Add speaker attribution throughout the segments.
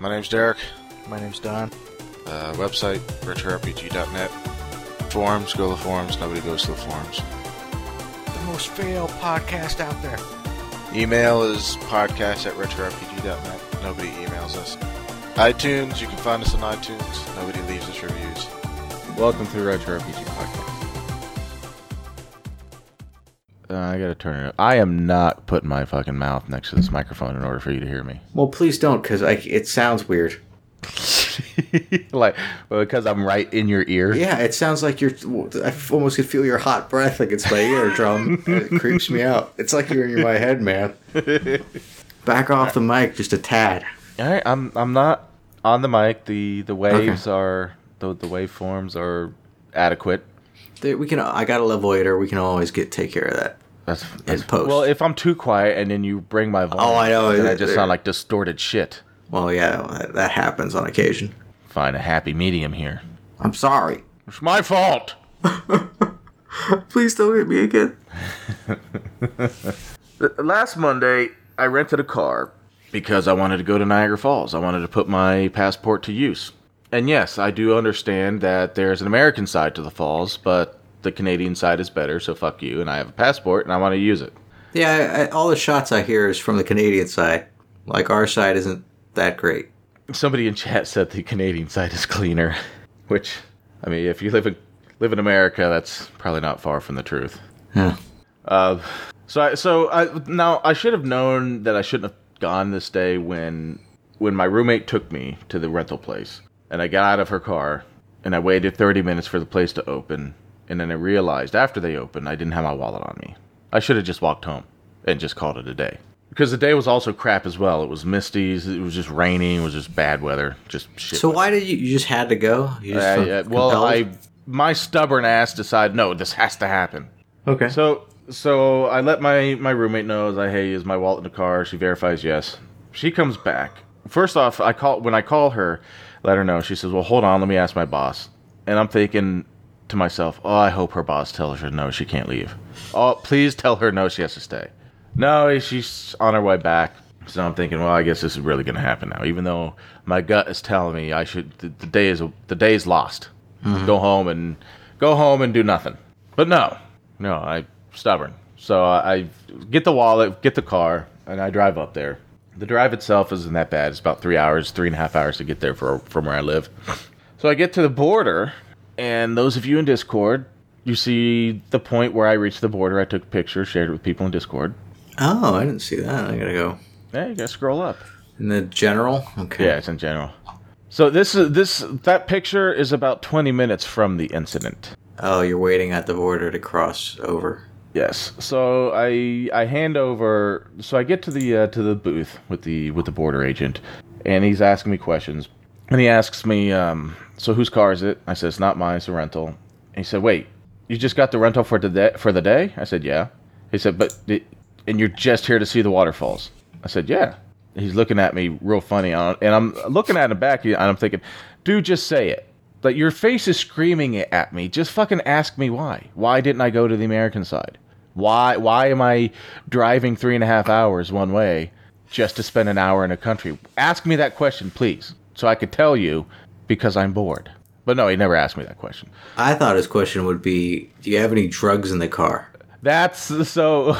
Speaker 1: My name's Derek.
Speaker 2: My name's Don.
Speaker 1: Uh, website, retrorpg.net. Forums, go to the forums. Nobody goes to the forums.
Speaker 2: The most failed podcast out there.
Speaker 1: Email is podcast at retrorpg.net. Nobody emails us. iTunes, you can find us on iTunes. Nobody leaves us reviews. Welcome to the Retro RPG Podcast. Uh, I gotta turn it up. I am not putting my fucking mouth next to this microphone in order for you to hear me.
Speaker 3: Well, please don't, because it sounds weird.
Speaker 1: like, well, because I'm right in your ear.
Speaker 3: Yeah, it sounds like you're. I almost could feel your hot breath against my eardrum. it creeps me out. It's like you're in my head, man. Back off the mic just a tad.
Speaker 1: All right, I'm I'm not on the mic. the The waves are the the waveforms are adequate.
Speaker 3: There, we can. I got a level eight, or we can always get take care of that.
Speaker 1: That's, that's
Speaker 3: post.
Speaker 1: Well, if I'm too quiet and then you bring my volume,
Speaker 3: Oh, I know.
Speaker 1: then I just sound like distorted shit.
Speaker 3: Well, yeah, that, that happens on occasion.
Speaker 1: Find a happy medium here.
Speaker 3: I'm sorry.
Speaker 1: It's my fault.
Speaker 3: Please don't hit me again.
Speaker 1: Last Monday, I rented a car because I wanted to go to Niagara Falls. I wanted to put my passport to use. And yes, I do understand that there's an American side to the falls, but the Canadian side is better, so fuck you. And I have a passport and I want to use it.
Speaker 3: Yeah, I, I, all the shots I hear is from the Canadian side. Like our side isn't that great.
Speaker 1: somebody in chat said the Canadian side is cleaner, which I mean, if you live in live in America, that's probably not far from the truth.
Speaker 3: Huh.
Speaker 1: Uh, so I, so I now I should have known that I shouldn't have gone this day when when my roommate took me to the rental place and I got out of her car and I waited 30 minutes for the place to open and then I realized after they opened I didn't have my wallet on me. I should have just walked home and just called it a day. Because the day was also crap as well. It was misty, it was just rainy, it was just bad weather, just shit.
Speaker 3: So why did you? You just had to go. You just
Speaker 1: Uh,
Speaker 3: felt
Speaker 1: yeah, well,
Speaker 3: compelled?
Speaker 1: I my stubborn ass decided no, this has to happen.
Speaker 3: Okay.
Speaker 1: So so I let my my roommate know. I was like, hey, is my wallet in the car? She verifies yes. She comes back. First off, I call when I call her, let her know. She says, well, hold on, let me ask my boss. And I'm thinking to myself, oh, I hope her boss tells her no, she can't leave. Oh, please tell her no, she has to stay. No, she's on her way back. So I'm thinking, well, I guess this is really going to happen now. Even though my gut is telling me I should, the, the day is the day is lost. Go home and go home and do nothing. But no, no, I'm stubborn. So I, I get the wallet, get the car, and I drive up there. The drive itself isn't that bad. It's about three hours, three and a half hours to get there for, from where I live. So I get to the border, and those of you in Discord, you see the point where I reached the border. I took a picture, shared it with people in Discord.
Speaker 3: Oh, I didn't see that. I gotta go.
Speaker 1: Yeah, you gotta scroll up.
Speaker 3: In the general? Okay.
Speaker 1: Yeah, it's in general. So this is this that picture is about twenty minutes from the incident.
Speaker 3: Oh, you're waiting at the border to cross over.
Speaker 1: Yes. So I I hand over. So I get to the uh, to the booth with the with the border agent, and he's asking me questions, and he asks me, um, so whose car is it? I said it's not mine. It's a rental. And he said, wait, you just got the rental for the day, for the day? I said, yeah. He said, but the- and you're just here to see the waterfalls? I said, yeah. He's looking at me real funny, uh, and I'm looking at him back, and I'm thinking, dude, just say it. Like your face is screaming it at me. Just fucking ask me why. Why didn't I go to the American side? Why why am I driving three and a half hours one way just to spend an hour in a country? Ask me that question, please, so I could tell you because I'm bored. But no, he never asked me that question.
Speaker 3: I thought his question would be Do you have any drugs in the car?
Speaker 1: That's so.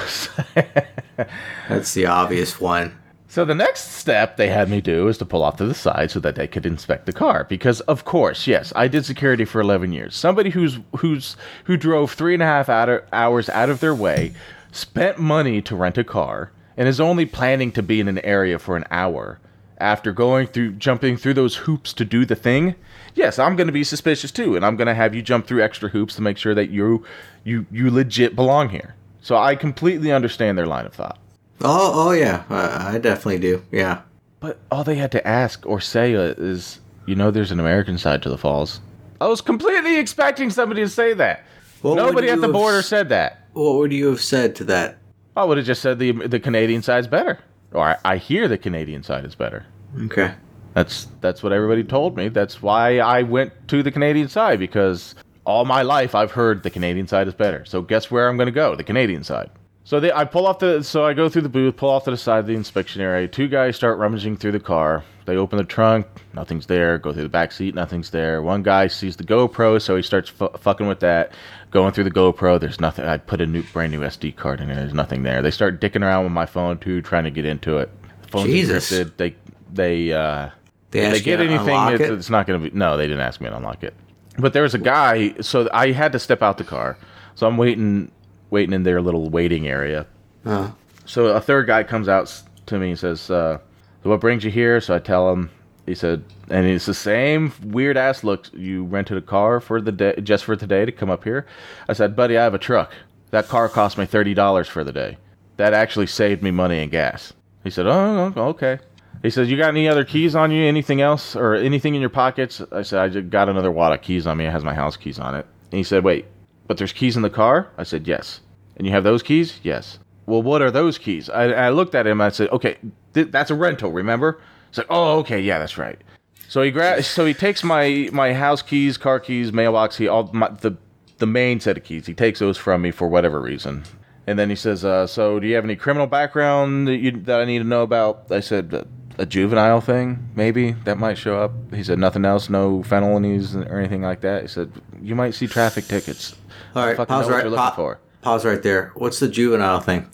Speaker 3: That's the obvious one.
Speaker 1: so the next step they had me do is to pull off to the side so that they could inspect the car because, of course, yes, I did security for 11 years. Somebody who's who's who drove three and a half outer- hours out of their way, spent money to rent a car, and is only planning to be in an area for an hour after going through jumping through those hoops to do the thing yes i'm going to be suspicious too and i'm going to have you jump through extra hoops to make sure that you you you legit belong here so i completely understand their line of thought
Speaker 3: Oh, oh yeah. Uh, I definitely do. Yeah.
Speaker 1: but all they had to ask or say uh, is you know there's an american side to the falls i was completely expecting somebody to say that
Speaker 3: What would
Speaker 1: nobody at
Speaker 3: you
Speaker 1: the
Speaker 3: have
Speaker 1: border
Speaker 3: s-
Speaker 1: said that
Speaker 3: What would you have said to that?
Speaker 1: i would have just said the the canadian side's better or i, I hear the canadian side is better
Speaker 3: Okay.
Speaker 1: That's that's what everybody told me. That's why I went to the Canadian side because all my life I've heard the Canadian side is better. So guess where I'm going to go? The Canadian side. So they, I pull off the, so I go through the booth, pull off to the side of the inspection area. Two guys start rummaging through the car. They open the trunk, nothing's there. Go through the back seat, nothing's there. One guy sees the GoPro, so he starts fu- fucking with that. Going through the GoPro, there's nothing. I put a new, brand new SD card in there. There's nothing there. They start dicking around with my phone too, trying to get into it. The phone's
Speaker 3: Jesus.
Speaker 1: encrypted. They, they, uh,
Speaker 3: They
Speaker 1: if
Speaker 3: ask
Speaker 1: they get
Speaker 3: you to
Speaker 1: anything,
Speaker 3: unlock
Speaker 1: it's,
Speaker 3: it?
Speaker 1: it's not going to be. No, they didn't ask me to unlock it. But there was a guy, so I had to step out the car. So I'm waiting, waiting in their little waiting area.
Speaker 3: Uh,
Speaker 1: So a third guy comes out s- to me and says, uh, "So what brings you here?" So I tell him. He said, and it's the same weird ass look. You rented a car for the day, just for today to come up here. I said, buddy, I have a truck. That car cost me thirty dollars for the day. That actually saved me money in gas. He said, oh, o- okay. He says, you got any other keys on you? Anything else or anything in your pockets? I said, I just got another wad of keys on me. It has my house keys on it. And he said, wait, but there's keys in the car? I said, yes. And you have those keys? Yes. Well, what are those keys? I, I looked at him. I said, okay, th- that's a rental, remember? He's like, oh, okay, yeah, that's right. So he grabs, so he takes my my house keys, car keys, mailbox, he all my, the the main set of keys. He takes those from me for whatever reason. And then he says, uh, so do you have any criminal background that, you, that I need to know about? I said, "A- a juvenile thing, maybe that might show up. He said, nothing else, no felonies or anything like that. He said, you might see traffic tickets.
Speaker 3: all right,
Speaker 1: fucking know
Speaker 3: pause
Speaker 1: what
Speaker 3: right.
Speaker 1: you're looking
Speaker 3: pa-
Speaker 1: for.
Speaker 3: Pause right there. What's the juvenile thing?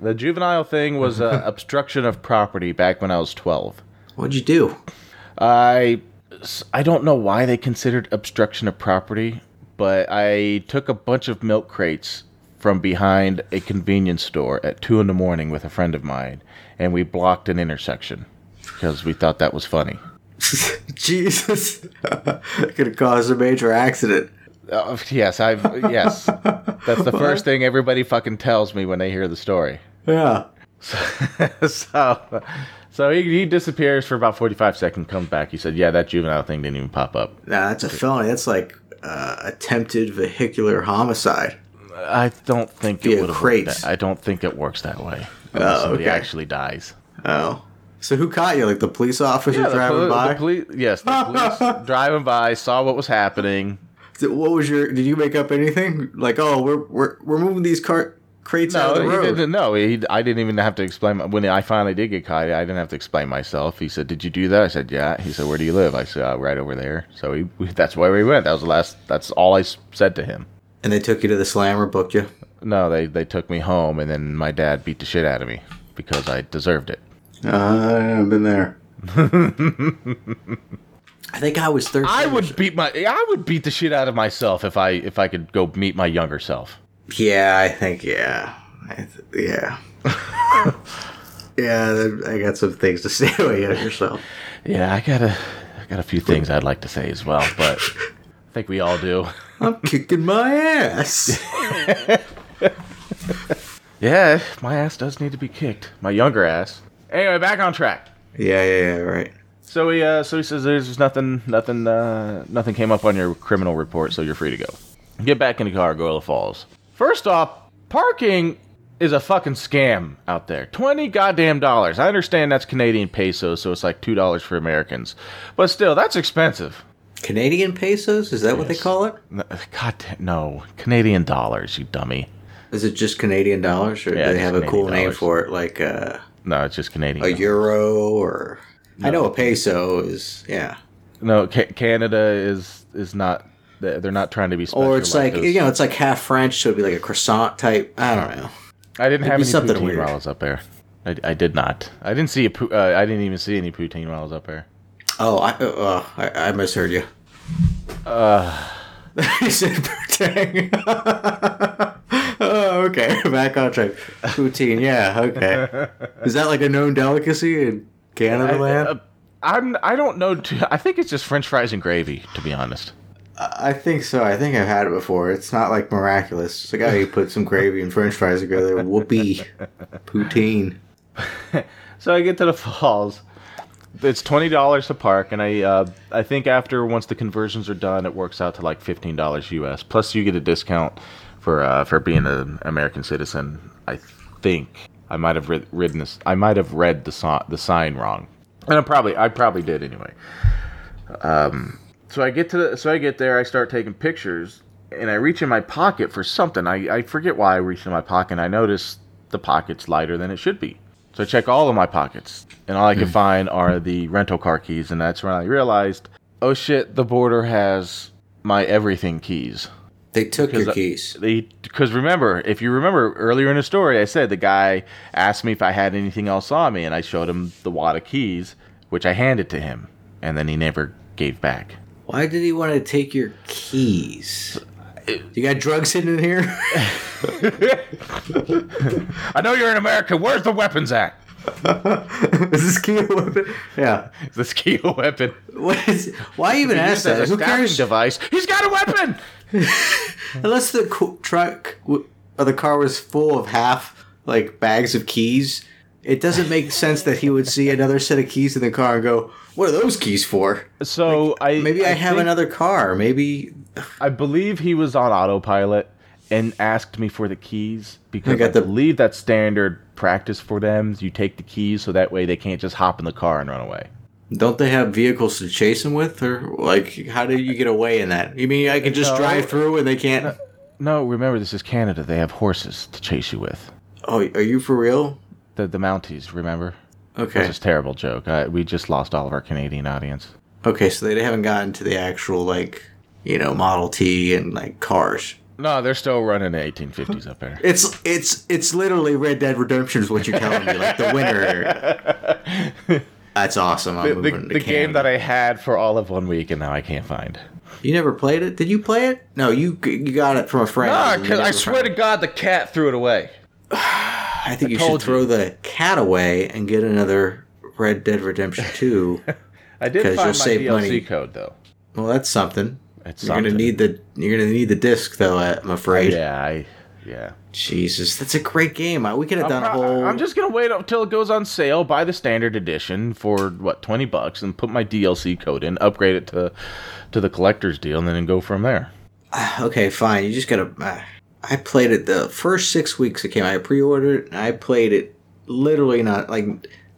Speaker 1: The juvenile thing was uh, obstruction of property back when I was 12.
Speaker 3: What'd you do?
Speaker 1: I I don't know why they considered obstruction of property, but I took a bunch of milk crates from behind a convenience store at two in the morning with a friend of mine, and we blocked an intersection because we thought that was funny.
Speaker 3: Jesus, it could have caused a major accident.
Speaker 1: Uh, yes, I've yes, that's the first thing everybody fucking tells me when they hear the story.
Speaker 3: Yeah.
Speaker 1: so, so he, he disappears for about forty five seconds. Comes back. He said, "Yeah, that juvenile thing didn't even pop up."
Speaker 3: Nah, that's a felony. That's like uh, attempted vehicular homicide.
Speaker 1: I don't think
Speaker 3: Via
Speaker 1: it would have worked.
Speaker 3: crates.
Speaker 1: That. I don't think it works that way. Unless somebody
Speaker 3: Oh, okay.
Speaker 1: actually dies.
Speaker 3: Oh. So who caught you? Like the police officer driving
Speaker 1: the, poli-
Speaker 3: by?
Speaker 1: the police. Yes, the police driving by saw what was happening.
Speaker 3: Did- what was your? Did you make up anything? Like, oh, we're we're, we're moving these car crates out of the
Speaker 1: he
Speaker 3: road.
Speaker 1: didn't know. He, I didn't even have to explain. my- When I finally did get caught, I didn't have to explain myself. He said, "Did you do that?" I said, "Yeah." He said, "Where do you live?" I said, uh, "Right over there." So he, we, that's where we went. That was the last. That's all I s- said to him.
Speaker 3: And they took you to the slammer, booked you.
Speaker 1: No, they they took me home, and then my dad beat the shit out of me because I deserved it.
Speaker 3: Uh, I've been there. I think I was thirteen.
Speaker 1: I would beat my I would beat the shit out of myself if I if I could go meet my younger self.
Speaker 3: Yeah, I think yeah, I th- yeah, yeah. th- I got some things to say about you yourself.
Speaker 1: Yeah, I got a I got a few things I'd like to say as well, but I think we all do.
Speaker 3: I'm kicking my ass.
Speaker 1: Yeah, my ass does need to be kicked. My younger ass. Anyway, back on track.
Speaker 3: yeah, yeah, yeah. Right.
Speaker 1: So he uh, so he says there's nothing nothing uh, nothing came up on your criminal report, so you're free to go. Get back in the car, go to the falls. First off, parking is a fucking scam out there. Twenty goddamn dollars. I understand that's Canadian pesos, so it's like two dollars for Americans, but still, that's expensive.
Speaker 3: Canadian pesos? Is that what they
Speaker 1: Yes.
Speaker 3: call it?
Speaker 1: N- God damn, no, Canadian dollars, you dummy.
Speaker 3: Is it just Canadian dollars, or
Speaker 1: Yeah,
Speaker 3: do they have
Speaker 1: just
Speaker 3: a
Speaker 1: Canadian
Speaker 3: cool name
Speaker 1: dollars.
Speaker 3: for it, like uh,
Speaker 1: No, it's just Canadian.
Speaker 3: a euro or? I know a peso is yeah,
Speaker 1: No, ca- Canada is is not. They're they're not trying to be special.
Speaker 3: or it's like
Speaker 1: those-
Speaker 3: you know, it's like half French, so it'd be like a croissant type. I don't know.
Speaker 1: I didn't have
Speaker 3: be
Speaker 1: any
Speaker 3: something
Speaker 1: poutine
Speaker 3: weird.
Speaker 1: while I was up there. I, I did not. I didn't see a. pou- Uh, I didn't even see any poutine while I was up there.
Speaker 3: Oh, I uh, uh, I, I misheard you. Uh. you said Bertang. oh, okay. Back on track. Poutine, yeah, okay. Is that like a known delicacy in Canada land?
Speaker 1: I, uh, I'm. I don't know. Too, I think it's just French fries and gravy. To be honest.
Speaker 3: I think so. I think I've had it before. It's not like miraculous. It's like, oh, you put some gravy and french fries together. Whoopee. Poutine.
Speaker 1: So I get to the falls. It's twenty dollars to park, and I uh, I think after once the conversions are done, it works out to like fifteen dollars US. Plus, you get a discount for uh, for being an American citizen. I think I might have rid- ridden this. I might have read the so- the sign wrong, and I probably I probably did anyway. Um, so I get to the, so I get there. I start taking pictures, and I reach in my pocket for something. I, I forget why I reached in my pocket. And I notice the pocket's lighter than it should be. So I check all of my pockets, and all I can find are the rental car keys. And that's when I realized, oh shit, the border has my everything keys.
Speaker 3: They took your
Speaker 1: I-
Speaker 3: keys.
Speaker 1: They because remember, if you remember earlier in the story, I said the guy asked me if I had anything else on me, and I showed him the wad of keys, which I handed to him, and then he never gave back.
Speaker 3: Why did he want to take your keys? You got drugs hidden in here?
Speaker 1: I know you're in America. Where's the weapons at?
Speaker 3: is this key a weapon? Yeah.
Speaker 1: This key a weapon.
Speaker 3: What is, why even ask
Speaker 1: Used
Speaker 3: that?
Speaker 1: as a
Speaker 3: Who
Speaker 1: stabbing
Speaker 3: cares?
Speaker 1: device. He's got a weapon.
Speaker 3: Unless the co- truck w- or the car was full of half like bags of keys, it doesn't make sense that he would see another set of keys in the car and go, "What are those keys for?"
Speaker 1: So I
Speaker 3: Maybe I, have
Speaker 1: think-
Speaker 3: another car. Maybe
Speaker 1: I believe he was on autopilot and asked me for the keys because I,
Speaker 3: I got the-
Speaker 1: believe that's standard practice for them. You take the keys so that way they can't just hop in the car and run away.
Speaker 3: don't they have vehicles to chase him with, or like how do you get away in that? You mean I can just
Speaker 1: No.
Speaker 3: drive through and they can't?
Speaker 1: No, remember this is Canada. They have horses to chase you with.
Speaker 3: Oh, are you for real?
Speaker 1: The the Mounties, remember? This
Speaker 3: Okay,
Speaker 1: is a terrible joke. I, we just lost all of our Canadian audience.
Speaker 3: okay, so they haven't gotten to the actual like you know Model T and like cars.
Speaker 1: No, they're still running the 1850s up there.
Speaker 3: It's it's it's literally Red Dead Redemption is what you're telling me, like the winner. That's awesome. I'm
Speaker 1: The,
Speaker 3: moving to
Speaker 1: the game that
Speaker 3: Canada.
Speaker 1: I had for all of one week and now I can't find.
Speaker 3: you never played it? Did you play it? No, you you got it from a friend. You never found it.
Speaker 1: God, the cat threw it away.
Speaker 3: I think you
Speaker 1: told
Speaker 3: should throw the cat away and get another Red Dead Redemption Two.
Speaker 1: I did
Speaker 3: 'Cause
Speaker 1: find my
Speaker 3: you'll save
Speaker 1: DLC
Speaker 3: money.
Speaker 1: code though.
Speaker 3: well, that's something.
Speaker 1: It's
Speaker 3: You're gonna need the you're gonna need the disc though. uh, I'm afraid.
Speaker 1: Yeah, I, yeah.
Speaker 3: Jesus, that's a great game. I- We could have done a
Speaker 1: pro-
Speaker 3: whole.
Speaker 1: I'm just gonna wait until it goes on sale. Buy the standard edition for what twenty bucks, and put my DLC code in. Upgrade it to to the collector's deal, and then go from there.
Speaker 3: okay, fine. You just gotta. Uh, I played it the first six weeks it came. out. I pre-ordered it and I played it literally not like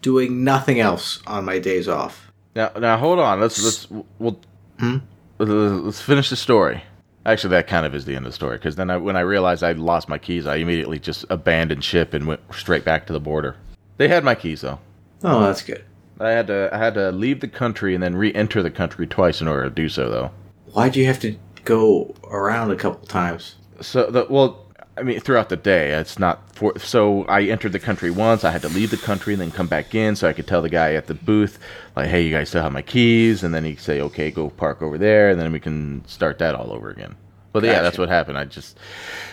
Speaker 3: doing nothing else on my days off.
Speaker 1: Now, now hold on. Let's let's we'll
Speaker 3: Hmm?
Speaker 1: let's let's finish the story. Actually, that kind of is the end of the story because then I, when I realized I lost my keys, I immediately just abandoned ship and went straight back to the border. They had my keys though.
Speaker 3: Oh, that's good.
Speaker 1: I had to I had to leave the country and then re-enter the country twice in order to do so though.
Speaker 3: Why'd you have to go around a couple times?
Speaker 1: So the well, I mean, throughout the day, it's not for. So I entered the country once. I had to leave the country and then come back in, so I could tell the guy at the booth, like, "Hey, you guys still have my keys?" And then he'd say, "Okay, go park over there," and then we can start that all over again. But yeah,
Speaker 3: Gotcha.
Speaker 1: that's what happened. I just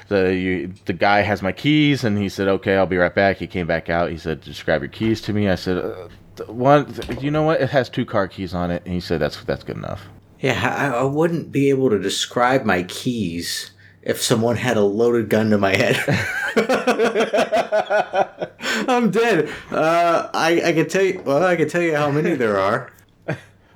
Speaker 1: the you, the guy has my keys, and he said, "Okay, I'll be right back." He came back out. He said, "Just grab your keys to me." I said, uh, th- "One, th- you know what? It has two car keys on it." And he said, "That's that's good enough."
Speaker 3: Yeah, I, I wouldn't be able to describe my keys if someone had a loaded gun to my head. I'm dead. Uh, I I could tell you. Well, I could tell you how many there are.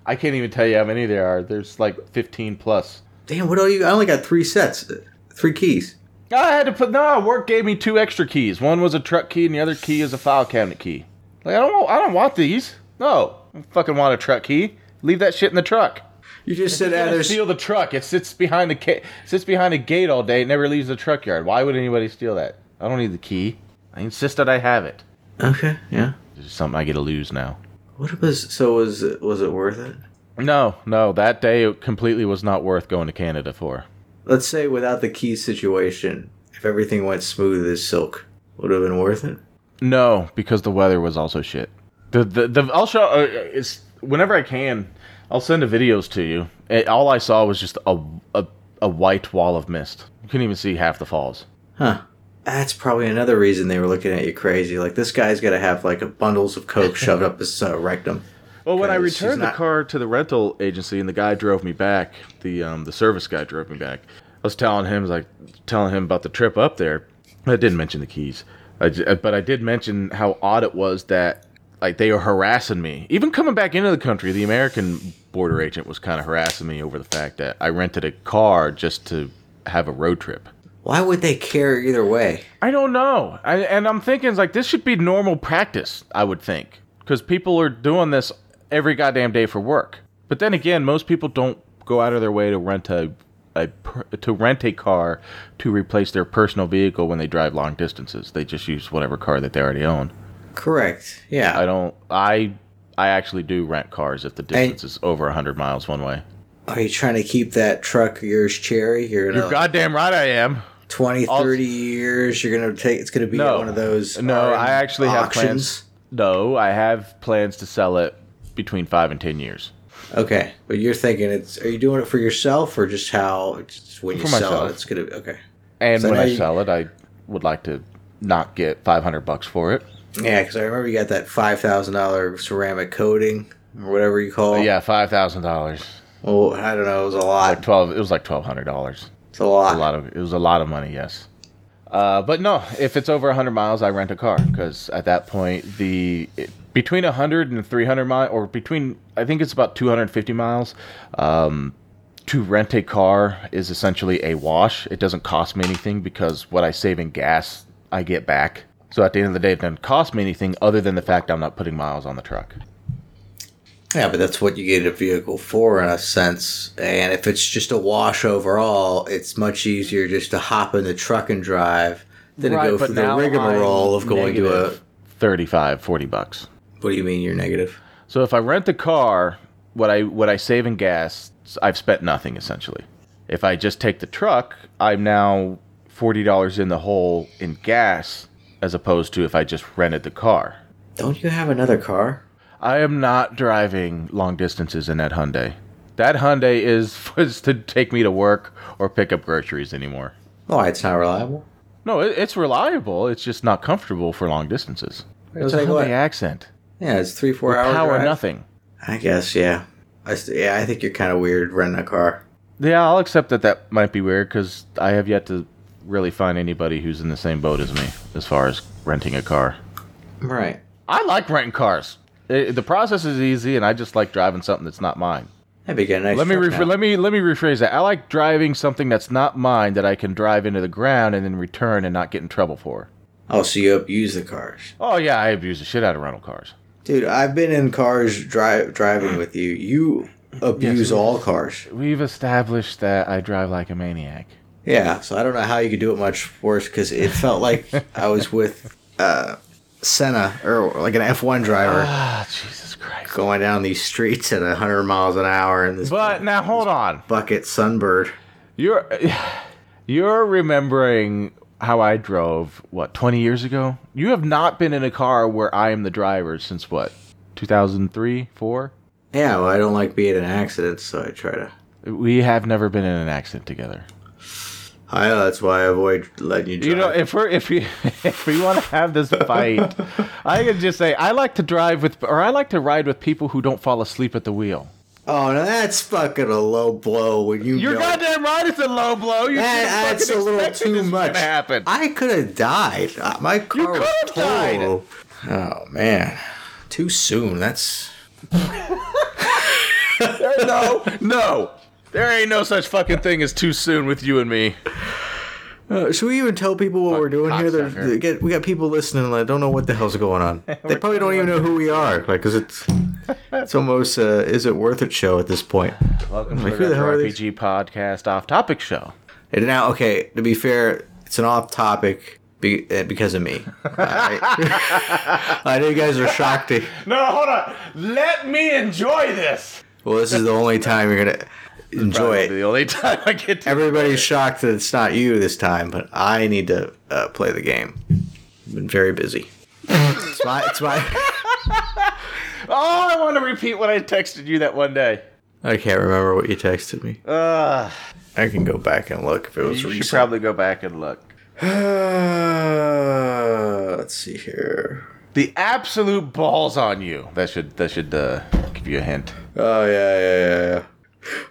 Speaker 1: I can't even tell you how many there are. There's like 15 plus.
Speaker 3: Damn, what are you? I only got three sets, three keys.
Speaker 1: No, I had to put no. Work gave me two extra keys. One was a truck key, and the other key is a file cabinet key. Like I don't, want- I don't want these. No, I don't fucking want a truck key. Leave that shit in the truck.
Speaker 3: You just said,
Speaker 1: Yeah,
Speaker 3: ah, there's
Speaker 1: steal the truck. It sits behind the ca- sits behind a gate all day. It never leaves the truck yard. Why would anybody steal that? I don't need the key. I insist that I have it.
Speaker 3: okay, yeah.
Speaker 1: This is something I get to lose now.
Speaker 3: What was so was it was it worth it?
Speaker 1: No, no, that day it completely was not worth going to Canada for.
Speaker 3: Let's say without the key situation, if everything went smooth as silk, would have been worth it.
Speaker 1: No, because the weather was also shit. The the, the I'll show uh, it's whenever I can. I'll send the videos to you. It, all I saw was just a, a a white wall of mist. You couldn't even see half the falls.
Speaker 3: Huh. That's probably another reason they were looking at you crazy. Like this guy's got to have like a bundles of coke shoved up his uh, rectum.
Speaker 1: Well, when I
Speaker 3: 'Cause she's
Speaker 1: returned the
Speaker 3: not-
Speaker 1: car to the rental agency and the guy drove me back, the um, the service guy drove me back. I was telling him like telling him about the trip up there. I didn't mention the keys, I j- uh, but I did mention how odd it was that like they were harassing me. Even coming back into the country, the American border agent was kind of harassing me over the fact that I rented a car just to have a road trip.
Speaker 3: Why would they care either way?
Speaker 1: I don't know. I, and I'm thinking it's like this should be normal practice. I would think because people are doing this every goddamn day for work. But then again, most people don't go out of their way to rent a a per, to rent a car to replace their personal vehicle when they drive long distances. They just use whatever car that they already own.
Speaker 3: Correct. Yeah.
Speaker 1: I don't. I I actually do rent cars if the distance is over hundred miles one way.
Speaker 3: Are you trying to keep that truck of yours cherry? You're gonna
Speaker 1: You're goddamn right, I am.
Speaker 3: 20,
Speaker 1: I'll-
Speaker 3: 30 years. You're gonna take. It's gonna be
Speaker 1: No.
Speaker 3: one of those.
Speaker 1: No,
Speaker 3: RM
Speaker 1: I actually have
Speaker 3: auctions.
Speaker 1: No, I have plans to sell it between five and ten years.
Speaker 3: Okay, but you're thinking it's. Are you doing it for yourself or just how? Just when you
Speaker 1: For
Speaker 3: sell
Speaker 1: myself.
Speaker 3: it, it's gonna be okay.
Speaker 1: And
Speaker 3: So
Speaker 1: when
Speaker 3: now
Speaker 1: I
Speaker 3: you-
Speaker 1: sell it, I would like to not get five hundred bucks for it.
Speaker 3: Yeah, because I remember you got that five thousand dollar ceramic coating or whatever you call. it.
Speaker 1: Yeah, five thousand dollars.
Speaker 3: Well, Oh, I don't know. It was a lot.
Speaker 1: Twelve. It was like twelve hundred dollars.
Speaker 3: It's a lot.
Speaker 1: A lot of it was a lot of money. Yes. Uh, but no, if it's over 100 miles, I rent a car because at that point, the it, between 100 and 300 miles, or between I think it's about 250 miles, um, to rent a car is essentially a wash. It doesn't cost me anything because what I save in gas, I get back. So at the end of the day, it doesn't cost me anything other than the fact I'm not putting miles on the truck.
Speaker 3: Yeah, but that's what you get a vehicle for in a sense. And if it's just a wash overall, it's much easier just to hop in the truck and drive than
Speaker 1: Right,
Speaker 3: to go
Speaker 1: but
Speaker 3: through the
Speaker 1: now
Speaker 3: rigmarole
Speaker 1: I'm
Speaker 3: of going
Speaker 1: negative
Speaker 3: to
Speaker 1: 35, 40 bucks.
Speaker 3: a. What do you mean you're negative?
Speaker 1: So if I rent the car, what I what I save in gas, I've spent nothing essentially. If I just take the truck, I'm now forty dollars in the hole in gas, as opposed to if I just rented the car.
Speaker 3: Don't you have another car?
Speaker 1: I am not driving long distances in that Hyundai. That Hyundai is was to take me to work or pick up groceries anymore.
Speaker 3: Why, Oh, it's not reliable.
Speaker 1: No, it, it's reliable. It's just not comfortable for long distances. It's a
Speaker 3: Like
Speaker 1: Hyundai
Speaker 3: what?
Speaker 1: accent.
Speaker 3: Yeah, it's three, four hours.
Speaker 1: Power
Speaker 3: drive.
Speaker 1: nothing.
Speaker 3: I guess, yeah. I, st- yeah, I think you're kind of weird renting a car.
Speaker 1: Yeah, I'll accept that that might be weird because I have yet to really find anybody who's in the same boat as me as far as renting a car.
Speaker 3: Right.
Speaker 1: I like renting cars. It, the process is easy, and I just like driving something that's not mine.
Speaker 3: That'd be good. Nice
Speaker 1: Let me
Speaker 3: truck
Speaker 1: rephr-
Speaker 3: now.
Speaker 1: let me let me rephrase that. I like driving something that's not mine that I can drive into the ground and then return and not get in trouble for.
Speaker 3: Oh, so you abuse the cars.
Speaker 1: Oh yeah, I abuse the shit out of rental cars.
Speaker 3: Dude, I've been in cars dri- driving with you. You abuse all cars.
Speaker 1: We've established that I drive like a maniac.
Speaker 3: Yeah, so I don't know how you could do it much worse because it felt like I was with uh, Senna or like an F1 driver
Speaker 1: Ah, Jesus Christ.
Speaker 3: going down these streets at 100 miles an hour in this
Speaker 1: But now hold on.
Speaker 3: bucket sunbird.
Speaker 1: You're you're remembering how I drove what 20 years ago? You have not been in a car where I am the driver since what? 2003, 4?
Speaker 3: Yeah, well, I don't like being in accidents, so I try to.
Speaker 1: We have never been in an accident together.
Speaker 3: I know that's why I avoid letting you drive.
Speaker 1: You know, if we're if we if we want to have this fight, I can just say I like to drive with or I like to ride with people who don't fall asleep at the wheel.
Speaker 3: oh, no, that's fucking a low blow when you.
Speaker 1: You're
Speaker 3: know-
Speaker 1: goddamn right. It's a low blow. You
Speaker 3: That-
Speaker 1: should have
Speaker 3: that's a
Speaker 1: fucking
Speaker 3: little
Speaker 1: expected
Speaker 3: too
Speaker 1: this was
Speaker 3: much.
Speaker 1: gonna Happen.
Speaker 3: I could have died. Uh, My car
Speaker 1: You
Speaker 3: was
Speaker 1: could have
Speaker 3: totaled. Oh man, too soon. That's
Speaker 1: no, no. There ain't no such fucking thing as too soon with you and me.
Speaker 3: Uh, should we even tell people what we're doing here? They're,
Speaker 1: cocksucker.
Speaker 3: they get, we got people listening that don't know what the hell's going on. They probably don't even know who we are. Like, cause it's it's almost uh, is it worth it show at this point?
Speaker 1: Welcome
Speaker 3: Like,
Speaker 1: to
Speaker 3: who
Speaker 1: the,
Speaker 3: the hell are
Speaker 1: RPG Podcast Off Topic Show.
Speaker 3: And now, okay, to be fair, it's an off topic be, uh, because of me. I, I know you guys are shocked. To,
Speaker 1: No, hold on. Let me enjoy this.
Speaker 3: well, this is the only time you're gonna enjoy it.
Speaker 1: The only time I get to.
Speaker 3: Everybody's shocked that it's not you this time, but I need to uh, play the game. I've been very busy. it's my, it's my.
Speaker 1: Oh, I want to repeat what I texted you that one day.
Speaker 3: I can't remember what you texted me.
Speaker 1: Uh,
Speaker 3: I can go back and look if it was
Speaker 1: you should
Speaker 3: recent.
Speaker 1: probably go back and look.
Speaker 3: Uh, let's see here.
Speaker 1: The absolute balls on you. That should that should uh, give you a hint.
Speaker 3: Oh yeah, yeah, yeah. yeah.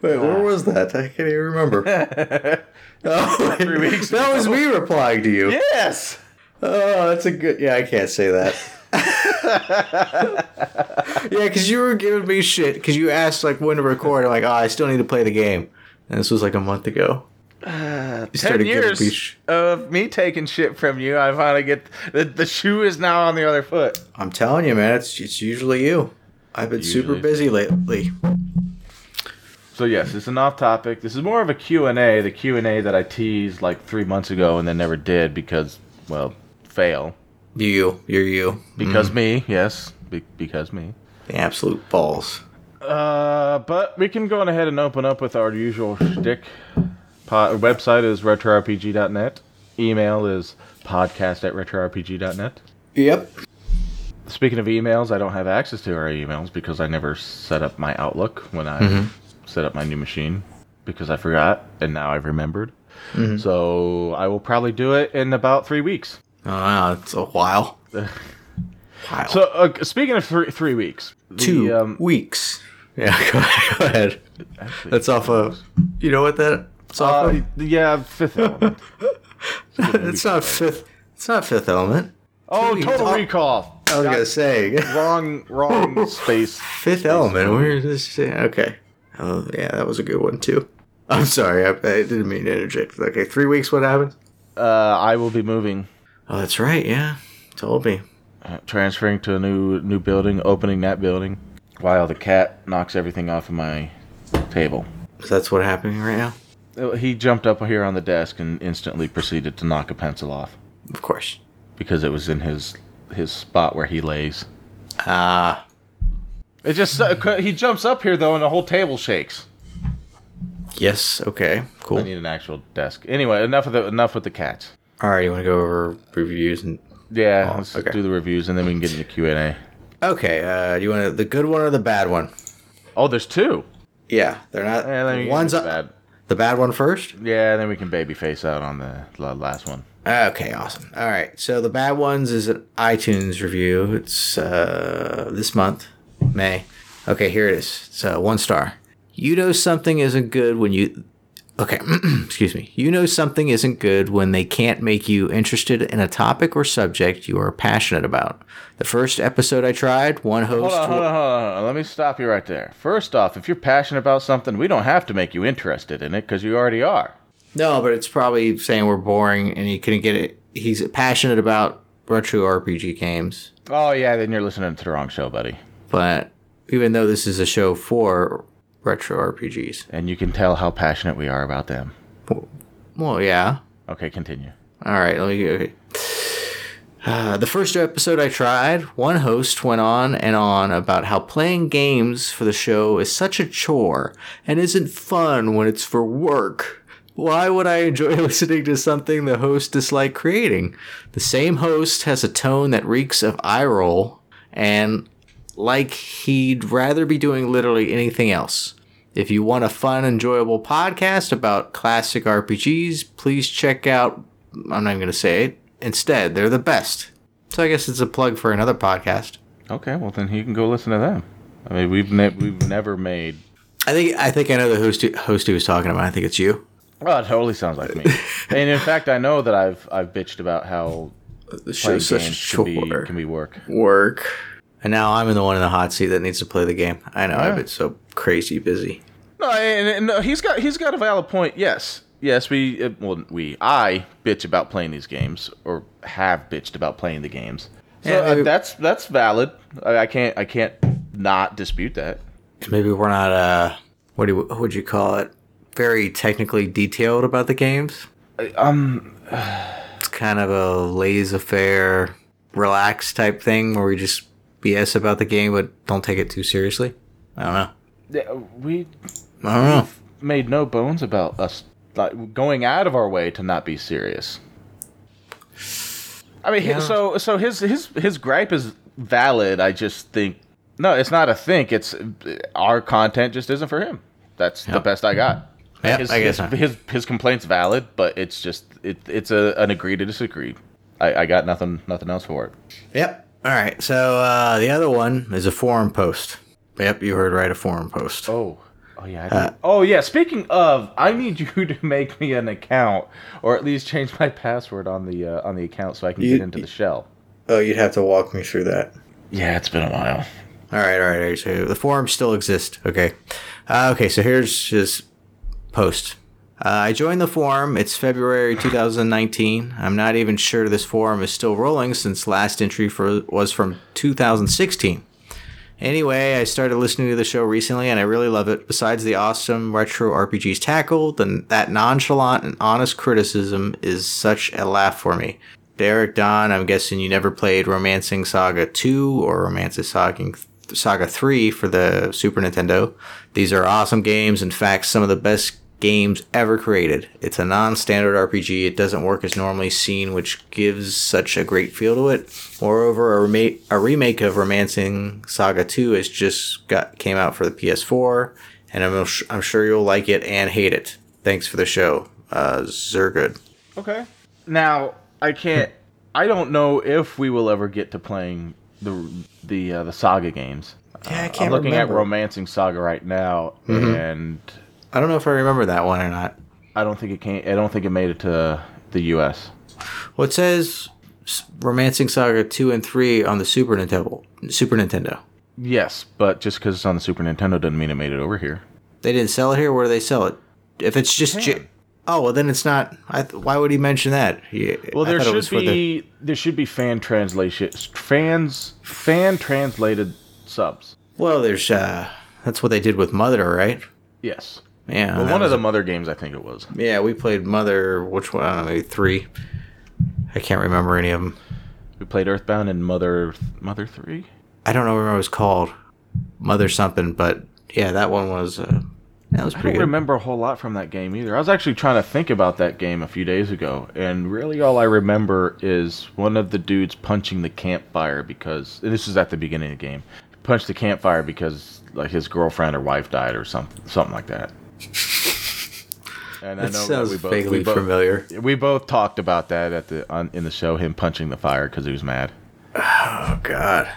Speaker 3: Wait, where was that? I can't even remember. oh,
Speaker 1: Three weeks
Speaker 3: That was me replying to you.
Speaker 1: Yes.
Speaker 3: Oh, that's a good. Yeah, I can't say that. yeah, because you were giving me shit because you asked like when to record. I'm like, oh, I still need to play the game, and this was like a month ago. you
Speaker 1: Uh, Ten
Speaker 3: started giving me
Speaker 1: years
Speaker 3: sh-
Speaker 1: of me taking shit from you. I finally get the, the shoe is now on the other foot.
Speaker 3: I'm telling you, man, it's it's usually you. I've been super
Speaker 1: Usually.
Speaker 3: busy lately.
Speaker 1: So yes, it's an off topic. This is more of a Q&A, the Q&A that I teased like 3 months ago and then never did because well, fail.
Speaker 3: You, you're you.
Speaker 1: Because me, yes, be- because me.
Speaker 3: The absolute balls.
Speaker 1: Uh, but we can go on ahead and open up with our usual shtick. Po- website is retrorpg.net. Email is podcast at retrorpg.net.
Speaker 3: Yep.
Speaker 1: Speaking of emails, I don't have access to our emails because I never set up my Outlook when I set up my new machine because I forgot and now I've remembered. Mm-hmm. So I will probably do it in about three weeks.
Speaker 3: Oh, wow, it's a while. Wow.
Speaker 1: So uh, speaking of three, three weeks, the,
Speaker 3: two
Speaker 1: um,
Speaker 3: weeks. Yeah, go ahead. Go ahead. That's off of. You know what that? It's off
Speaker 1: uh,
Speaker 3: of.
Speaker 1: yeah, fifth element.
Speaker 3: it's not fifth. It's not fifth element.
Speaker 1: Oh,
Speaker 3: Dude,
Speaker 1: Total
Speaker 3: Tom-
Speaker 1: Recall.
Speaker 3: I was gonna say
Speaker 1: Wrong, wrong space.
Speaker 3: fifth element. We We're just yeah, okay. Oh yeah, that was a good one too. I'm sorry, I, I didn't mean to interject. Okay, three weeks. What happened?
Speaker 1: Uh, I will be moving,
Speaker 3: Oh, that's right. Yeah, told me.
Speaker 1: uh, transferring to a new new building, opening that building, while the cat knocks everything off of my table.
Speaker 3: So that's what happening right now.
Speaker 1: Uh, He jumped up here on the desk and instantly proceeded to knock a pencil off
Speaker 3: Of course.
Speaker 1: because it was in his his spot where he lays.
Speaker 3: Ah,
Speaker 1: It just uh, he jumps up here though, and the whole table shakes.
Speaker 3: yes. Okay, cool.
Speaker 1: I need an actual desk. Anyway, enough of the enough with the cats.
Speaker 3: All right, you want to go over reviews and
Speaker 1: Yeah,
Speaker 3: Oh,
Speaker 1: let's
Speaker 3: okay.
Speaker 1: do the reviews and then we can get into Q and A.
Speaker 3: okay. Uh, you want to, the good one or the bad one?
Speaker 1: Oh, there's two.
Speaker 3: Yeah, they're not.
Speaker 1: Yeah, let me get
Speaker 3: one's
Speaker 1: this
Speaker 3: up-
Speaker 1: bad.
Speaker 3: the bad one first.
Speaker 1: Yeah, then we can babyface out on the la- last one.
Speaker 3: Okay, awesome. All right, so the bad ones is an iTunes review. It's uh, this month, May. Okay, here it is. So one star. You know something isn't good when you. Okay, excuse me. You know something isn't good when they can't make you interested in a topic or subject you are passionate about. The first episode I tried, one host.
Speaker 1: Hold on, hold on, hold on, hold on. Let me stop you right there. First off, if you're passionate about something, we don't have to make you interested in it because you already are.
Speaker 3: No, but it's probably saying we're boring and he couldn't get it. He's passionate about retro RPG games.
Speaker 1: Oh yeah, then you're listening to the wrong show, buddy.
Speaker 3: But even though this is a show for retro RPGs,
Speaker 1: And you can tell how passionate we are about them.
Speaker 3: well, yeah.
Speaker 1: Okay, continue.
Speaker 3: All right, let me. Okay. Uh, the first episode I tried, one host went on and on about how playing games for the show is such a chore and isn't fun when it's for work. Why would I enjoy listening to something the host disliked creating? The same host has a tone that reeks of eye roll and like he'd rather be doing literally anything else. If you want a fun, enjoyable podcast about classic RPGs, please check out. I'm not even going to say it. Instead, they're the best. So I guess it's a plug for another podcast.
Speaker 1: Okay, well then you can go listen to them. I mean, we've ne- we've never made.
Speaker 3: I think I think I know the host host he was talking about. I think it's you.
Speaker 1: Oh, it totally sounds like me. and in fact, I know that I've I've bitched about how
Speaker 3: The
Speaker 1: playing
Speaker 3: show's such a
Speaker 1: games can be,
Speaker 3: chore.
Speaker 1: can be work.
Speaker 3: Work. And now I'm in the one in the hot seat that needs to play the game. I know I've been so crazy busy.
Speaker 1: No, and, and no, he's got he's got a valid point. Yes, yes, we uh, well we I bitch about playing these games or have bitched about playing the games. So
Speaker 3: Yeah,
Speaker 1: uh,
Speaker 3: maybe-
Speaker 1: that's that's valid. I, I can't I can't not dispute that.
Speaker 3: Maybe we're not uh, what do you, what would you call it? Very technically detailed about the games.
Speaker 1: Um,
Speaker 3: It's kind of a laissez-faire, relaxed type thing where we just BS about the game, but don't take it too seriously. I don't know.
Speaker 1: yeah, we
Speaker 3: I don't know.
Speaker 1: made no bones about us like, going out of our way to not be serious. I mean, he-
Speaker 3: Yeah.
Speaker 1: so so his his his gripe is valid. I just think no, it's not a think. It's uh, our content just isn't for him. That's the
Speaker 3: Yep.
Speaker 1: best I got.
Speaker 3: Yep,
Speaker 1: his,
Speaker 3: I guess
Speaker 1: his,
Speaker 3: not.
Speaker 1: his his complaint's valid, but it's just it it's a an agree to disagree. I, I got nothing nothing else for it.
Speaker 3: Yep. All right. So uh, the other one is a forum post. Yep, you heard right, a forum post.
Speaker 1: Oh. Oh yeah. I did. oh yeah. Speaking of, I need you to make me an account, or at least change my password on the uh, on the account so I can
Speaker 3: You-
Speaker 1: get into the shell.
Speaker 3: Oh, you'd have to walk me through that.
Speaker 1: Yeah, it's been a while.
Speaker 3: All right, all right, all right. So the forums still exist. Okay. Uh, okay, so here's his post. Uh, I joined the forum. It's February 2019. I'm not even sure this forum is still rolling since last entry for was from 2016. Anyway, I started listening to the show recently and I really love it. Besides the awesome retro RPGs tackled, then that nonchalant and honest criticism is such a laugh for me. Derek Don, I'm guessing you never played Romancing Saga 2 or Romancing Saga Saga 3 for the Super Nintendo. These are awesome games, in fact, some of the best games ever created. It's a non standard RPG, it doesn't work as normally seen, which gives such a great feel to it. Moreover, a, remake, a remake of Romancing Saga 2 has just got came out for the PS4, and I'm, I'm sure you'll like it and hate it. Thanks for the show, uh, Zergood.
Speaker 1: Okay. Now, I can't. I don't know if we will ever get to playing the the uh, the saga games.
Speaker 3: Yeah, I
Speaker 1: I'm
Speaker 3: can't
Speaker 1: looking
Speaker 3: remember.
Speaker 1: at Romancing Saga right now, and
Speaker 3: I don't know if I remember that one or not.
Speaker 1: I don't think it came. I don't think it made it to the U.S.
Speaker 3: Well, it says S- Romancing Saga 2 and 3 on the Super Nintendo. Super Nintendo.
Speaker 1: Yes, but just because it's on the Super Nintendo doesn't mean it made it over here.
Speaker 3: They didn't sell it here. Where do they sell it? If it's just J-
Speaker 1: Japan.
Speaker 3: oh well, then it's not. I th- why would he mention that? He,
Speaker 1: Well,
Speaker 3: I
Speaker 1: there
Speaker 3: thought it
Speaker 1: should
Speaker 3: was for the-
Speaker 1: be there should be fan translation fans fan translated subs.
Speaker 3: well, there's uh, that's what they did with Mother, right?
Speaker 1: Yes,
Speaker 3: Yeah,
Speaker 1: well,
Speaker 3: that
Speaker 1: one of
Speaker 3: was-
Speaker 1: the mother games I think it was.
Speaker 3: Yeah, we played Mother. Which one? I don't know, maybe three. I can't remember any of them.
Speaker 1: We played Earthbound and Mother Mother Three.
Speaker 3: I don't know what it was called. Mother something, but yeah, that one was. Uh, that was
Speaker 1: I
Speaker 3: pretty
Speaker 1: don't
Speaker 3: good.
Speaker 1: remember a whole lot from that game either. I was actually trying to think about that game a few days ago, and really all I remember is one of the dudes punching the campfire because and this is at the beginning of the game. Punched the campfire because like his girlfriend or wife died or something, something like that. And I
Speaker 3: That
Speaker 1: know
Speaker 3: sounds
Speaker 1: that we both,
Speaker 3: vaguely
Speaker 1: we both,
Speaker 3: familiar.
Speaker 1: We both talked about that at the on, in the show. Him punching the fire because he was mad.
Speaker 3: Oh God,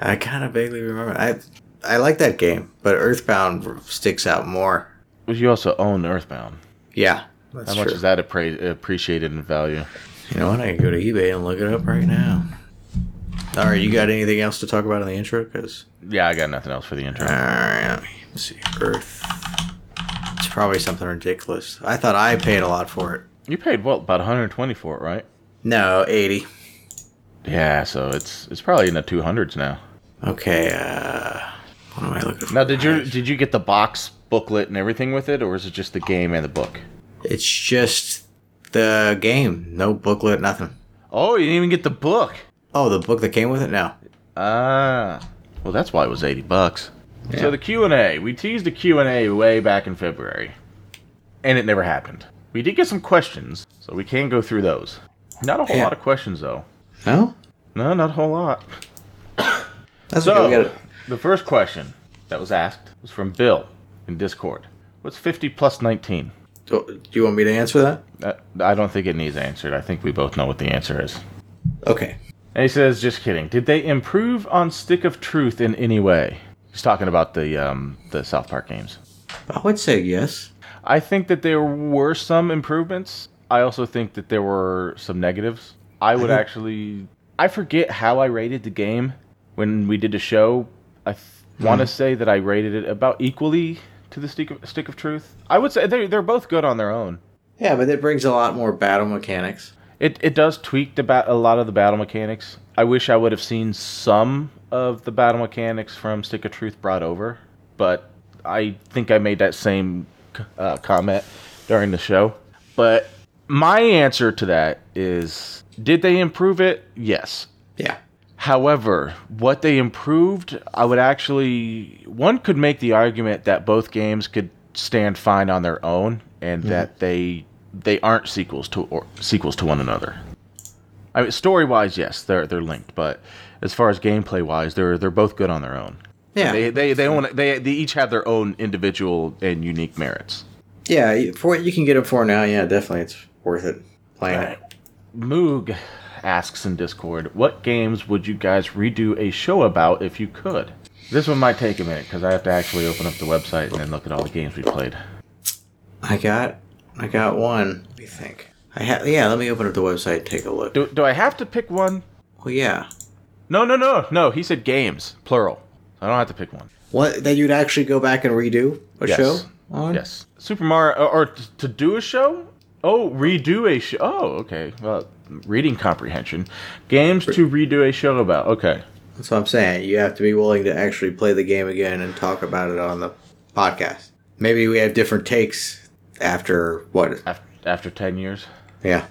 Speaker 3: I kind of vaguely remember. I I like that game, but Earthbound sticks out more.
Speaker 1: But you also own Earthbound.
Speaker 3: Yeah, that's
Speaker 1: How much is that appra- appreciated in value?
Speaker 3: You know what? I can go to eBay and look it up right now. All right, you got anything else to talk about in the intro? Because
Speaker 1: Yeah, I got nothing else for the intro.
Speaker 3: all right, let me see. Earth. It's probably something ridiculous. I thought I paid a lot for it.
Speaker 1: You paid what about 120 for it, right?
Speaker 3: No, eighty.
Speaker 1: Yeah, so it's it's probably in the 200s now.
Speaker 3: Okay. uh... What am I looking for?
Speaker 1: Now, did you did you get the box booklet and everything with it, or is it just the game and the book?
Speaker 3: It's just the game. No booklet, nothing.
Speaker 1: Oh, you didn't even get the book.
Speaker 3: Oh, the book that came with it? No.
Speaker 1: Ah, well, that's why it was 80 bucks. So the Q and A, we teased the Q and A way back in February, and it never happened. We did get some questions, so we can go through those. Not a whole
Speaker 3: Yeah.
Speaker 1: lot of questions though.
Speaker 3: No?
Speaker 1: No, not a whole lot.
Speaker 3: That's
Speaker 1: So,
Speaker 3: okay. We got it.
Speaker 1: the first question that was asked was from Bill in Discord. What's 50 plus 19?
Speaker 3: Oh, Do do you want me to answer that?
Speaker 1: Uh, I don't think it needs answered. I think we both know what the answer is.
Speaker 3: Okay.
Speaker 1: And he says, just kidding. Did they improve on Stick of Truth in any way? He's talking about the um, the South Park games.
Speaker 3: I would say yes.
Speaker 1: I think that there were some improvements. I also think that there were some negatives. I would actually. I forget how I rated the game when we did the show. I th- want to say that I rated it about equally to the Stick of, Stick of Truth. I would say they they're both good on their own.
Speaker 3: Yeah, but it brings a lot more battle mechanics.
Speaker 1: It it does tweak the ba- a lot of the battle mechanics. I wish I would have seen some of the battle mechanics from Stick of Truth brought over, but I think I made that same c- uh, comment during the show. But my answer to that is: Did they improve it? Yes.
Speaker 3: Yeah.
Speaker 1: However, what they improved, I would actually one could make the argument that both games could stand fine on their own, and that they they aren't sequels to or sequels to one another. I mean, story wise, yes, they're they're linked, but as far as gameplay wise, they're they're both good on their own.
Speaker 3: Yeah.
Speaker 1: They they they, own, they they each have their own individual and unique merits.
Speaker 3: yeah, for what you can get it for now, yeah, definitely it's worth it playing it.
Speaker 1: Moog asks in Discord, what games would you guys redo a show about if you could? This one might take a minute because I have to actually open up the website and then look at all the games we played.
Speaker 3: I got I got one, let me think. I ha- yeah, let me open up the website and take a look.
Speaker 1: Do, do I have to pick one?
Speaker 3: Well yeah.
Speaker 1: No, no, no, no. He said games, plural. I don't have to pick one.
Speaker 3: What that you'd actually go back and redo a
Speaker 1: Yes.
Speaker 3: show on?
Speaker 1: Yes. Super Mario, or, or t- to do a show? Oh, redo a show. Oh, okay. Well, reading comprehension. Games to redo a show about. Okay.
Speaker 3: That's what I'm saying. You have to be willing to actually play the game again and talk about it on the podcast. Maybe we have different takes after what?
Speaker 1: after, after 10 years.
Speaker 3: Yeah.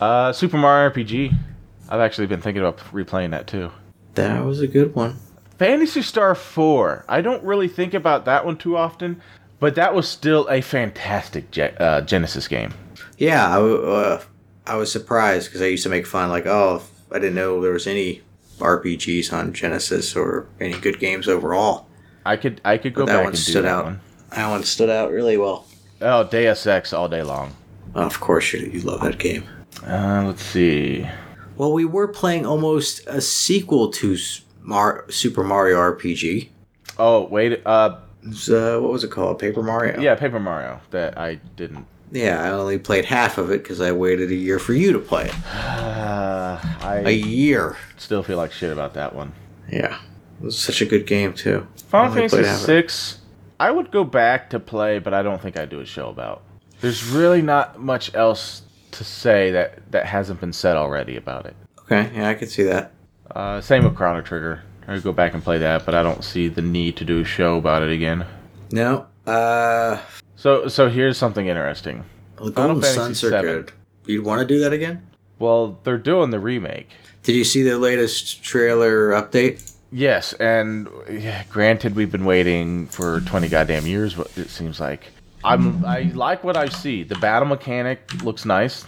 Speaker 1: Uh, Super Mario RPG. I've actually been thinking about replaying that too.
Speaker 3: That was a good one.
Speaker 1: Fantasy Star 4. I don't really think about that one too often, but that was still a fantastic ge- uh, Genesis game.
Speaker 3: Yeah, I, w- uh, I was surprised because I used to make fun, like, oh, I didn't know there was any RPGs on Genesis or any good games overall.
Speaker 1: I could I could go
Speaker 3: That
Speaker 1: back
Speaker 3: one
Speaker 1: and do
Speaker 3: stood
Speaker 1: that
Speaker 3: out.
Speaker 1: one.
Speaker 3: That one stood out really well.
Speaker 1: Oh, Deus Ex all day long.
Speaker 3: Of course, you, you love that game.
Speaker 1: Uh, let's see.
Speaker 3: Well, we were playing almost a sequel to S- Mar- Super Mario RPG.
Speaker 1: Oh wait, uh,
Speaker 3: It was, uh, what was it called? Paper Mario?
Speaker 1: yeah, Paper Mario that I didn't.
Speaker 3: Yeah, I only played half of it because I waited a year for you to play it.
Speaker 1: Uh,
Speaker 3: A
Speaker 1: I
Speaker 3: year.
Speaker 1: still feel like shit about that one.
Speaker 3: Yeah. It was such a good game, too.
Speaker 1: Final
Speaker 3: I only played half
Speaker 1: Fantasy
Speaker 3: of it.
Speaker 1: VI, I would go back to play, but I don't think I'd do a show about. There's really not much else to say that that hasn't been said already about it.
Speaker 3: Okay, yeah, I can see that.
Speaker 1: Uh, same with Chrono Trigger. I would go back and play that, but I don't see the need to do a show about it again.
Speaker 3: No. Uh,
Speaker 1: So, so here's something interesting.
Speaker 3: the
Speaker 1: Final
Speaker 3: Golden Suns
Speaker 1: Fantasy
Speaker 3: are
Speaker 1: VII.
Speaker 3: good. You'd want to do that again?
Speaker 1: Well, they're doing the remake.
Speaker 3: Did you see the latest trailer update?
Speaker 1: Yes, and yeah, granted, we've been waiting for twenty goddamn years. But it seems like I'm. I like what I see. The battle mechanic looks nice.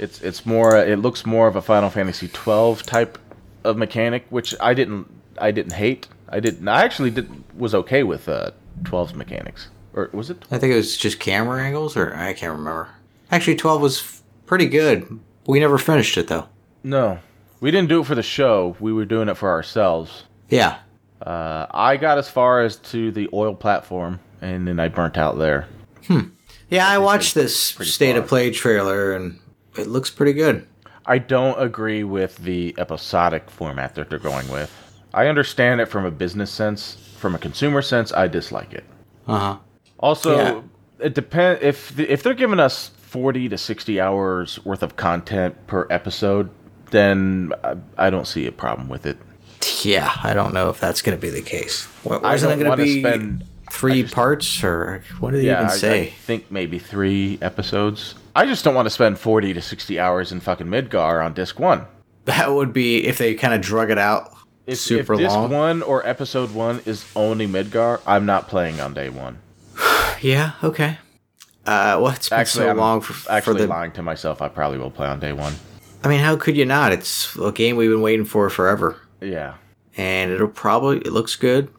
Speaker 1: It's it's more. It looks more of a Final Fantasy twelve type of mechanic, which I didn't. I didn't hate. I didn't. I actually did was okay with uh, 12's mechanics. Or was it?
Speaker 3: I think it was just camera angles, or I can't remember. Actually, 12 was f- pretty good. We never finished it, though.
Speaker 1: No, we didn't do it for the show. We were doing it for ourselves.
Speaker 3: Yeah.
Speaker 1: Uh, I got as far as to the oil platform, and then I burnt out there.
Speaker 3: Yeah, I watched this
Speaker 1: pretty
Speaker 3: state of
Speaker 1: far.
Speaker 3: play trailer, and it looks pretty good.
Speaker 1: I don't agree with the episodic format that they're going with. I understand it from a business sense, from a consumer sense, I dislike it.
Speaker 3: Uh huh.
Speaker 1: Also,
Speaker 3: Yeah.
Speaker 1: it depend if the, if they're giving us 40 to 60 hours worth of content per episode, then I, I don't see a problem with it.
Speaker 3: Yeah, I don't know if that's going to be the case. What,
Speaker 1: I
Speaker 3: wasn't
Speaker 1: don't
Speaker 3: it going
Speaker 1: want
Speaker 3: to
Speaker 1: to
Speaker 3: be
Speaker 1: spend
Speaker 3: three parts, or what did you
Speaker 1: yeah,
Speaker 3: even
Speaker 1: I, I
Speaker 3: say?
Speaker 1: think maybe 3 episodes. I just don't want to spend 40 to 60 hours in fucking Midgar on disc 1.
Speaker 3: that would be if they kind of drug it out
Speaker 1: If,
Speaker 3: super
Speaker 1: if disc
Speaker 3: long.
Speaker 1: one or episode one is only Midgar, I'm not playing on day one.
Speaker 3: Yeah. Okay. Uh, well, it's been
Speaker 1: Actually,
Speaker 3: so
Speaker 1: I'm
Speaker 3: long for,
Speaker 1: actually
Speaker 3: for the.
Speaker 1: lying to myself. I probably will play on day one.
Speaker 3: I mean, how could you not? It's a game we've been waiting for forever,
Speaker 1: Yeah,
Speaker 3: and it'll probably it looks good.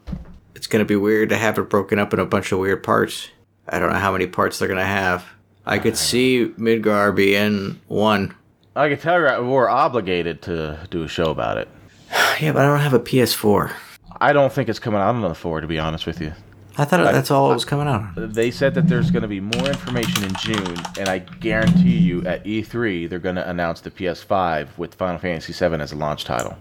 Speaker 3: It's going to be weird to have it broken up in a bunch of weird parts. I don't know how many parts they're going to have. I could see Midgar being one.
Speaker 1: I can tell you, right, we're obligated to do a show about it.
Speaker 3: Yeah, but I don't have a PS4.
Speaker 1: I don't think it's coming out on the four, to be honest with you.
Speaker 3: I thought that's all it was coming out on.
Speaker 1: They said that there's going to be more information in June, and I guarantee you, at E3, they're going to announce the PS5 with Final Fantasy VII as a launch title.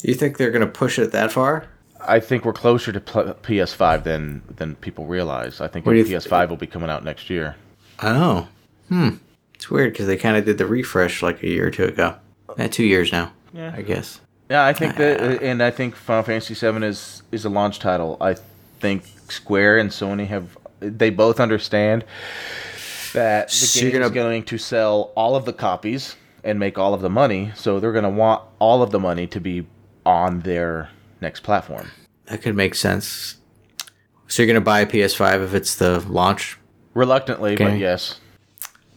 Speaker 3: You think they're gonna push it that far?
Speaker 1: I think we're closer to pl- PS5 than than people realize. I think
Speaker 3: What do you th-
Speaker 1: PS5 will be coming out next year.
Speaker 3: Oh, hmm. It's weird because they kind of did the refresh like a year or two ago. Eh, two years now,
Speaker 1: Yeah.
Speaker 3: I guess.
Speaker 1: Yeah, I think that, and I think Final Fantasy VII is is a launch title. I think Square and Sony have they both understand that the
Speaker 3: So
Speaker 1: game
Speaker 3: you're
Speaker 1: is
Speaker 3: gonna-
Speaker 1: going to sell all of the copies and make all of the money. So they're going to want all of the money to be on their next platform.
Speaker 3: That could make sense. So you're gonna buy a PS5 if it's the launch?
Speaker 1: Reluctantly, but
Speaker 3: Okay.
Speaker 1: yes.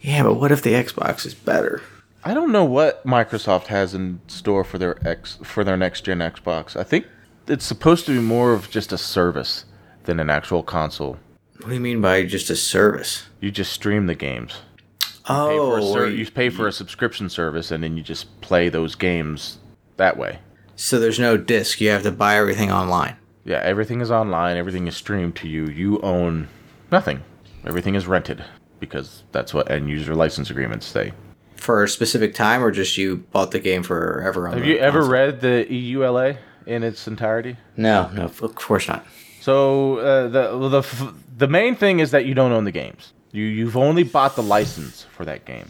Speaker 3: Yeah, but what if the Xbox is better?
Speaker 1: I don't know what Microsoft has in store for their X for their next gen Xbox. I think it's supposed to be more of just a service than an actual console.
Speaker 3: What do you mean by just a service?
Speaker 1: You just stream the games. pay for a
Speaker 3: Oh,
Speaker 1: ser-
Speaker 3: you-
Speaker 1: you pay for a subscription service and then you just play those games that way.
Speaker 3: so there's no disc. You have to buy everything online.
Speaker 1: Yeah, everything is online, everything is streamed to you. You own nothing. Everything is rented because that's what end user license agreements say.
Speaker 3: For a specific time, or just you bought the game forever? On
Speaker 1: Have
Speaker 3: the
Speaker 1: you ever
Speaker 3: console?
Speaker 1: read the E EULA in its entirety?
Speaker 3: No, no, of course not.
Speaker 1: So uh, the well, the f- the main thing is that you don't own the games. You you've only bought the license for that game.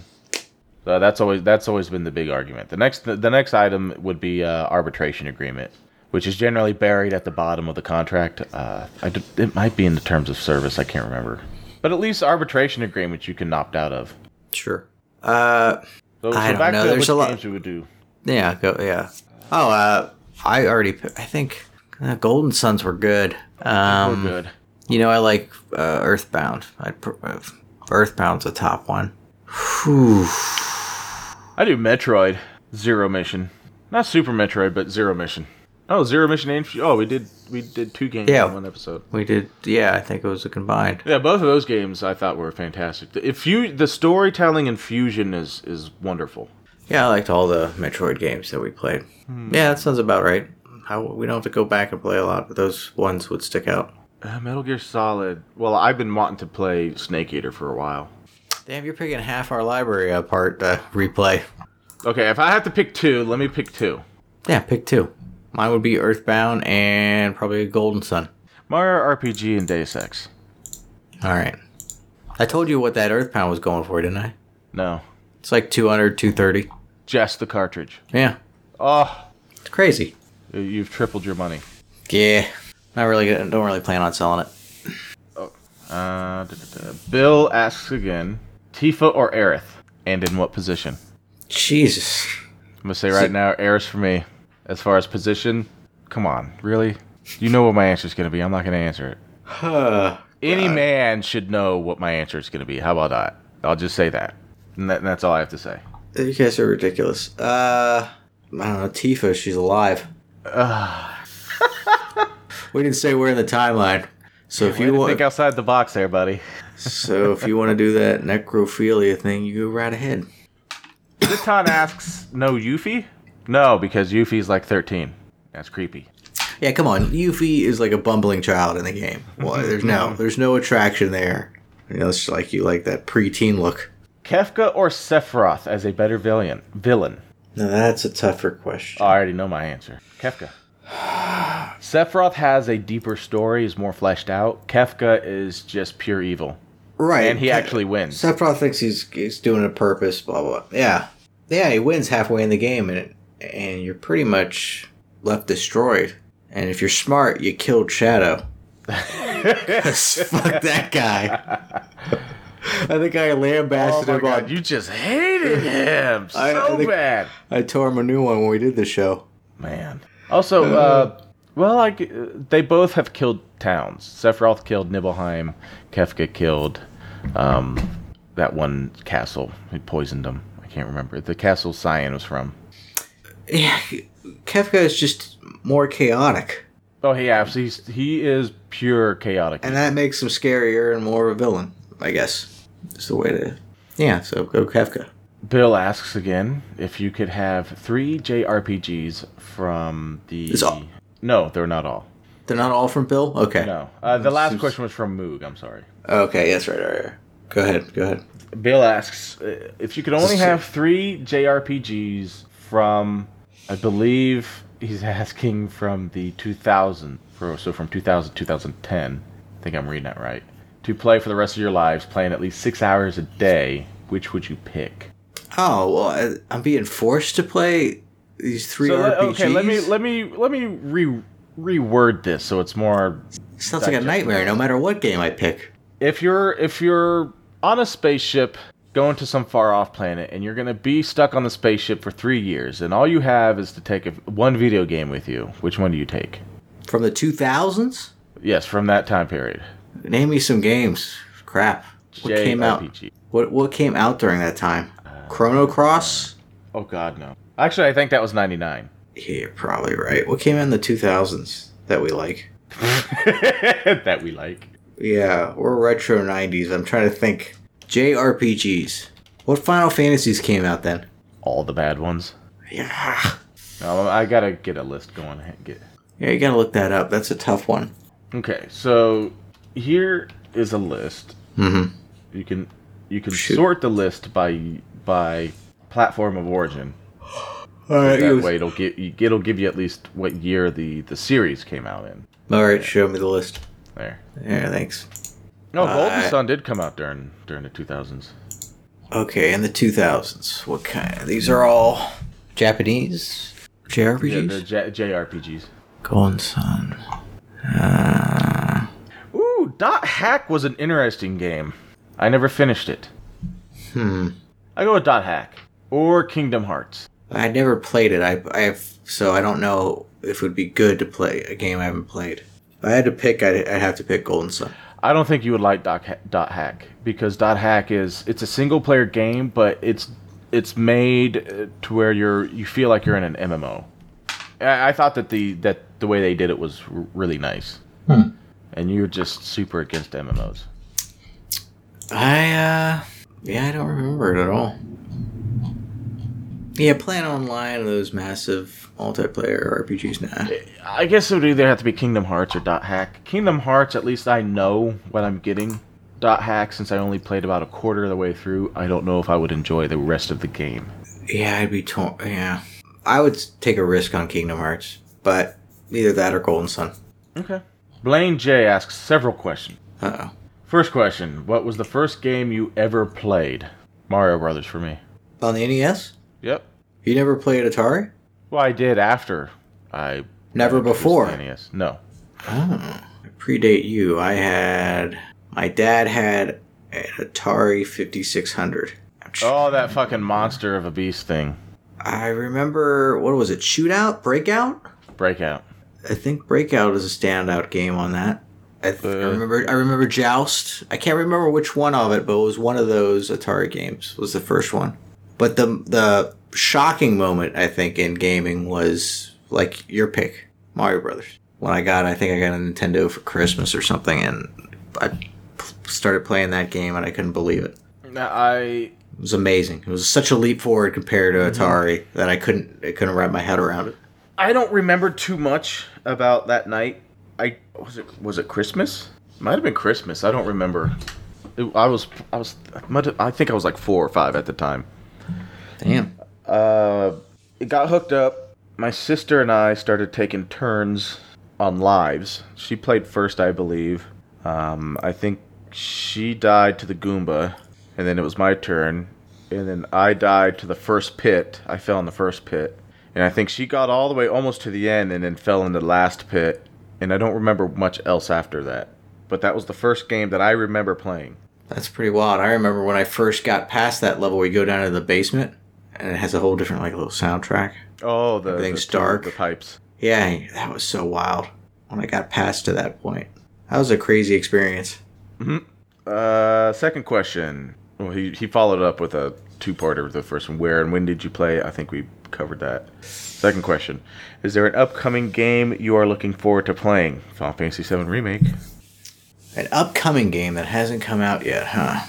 Speaker 1: So that's always that's always been the big argument. The next the, the next item would be uh, arbitration agreement, which is generally buried at the bottom of the contract. Uh, I d- it might be in the terms of service. I can't remember, but at least arbitration agreements you can opt out of.
Speaker 3: Sure. Uh,
Speaker 1: So,
Speaker 3: I don't know.
Speaker 1: to
Speaker 3: There's
Speaker 1: which
Speaker 3: a lot-
Speaker 1: games we would do.
Speaker 3: yeah, go yeah. Oh, uh, I already. p- I think uh, Golden Suns were good.
Speaker 1: We're
Speaker 3: Um,
Speaker 1: good.
Speaker 3: You know, I like uh, Earthbound. I'd pr- uh, Earthbound's a top one. Whew.
Speaker 1: I do Metroid Zero Mission, not Super Metroid, but Zero Mission. Oh, Zero Mission and oh, we did we did two games
Speaker 3: Yeah.
Speaker 1: in one episode.
Speaker 3: We did. Yeah, I think it was a combined.
Speaker 1: Yeah, both of those games I thought were fantastic. The, if you, the storytelling and fusion is is wonderful.
Speaker 3: Yeah, I liked all the Metroid games that we played. Yeah, that sounds about right. How we don't have to go back and play a lot, but those ones would stick out.
Speaker 1: Uh, Metal Gear Solid. Well, I've been wanting to play Snake Eater for a while.
Speaker 3: Damn, you're picking half our library apart to replay.
Speaker 1: Okay, if I have to pick two, let me pick two.
Speaker 3: Yeah, pick two. Mine would be Earthbound and probably Golden Sun.
Speaker 1: Mario RPG and Deus Ex.
Speaker 3: All right. I told you what that Earthbound was going for, didn't I?
Speaker 1: No,
Speaker 3: It's like 200, 230.
Speaker 1: just the cartridge.
Speaker 3: Yeah,
Speaker 1: Oh,
Speaker 3: it's crazy.
Speaker 1: you've tripled your money.
Speaker 3: Yeah, not really. Good. Don't really plan on selling it.
Speaker 1: Uh, da, da, da. Bill asks again, Tifa or Aerith, and in what position?
Speaker 3: Jesus.
Speaker 1: I'm gonna say right now, Aerith for me. As far as position, come on, really? You know what my answer's gonna be. I'm not gonna answer it.
Speaker 3: Huh.
Speaker 1: Any man should know what my answer is gonna be. How about that? I'll just say that, and, that, and that's all I have to say.
Speaker 3: You guys are ridiculous. Uh, I don't know. Tifa, she's alive. we didn't say we're in the timeline. So if you
Speaker 1: You think
Speaker 3: want,
Speaker 1: outside the box, there, buddy.
Speaker 3: so if you want to do that necrophilia thing, you go right ahead.
Speaker 1: Ziton asks, "No Yuffie? No, because Yuffie's like 13. That's creepy.
Speaker 3: Yeah, come on. Yuffie is like a bumbling child in the game. Well, there's no, there's no attraction there. You know, it's like you like that preteen look.
Speaker 1: Kefka or Sephiroth as a better villain? Villain.
Speaker 3: Now that's a tougher question.
Speaker 1: I already know my answer. Kefka. Sephiroth has a deeper story, is more fleshed out. Kefka is just pure evil,
Speaker 3: right,
Speaker 1: and he actually wins.
Speaker 3: Sephiroth thinks he's he's doing it on purpose, blah blah. Yeah, yeah, he wins halfway in the game, and and you're pretty much left destroyed. And if you're smart, you killed Shadow. 'Cause fuck that guy. I think I
Speaker 1: Oh
Speaker 3: lambasted
Speaker 1: my
Speaker 3: him. on-
Speaker 1: god, you just hated him so
Speaker 3: I- I think-
Speaker 1: bad.
Speaker 3: I tore him a new one when we did the show.
Speaker 1: Man. Also, uh, well, like uh, they both have killed towns. Sephiroth killed Nibelheim. Kefka killed um, that one castle. He poisoned him. I can't remember the castle Cyan was from.
Speaker 3: Yeah, Kefka is just more chaotic,
Speaker 1: Oh, he absolutely. He's, he is pure chaotic.
Speaker 3: and that makes him scarier and more of a villain. I guess is the way to. Yeah, so go Kefka.
Speaker 1: Bill asks again if you could have three JRPGs from the.
Speaker 3: It's all-
Speaker 1: No, they're not all.
Speaker 3: They're not all from Bill. Okay.
Speaker 1: No, uh, the last question was from Moog. I'm sorry.
Speaker 3: Okay, yes, right, right, right. Go ahead, go ahead.
Speaker 1: Bill asks uh, if you could only
Speaker 3: This-
Speaker 1: have three JRPGs from, I believe he's asking from the 2000, for, so from 2000 2010. I think I'm reading that right. To play for the rest of your lives, playing at least six hours a day, which would you pick?
Speaker 3: Oh well, I, I'm being forced to play these three
Speaker 1: So
Speaker 3: RPGs.
Speaker 1: let- okay, let me let me let me re reword this so it's more
Speaker 3: Sounds like a nightmare. No matter what game I pick.
Speaker 1: if you're if you're on a spaceship going to some far off planet and you're going to be stuck on the spaceship for 3 years and all you have is to take a, one video game with you which one do you take
Speaker 3: From the 2000s,
Speaker 1: yes from that time period
Speaker 3: name me some games. Crap. What came out?
Speaker 1: JRPG.
Speaker 3: What what came out during that time?
Speaker 1: Uh,
Speaker 3: Chrono Cross.
Speaker 1: oh god no actually i think that was 99
Speaker 3: Yeah, you're probably right. What came out in the 2000s that we like?
Speaker 1: that we like
Speaker 3: Yeah, or retro 90s. I'm trying to think. JRPGs. What Final Fantasies came out then?
Speaker 1: all the bad ones
Speaker 3: Yeah.
Speaker 1: no, i got to get a list going get
Speaker 3: Yeah, you gotta look that up. That's a tough one.
Speaker 1: Okay, so here is a list.
Speaker 3: Mhm.
Speaker 1: You can you can
Speaker 3: Shoot.
Speaker 1: sort the list by by platform of origin.
Speaker 3: All right,
Speaker 1: That way, it'll give it'll give you at least what year the the series came out in.
Speaker 3: all right. Show me the list.
Speaker 1: There.
Speaker 3: Yeah, thanks.
Speaker 1: No, Golden
Speaker 3: Uh,
Speaker 1: Sun did come out during during the two thousands.
Speaker 3: Okay, in the 2000s. What kind? These are all Japanese
Speaker 1: Yeah,
Speaker 3: JRPGs.
Speaker 1: the J- JRPGs.
Speaker 3: Golden Sun. Uh,
Speaker 1: Ooh, Dot Hack was an interesting game. I never finished it.
Speaker 3: Hmm.
Speaker 1: I go with Dot Hack or Kingdom Hearts.
Speaker 3: I never played it. I I've so I don't know if it would be good to play a game I haven't played. If I had to pick, I'd, I'd have to pick Golden Sun.
Speaker 1: I don't think you would like Dot, ha- Dot Hack because Dot Hack is it's a single player game, but it's it's made uh, to where you're you feel like you're in an MMO. I, I thought that the that the way they did it was r- really nice, and you're just super against MMOs.
Speaker 3: I uh yeah, I don't remember it at all. Yeah, playing online those massive multiplayer RPGs now.
Speaker 1: I guess it would either have to be Kingdom Hearts or Dot Hack. Kingdom Hearts, at least I know what I'm getting. Dot Hack, since I only played about a quarter of the way through, I don't know if I would enjoy the rest of the game.
Speaker 3: Yeah, I'd be torn. Yeah, I would s- take a risk on Kingdom Hearts, but either that or Golden Sun.
Speaker 1: Okay. Blaine J asks several questions.
Speaker 3: Uh oh.
Speaker 1: First question: What was the first game you ever played? Mario Brothers for me.
Speaker 3: On the NES,
Speaker 1: Yep.
Speaker 3: you never played Atari?
Speaker 1: Well, I did after I
Speaker 3: Never before.
Speaker 1: NES. E No.
Speaker 3: Oh, I predate you. I had my dad had an Atari fifty six hundred.
Speaker 1: Oh, that fucking monster of a beast thing.
Speaker 3: I remember what was it? Shootout, Breakout.
Speaker 1: Breakout.
Speaker 3: I think Breakout is a standout game on that. I, th- I
Speaker 1: Uh.
Speaker 3: remember. I remember Joust. I can't remember which one of it, but it was one of those Atari games. Was the first one. But the the shocking moment I think in gaming was like your pick, Mario Brothers. When I got, I think I got a Nintendo for Christmas or something, and I p- started playing that game, and I couldn't believe it.
Speaker 1: Now, I
Speaker 3: It was amazing. It was such a leap forward compared to Atari that I couldn't I couldn't wrap my head around it.
Speaker 1: I don't remember too much about that night. I was it was it Christmas? Might have been Christmas. I don't remember. It- I was I was I might have- I think I was like four or five at the time.
Speaker 3: Damn.
Speaker 1: Uh, it got hooked up. My sister and I started taking turns on lives. She played first, I believe. Um, I think she died to the Goomba, and then it was my turn. And then I died to the first pit. I fell in the first pit. And I think she got all the way almost to the end and then fell in the last pit. And I don't remember much else after that. But that was the first game that I remember playing.
Speaker 3: That's pretty wild. I remember when I first got past that level, we go down to the basement, and it has a whole different like little soundtrack.
Speaker 1: Oh, the,
Speaker 3: Everything's
Speaker 1: the,
Speaker 3: dark.
Speaker 1: the pipes.
Speaker 3: Yeah, that was so wild when I got past to that point. That was a crazy experience.
Speaker 1: Uh, second question. Well, he, he followed up with a two parter the first one. Where and when did you play? I think we covered that. Second question. Is there an upcoming game you are looking forward to playing? Final Fantasy VII Remake.
Speaker 3: An upcoming game that hasn't come out yet, huh?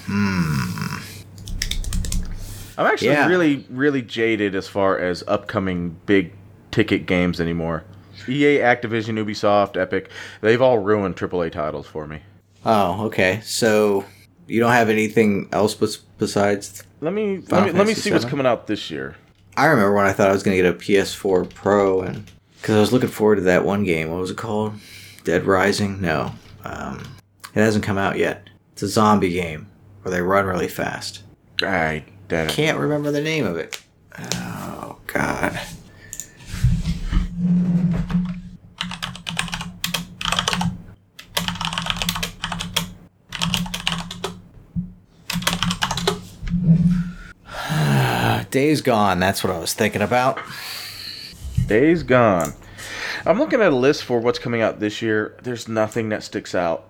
Speaker 1: I'm actually
Speaker 3: Yeah.
Speaker 1: really, really jaded as far as upcoming big ticket games anymore. EA, Activision, Ubisoft, Epic, they've all ruined AAA titles for me.
Speaker 3: Oh, okay. So you don't have anything else bes- besides?
Speaker 1: Let me let
Speaker 3: Final
Speaker 1: me, let me
Speaker 3: Fantasy
Speaker 1: see what's
Speaker 3: VII?
Speaker 1: coming out this year.
Speaker 3: I remember when I thought I was gonna get a PS4 Pro, and because I was looking forward to that one game. What was it called? Dead Rising? No, um, it hasn't come out yet. It's a zombie game where they run really fast.
Speaker 1: I that
Speaker 3: Can't remember the name of it. Oh God. Days gone. That's what I was thinking about.
Speaker 1: Days gone. I'm looking at a list for what's coming out this year. There's nothing that sticks out.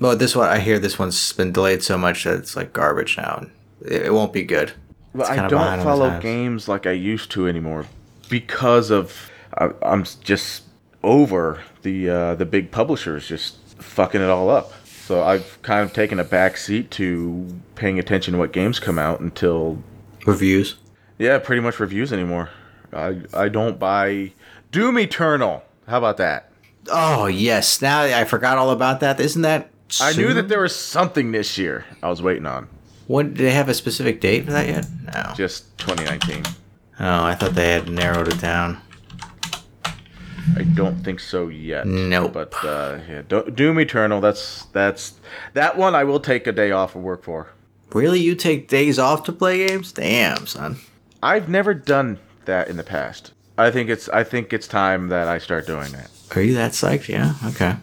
Speaker 3: Well, this one I hear this one's been delayed so much that it's like garbage now. and It, it won't be good.
Speaker 1: But I
Speaker 3: kinda
Speaker 1: don't
Speaker 3: behind on the
Speaker 1: follow
Speaker 3: times.
Speaker 1: games like I used to anymore because of I, I'm s- just over the uh, the big publishers just fucking it all up. So I've kind of taken a back seat to paying attention to what games come out until
Speaker 3: Reviews.
Speaker 1: yeah, pretty much reviews anymore. I I don't buy Doom Eternal. How about that?
Speaker 3: Oh yes. Now I forgot all about that. Isn't that?
Speaker 1: I knew
Speaker 3: soon?
Speaker 1: that there was something this year I was waiting on.
Speaker 3: When did they have a specific date for that yet? No.
Speaker 1: Just 2019.
Speaker 3: Oh, I thought they had narrowed it down.
Speaker 1: I don't think so yet.
Speaker 3: Nope.
Speaker 1: But uh, yeah, Do- Doom Eternal. That's that's that one. I will take a day off of work for.
Speaker 3: Really, you take days off to play games? Damn, son.
Speaker 1: I've never done that in the past. I think it's I think it's time that I start doing that.
Speaker 3: Are you that psyched? Yeah. Okay.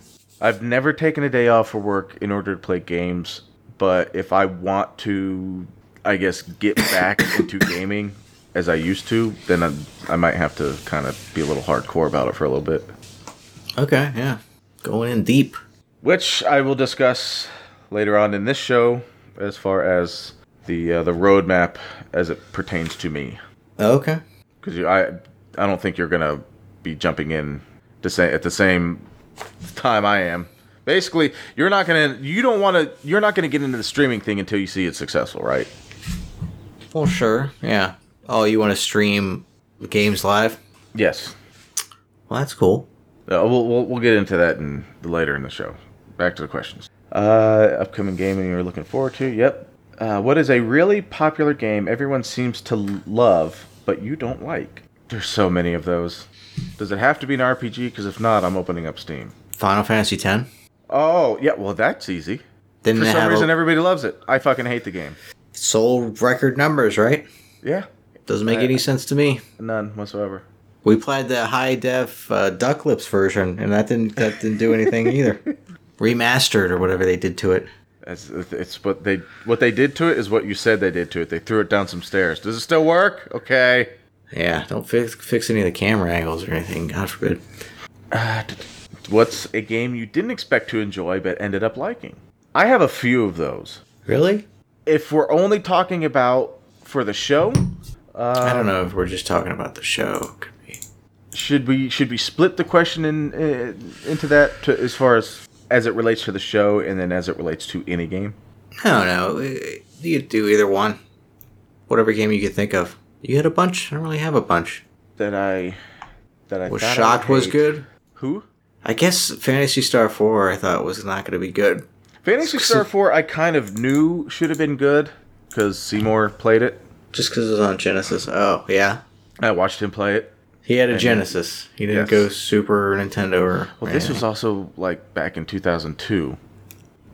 Speaker 1: I've never taken a day off for work in order to play games, but if I want to, I guess, get back into gaming as I used to, then I, I might have to kind of be a little hardcore about it for a little bit.
Speaker 3: Okay. Yeah. Going in deep.
Speaker 1: Which I will discuss later on in this show as far as the uh, the roadmap as it pertains to me.
Speaker 3: Okay.
Speaker 1: Because I, I don't think you're going to be jumping in to say, at the same time I am. Basically, you're not gonna, you don't want to, you're not gonna get into the streaming thing until you see it successful, right?
Speaker 3: Well, sure. Yeah. Oh, you want to stream games live?
Speaker 1: Yes.
Speaker 3: Well, that's cool.
Speaker 1: Uh, we'll, we'll we'll get into that in later in the show. Back to the questions. Uh, upcoming gaming you're looking forward to? Yep. Uh, what is a really popular game everyone seems to l- love but you don't like? There's so many of those. Does it have to be an RPG? Because if not, I'm opening up Steam.
Speaker 3: Final Fantasy X.
Speaker 1: Oh yeah, well that's easy.
Speaker 3: Didn't
Speaker 1: For
Speaker 3: it
Speaker 1: some
Speaker 3: have
Speaker 1: reason,
Speaker 3: a-
Speaker 1: everybody loves it. I fucking hate the game.
Speaker 3: sold record numbers? Right.
Speaker 1: Yeah,
Speaker 3: Doesn't make any sense to me.
Speaker 1: none whatsoever.
Speaker 3: We played the high def uh, duck lips version, and that didn't that didn't do anything either. Remastered or whatever they did to it.
Speaker 1: It's, it's what they what they did to it is what you said they did to it. They threw it down some stairs. Does it still work? Okay.
Speaker 3: Yeah, don't fix fix any of the camera angles or anything. God forbid.
Speaker 1: Uh, What's a game you didn't expect to enjoy but ended up liking? I have a few of those.
Speaker 3: Really?
Speaker 1: If we're only talking about for the show,
Speaker 3: I
Speaker 1: Um,
Speaker 3: don't know if we're just talking about the show. Could be.
Speaker 1: should we should we split the question in, uh, into that to, as far as as it relates to the show and then as it relates to any game?
Speaker 3: I don't know. Uh, You do either one. Whatever game you could think of. You had a bunch. I don't really have a bunch.
Speaker 1: That I that I
Speaker 3: Was
Speaker 1: thought I
Speaker 3: shocked was
Speaker 1: hate.
Speaker 3: good.
Speaker 1: Who?
Speaker 3: I guess Fantasy Star Four. I thought was not going to be good.
Speaker 1: Fantasy Star 4 I kind of knew should have been good cuz Seymour played it.
Speaker 3: Just because it was on Genesis. Oh yeah.
Speaker 1: I watched him play it.
Speaker 3: He had a Genesis. He didn't
Speaker 1: Yes.
Speaker 3: go Super Nintendo or.
Speaker 1: Well, this was also like back in 2002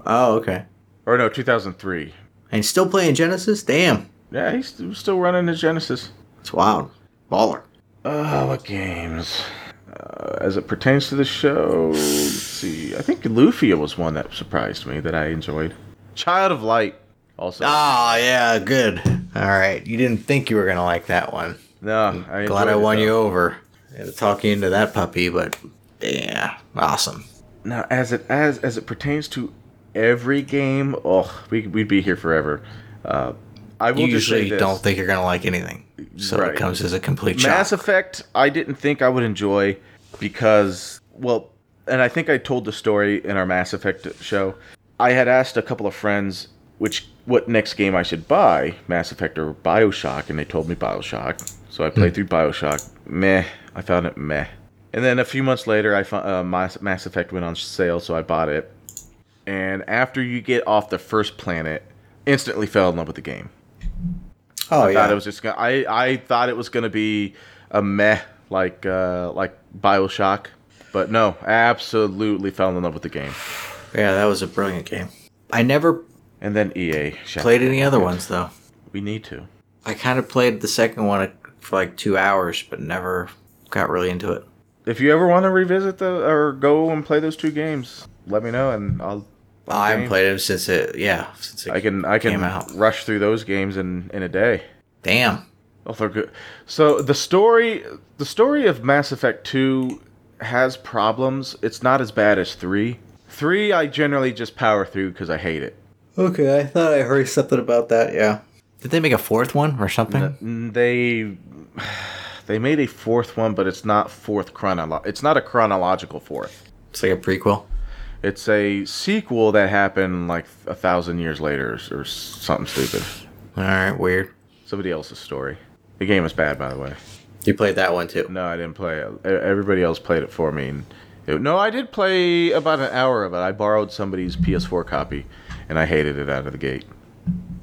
Speaker 3: Oh okay.
Speaker 1: or no, 2003.
Speaker 3: And still playing Genesis. Damn,
Speaker 1: Yeah, he's st- still running the Genesis.
Speaker 3: it's wild. Baller.
Speaker 1: Uh, what games? Uh, as it pertains to the show, let's see. I think Lufia was one that surprised me that I enjoyed. Child of Light, also.
Speaker 3: Ah yeah, good. All right. You didn't think you were going to like that one.
Speaker 1: no, I
Speaker 3: Glad I
Speaker 1: enjoyed it,
Speaker 3: won
Speaker 1: though.
Speaker 3: you over. I had to talk you into that puppy, but yeah, awesome.
Speaker 1: Now, as it as as it pertains to every game, oh, we we'd be here forever. Uh, I will
Speaker 3: You
Speaker 1: just say
Speaker 3: usually
Speaker 1: this.
Speaker 3: don't think you're going to like anything, so
Speaker 1: Right.
Speaker 3: it comes as a complete shock.
Speaker 1: Mass Effect, I didn't think I would enjoy because, well, and I think I told the story in our Mass Effect show. I had asked a couple of friends which what next game I should buy, Mass Effect or BioShock, and they told me BioShock. So I played through BioShock. Meh, I found it meh. And then a few months later, I found, uh, Mass, Mass Effect went on sale, so I bought it. And after you get off the first planet, instantly fell in love with the game
Speaker 3: oh
Speaker 1: thought
Speaker 3: yeah,
Speaker 1: it was just gonna. I, I thought it was gonna be a meh like uh, like Bioshock, but no, absolutely fell in love with the game.
Speaker 3: yeah, that was a brilliant game. I never
Speaker 1: And then EA shut
Speaker 3: played
Speaker 1: it.
Speaker 3: any other ones though.
Speaker 1: We need to.
Speaker 3: I kind of played the second one uh, for like two hours, but never got really into it.
Speaker 1: If you ever want to revisit the or go and play those two games, let me know and I'll.
Speaker 3: I haven't
Speaker 1: game.
Speaker 3: played it since it, yeah, since it
Speaker 1: I can I can
Speaker 3: came out.
Speaker 1: rush through those games in in a day.
Speaker 3: Damn.
Speaker 1: Oh, they're good. So the story, the story of Mass Effect Two has problems. It's not as bad as three. Three, I generally just power through because I hate it.
Speaker 3: Okay, I thought I heard something about that. Yeah. Did they make a fourth one or something?
Speaker 1: Mm, They they made a fourth one, but it's not fourth chronolo- It's not a chronological fourth.
Speaker 3: It's like a prequel.
Speaker 1: It's a sequel that happened like a thousand years later or s- or something stupid.
Speaker 3: All right, weird.
Speaker 1: Somebody else's story. The game is bad, by the way.
Speaker 3: You played that one too.
Speaker 1: No, I didn't play it. E- Everybody else played it for me. and it- no, I did play about an hour of it. I borrowed somebody's PS4 copy, and I hated it out of the gate.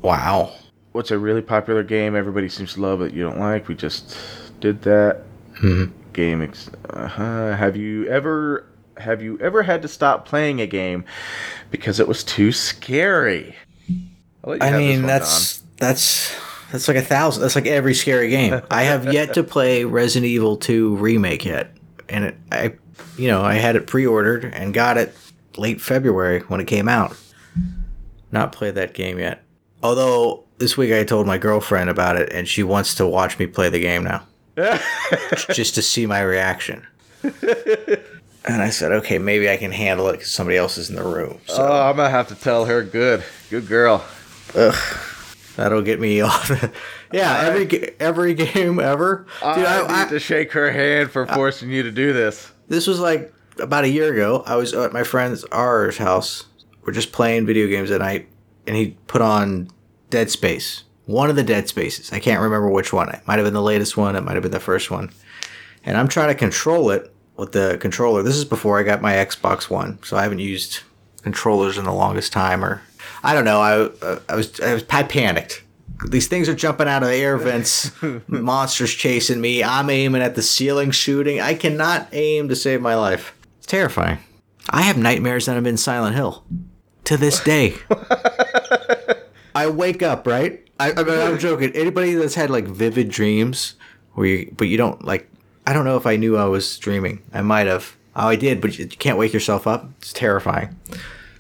Speaker 3: Wow.
Speaker 1: what's a really popular game everybody seems to love but you don't like? We just did that Mm-hmm. game. Ex- uh-huh. Have you ever have you ever had to stop playing a game because it was too scary? I'll let you
Speaker 3: I
Speaker 1: have this
Speaker 3: mean,
Speaker 1: one,
Speaker 3: that's that's that's like a thousand. That's like every scary game. I have yet to play Resident Evil 2 remake yet, and it, I, you know, I had it pre-ordered and got it late February when it came out. Not played that game yet. Although this week I told my girlfriend about it, and she wants to watch me play the game now, just to see my reaction. and I said, okay, maybe I can handle it because somebody else is in the room. So.
Speaker 1: Don. Oh, I'm gonna have to tell her. Good, good girl.
Speaker 3: That'll get me off. yeah, every ga- every game ever. Dude,
Speaker 1: I,
Speaker 3: I,
Speaker 1: need
Speaker 3: I,
Speaker 1: to shake her hand for forcing you to do this.
Speaker 3: this was like about a year ago. I was at my friend's R's house. We're just playing video games at night, and he put on Dead Space. One of the Dead Spaces. I can't remember which one. It might have been the latest one. It might have been the first one. And I'm trying to control it with the controller. This is before I got my Xbox One, so I haven't used controllers in the longest time. Or I don't know. I uh, I was I was I panicked. These things are jumping out of the air vents. Monsters chasing me. I'm aiming at the ceiling, shooting. I cannot aim to save my life. It's terrifying. I have nightmares that I'm in Silent Hill to this day. I wake up, right? I, I mean, I'm joking. Anybody that's had like vivid dreams, where you, but you don't like, I don't know if I knew I was dreaming. I might have. Oh, I did, but you, you can't wake yourself up. It's terrifying.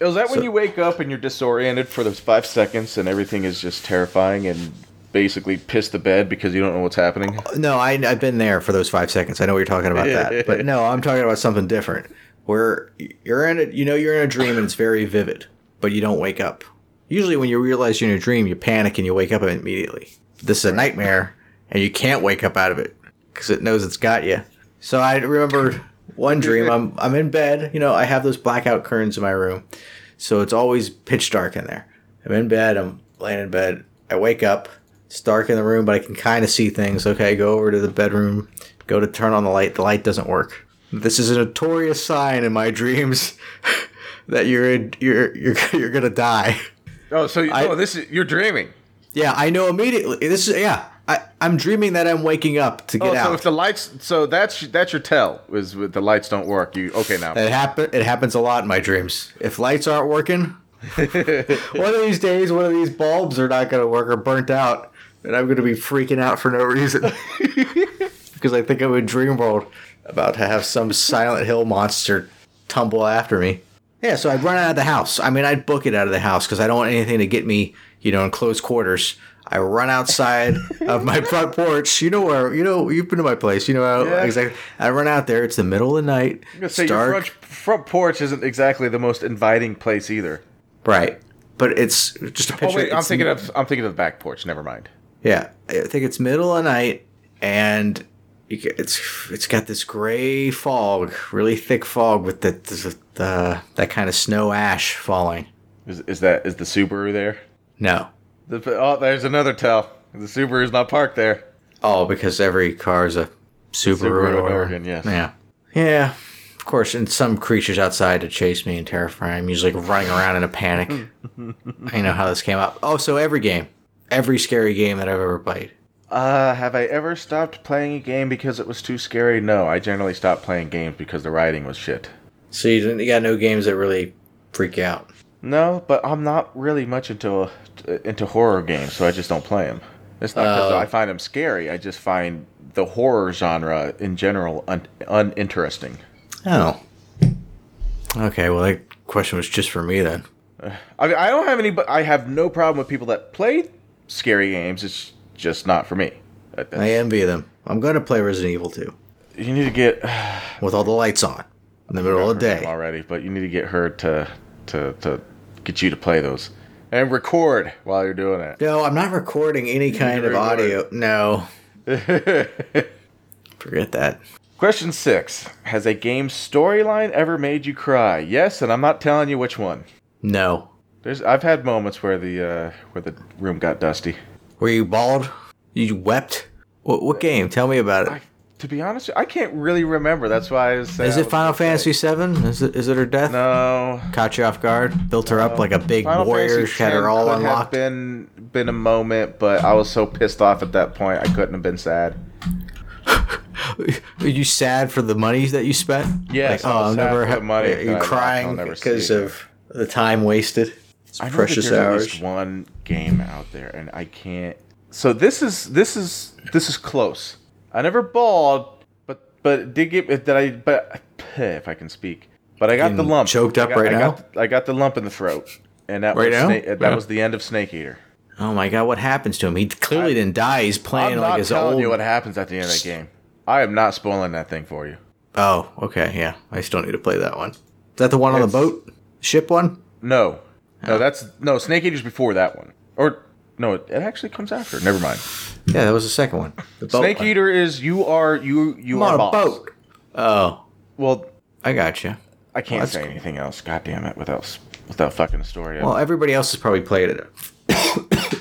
Speaker 1: Is that when you wake up and you're disoriented for those five seconds and everything is just terrifying and basically piss the bed because you don't know what's happening?
Speaker 3: No, I, I've been there for those five seconds. I know what you're talking about that, but no, I'm talking about something different. Where you're in it, you know, you're in a dream and it's very vivid, but you don't wake up. Usually, when you realize you're in a dream, you panic and you wake up immediately. This is a nightmare, and you can't wake up out of it because it knows it's got you. So I remember one dream. I'm I'm in bed. You know, I have those blackout curtains in my room, so it's always pitch dark in there. I'm in bed. I'm laying in bed. I wake up. It's dark in the room, but I can kind of see things. Okay, I go over to the bedroom. Go to turn on the light. The light doesn't work. This is a notorious sign in my dreams that you're in, you're you're you're gonna die.
Speaker 1: Oh, so you,
Speaker 3: I-
Speaker 1: oh, this is you're dreaming.
Speaker 3: Yeah, I know immediately. This is yeah. I, I'm dreaming that I'm waking up to get
Speaker 1: Oh,
Speaker 3: out.
Speaker 1: so if the lights, so that's that's your tell is with the lights don't work. You okay now?
Speaker 3: It happen. It happens a lot in my dreams. If lights aren't working, one of these days, one of these bulbs are not going to work or burnt out, and I'm going to be freaking out for no reason because I think I'm in dream world about to have some Silent Hill monster tumble after me. Yeah, so I'd run out of the house. I mean, I'd book it out of the house because I don't want anything to get me, you know, in close quarters. I run outside of my front porch. You know where? You know you've been to my place. You know how,
Speaker 1: Yeah.
Speaker 3: exactly. I run out there. It's the middle of the night.
Speaker 1: I'm gonna say your front, front porch isn't exactly the most inviting place either.
Speaker 3: Right. But it's just a picture.
Speaker 1: Oh wait, I'm
Speaker 3: it's-
Speaker 1: thinking of I'm thinking of the back porch. Never mind.
Speaker 3: Yeah, I think it's middle of night, and you ca- it's it's got this gray fog, really thick fog with the the, the that kind of snow ash falling.
Speaker 1: Is, is that is the Subaru there?
Speaker 3: No,
Speaker 1: The, oh, there's another tell. The Subaru's not parked there.
Speaker 3: oh, because every car is a Subaru,
Speaker 1: Subaru in
Speaker 3: or-
Speaker 1: Oregon, yes.
Speaker 3: Yeah, yeah. Of course, and some creatures outside to chase me and terrify. I'm usually running around in a panic. I know how this came up. Oh, so every game, every scary game that I've ever played.
Speaker 1: Uh, have I ever stopped playing a game because it was too scary? No, I generally stopped playing games because the writing was shit.
Speaker 3: So you, didn't, you got no games that really freak you out.
Speaker 1: No, but I'm not really much into into horror games, so I just don't play them. It's not because
Speaker 3: Oh.
Speaker 1: I find them scary. I just find the horror genre in general un- uninteresting.
Speaker 3: Oh. Okay, well that question was just for me then.
Speaker 1: I mean, I don't have any, but I have no problem with people that play scary games. It's just not for me. That-
Speaker 3: I
Speaker 1: that's-
Speaker 3: envy them. I'm going to play Resident Evil 2
Speaker 1: You need to get
Speaker 3: with all the lights on in the middle of the
Speaker 1: her
Speaker 3: day.
Speaker 1: already, but you need to get her to to to get you to play those and record while you're doing it.
Speaker 3: No, I'm not recording any kind of
Speaker 1: record.
Speaker 3: audio. No. Forget that.
Speaker 1: Question six: Has a game's storyline ever made you cry? Yes, and I'm not telling you which one.
Speaker 3: No.
Speaker 1: There's I've had moments where the uh, where the room got dusty.
Speaker 3: Were you bald? You wept? What, what game? Tell me about
Speaker 1: I,
Speaker 3: it.
Speaker 1: to be honest, I can't really remember. That's why I was saying.
Speaker 3: Is
Speaker 1: I
Speaker 3: it
Speaker 1: was
Speaker 3: Final
Speaker 1: gonna say-
Speaker 3: Fantasy VII? Is it is it her death?
Speaker 1: No.
Speaker 3: Caught you off guard. Built her up like a big
Speaker 1: Final
Speaker 3: warrior.
Speaker 1: Fantasy
Speaker 3: Had her
Speaker 1: 10
Speaker 3: all
Speaker 1: could Have
Speaker 3: unlocked.
Speaker 1: been been a moment, but I was so pissed off at that point, I couldn't have been sad.
Speaker 3: Are you sad for the monies that you spent? oh,
Speaker 1: Yes, I was sad for the money
Speaker 3: Are
Speaker 1: that I
Speaker 3: you
Speaker 1: lost. I'll
Speaker 3: crying
Speaker 1: never see
Speaker 3: because
Speaker 1: it.
Speaker 3: of the time wasted?
Speaker 1: I know that
Speaker 3: precious
Speaker 1: there's
Speaker 3: hours.
Speaker 1: At least one game out there, and I can't. So this is this is this is close. I never balled, but but it did get did I? But if I can speak, but I got the
Speaker 3: Getting
Speaker 1: lump.
Speaker 3: choked up
Speaker 1: I got-
Speaker 3: right
Speaker 1: I
Speaker 3: now?
Speaker 1: Got, I got the lump in the throat, and that
Speaker 3: Right
Speaker 1: was
Speaker 3: now?
Speaker 1: Snake, that
Speaker 4: Yeah.
Speaker 1: was the end of Snake Eater.
Speaker 3: Oh my god, what happens to him? He clearly didn't die. He's playing
Speaker 1: I'm
Speaker 3: like
Speaker 1: not
Speaker 3: his
Speaker 1: telling
Speaker 3: old.
Speaker 1: you what happens at the end of that game. I am not spoiling that thing for you.
Speaker 3: Oh, okay, yeah. I still need to play that one. Is that the one on the
Speaker 1: It's-
Speaker 3: boat? Ship one?
Speaker 1: No, no, that's no Snake Eater's before that one, or no, it, it actually comes after. Never mind.
Speaker 3: Yeah, that was the second one. The boat
Speaker 1: Snake
Speaker 3: one.
Speaker 1: Eater is you are you
Speaker 3: I'm
Speaker 1: you are
Speaker 3: on a
Speaker 1: boss.
Speaker 3: boat. Oh,
Speaker 1: Well,
Speaker 3: I gotcha.
Speaker 1: I can't
Speaker 3: Well, that's
Speaker 1: say
Speaker 3: cool.
Speaker 1: anything else. God damn it, without s- without fucking a story. up.
Speaker 3: Well, everybody else has probably played it.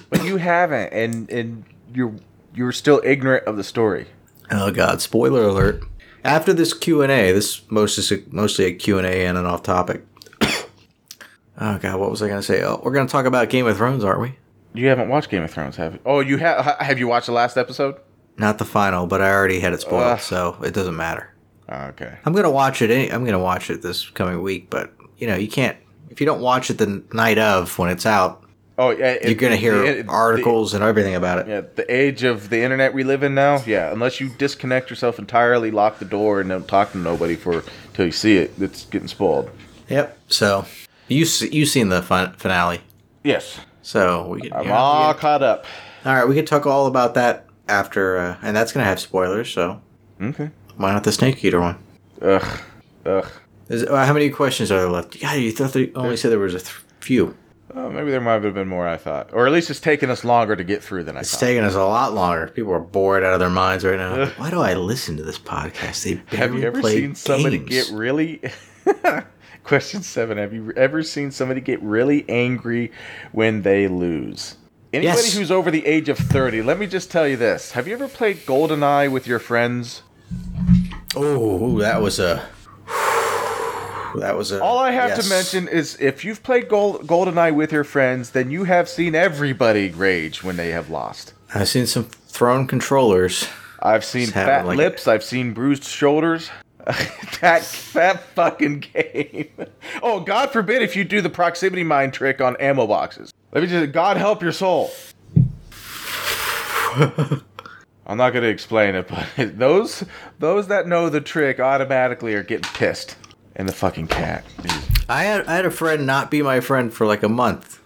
Speaker 1: but you haven't, and and you're you're still ignorant of the story.
Speaker 3: Oh god, spoiler alert. After this Q&A, this most is a, mostly a Q&A and an off topic. oh god, what was I going to say? Oh, we're going to talk about Game of Thrones, aren't we?
Speaker 1: You haven't watched Game of Thrones, have you? Oh, you have. Have you watched the last episode?
Speaker 3: Not the final, but I already had it spoiled,
Speaker 1: Ugh.
Speaker 3: so it doesn't matter.
Speaker 1: Oh, okay.
Speaker 3: I'm gonna watch it. Any, I'm gonna watch it this coming week, but you know, you can't if you don't watch it the night of when it's out.
Speaker 1: Oh, yeah.
Speaker 3: You're
Speaker 1: it-
Speaker 3: gonna hear
Speaker 1: it- the-
Speaker 3: articles and everything about it.
Speaker 1: yeah, the age of the internet we live in now. Yeah, unless you disconnect yourself entirely, lock the door, and don't talk to nobody for till you see it, it's getting spoiled.
Speaker 3: Yep. So you s- you seen the fin- finale?
Speaker 1: Yes,
Speaker 3: So we can,
Speaker 1: I'm
Speaker 3: you know,
Speaker 1: all
Speaker 3: we
Speaker 1: caught up.
Speaker 3: can- all right. We can talk all about that after, uh, and that's gonna have spoilers. So
Speaker 1: Okay.
Speaker 3: why not the Snake Eater one?
Speaker 1: Ugh. Ugh.
Speaker 3: Is, uh, how many questions are there left? Yeah, you thought they only said there was a th- few.
Speaker 1: Oh, maybe there might have been more. I thought, or at least it's taken us longer to get through than I
Speaker 3: It's
Speaker 1: thought.
Speaker 3: taking us a lot longer. People are bored out of their minds right now. Why do I listen to this podcast? They
Speaker 1: Have you
Speaker 3: barely
Speaker 1: ever
Speaker 3: play
Speaker 1: seen somebody
Speaker 3: games.
Speaker 1: get really? Question seven: Have you ever seen somebody get really angry when they lose? Anybody
Speaker 3: Yes.
Speaker 1: who's over the age of thirty, let me just tell you this: Have you ever played GoldenEye with your friends?
Speaker 3: Oh, that was a. That was a.
Speaker 1: All I have
Speaker 3: yes.
Speaker 1: to mention is if you've played Gold, GoldenEye with your friends, then you have seen everybody rage when they have lost.
Speaker 3: I've seen some thrown controllers.
Speaker 1: I've seen
Speaker 3: Just having
Speaker 1: fat
Speaker 3: like a-
Speaker 1: lips. I've seen bruised shoulders. that that fucking game. Oh, God forbid if you do the proximity mine trick on ammo boxes. Let me just. God help your soul. I'm not gonna explain it, but those those that know the trick automatically are getting pissed. And the fucking cat.
Speaker 3: I had I had a friend not be my friend for like a month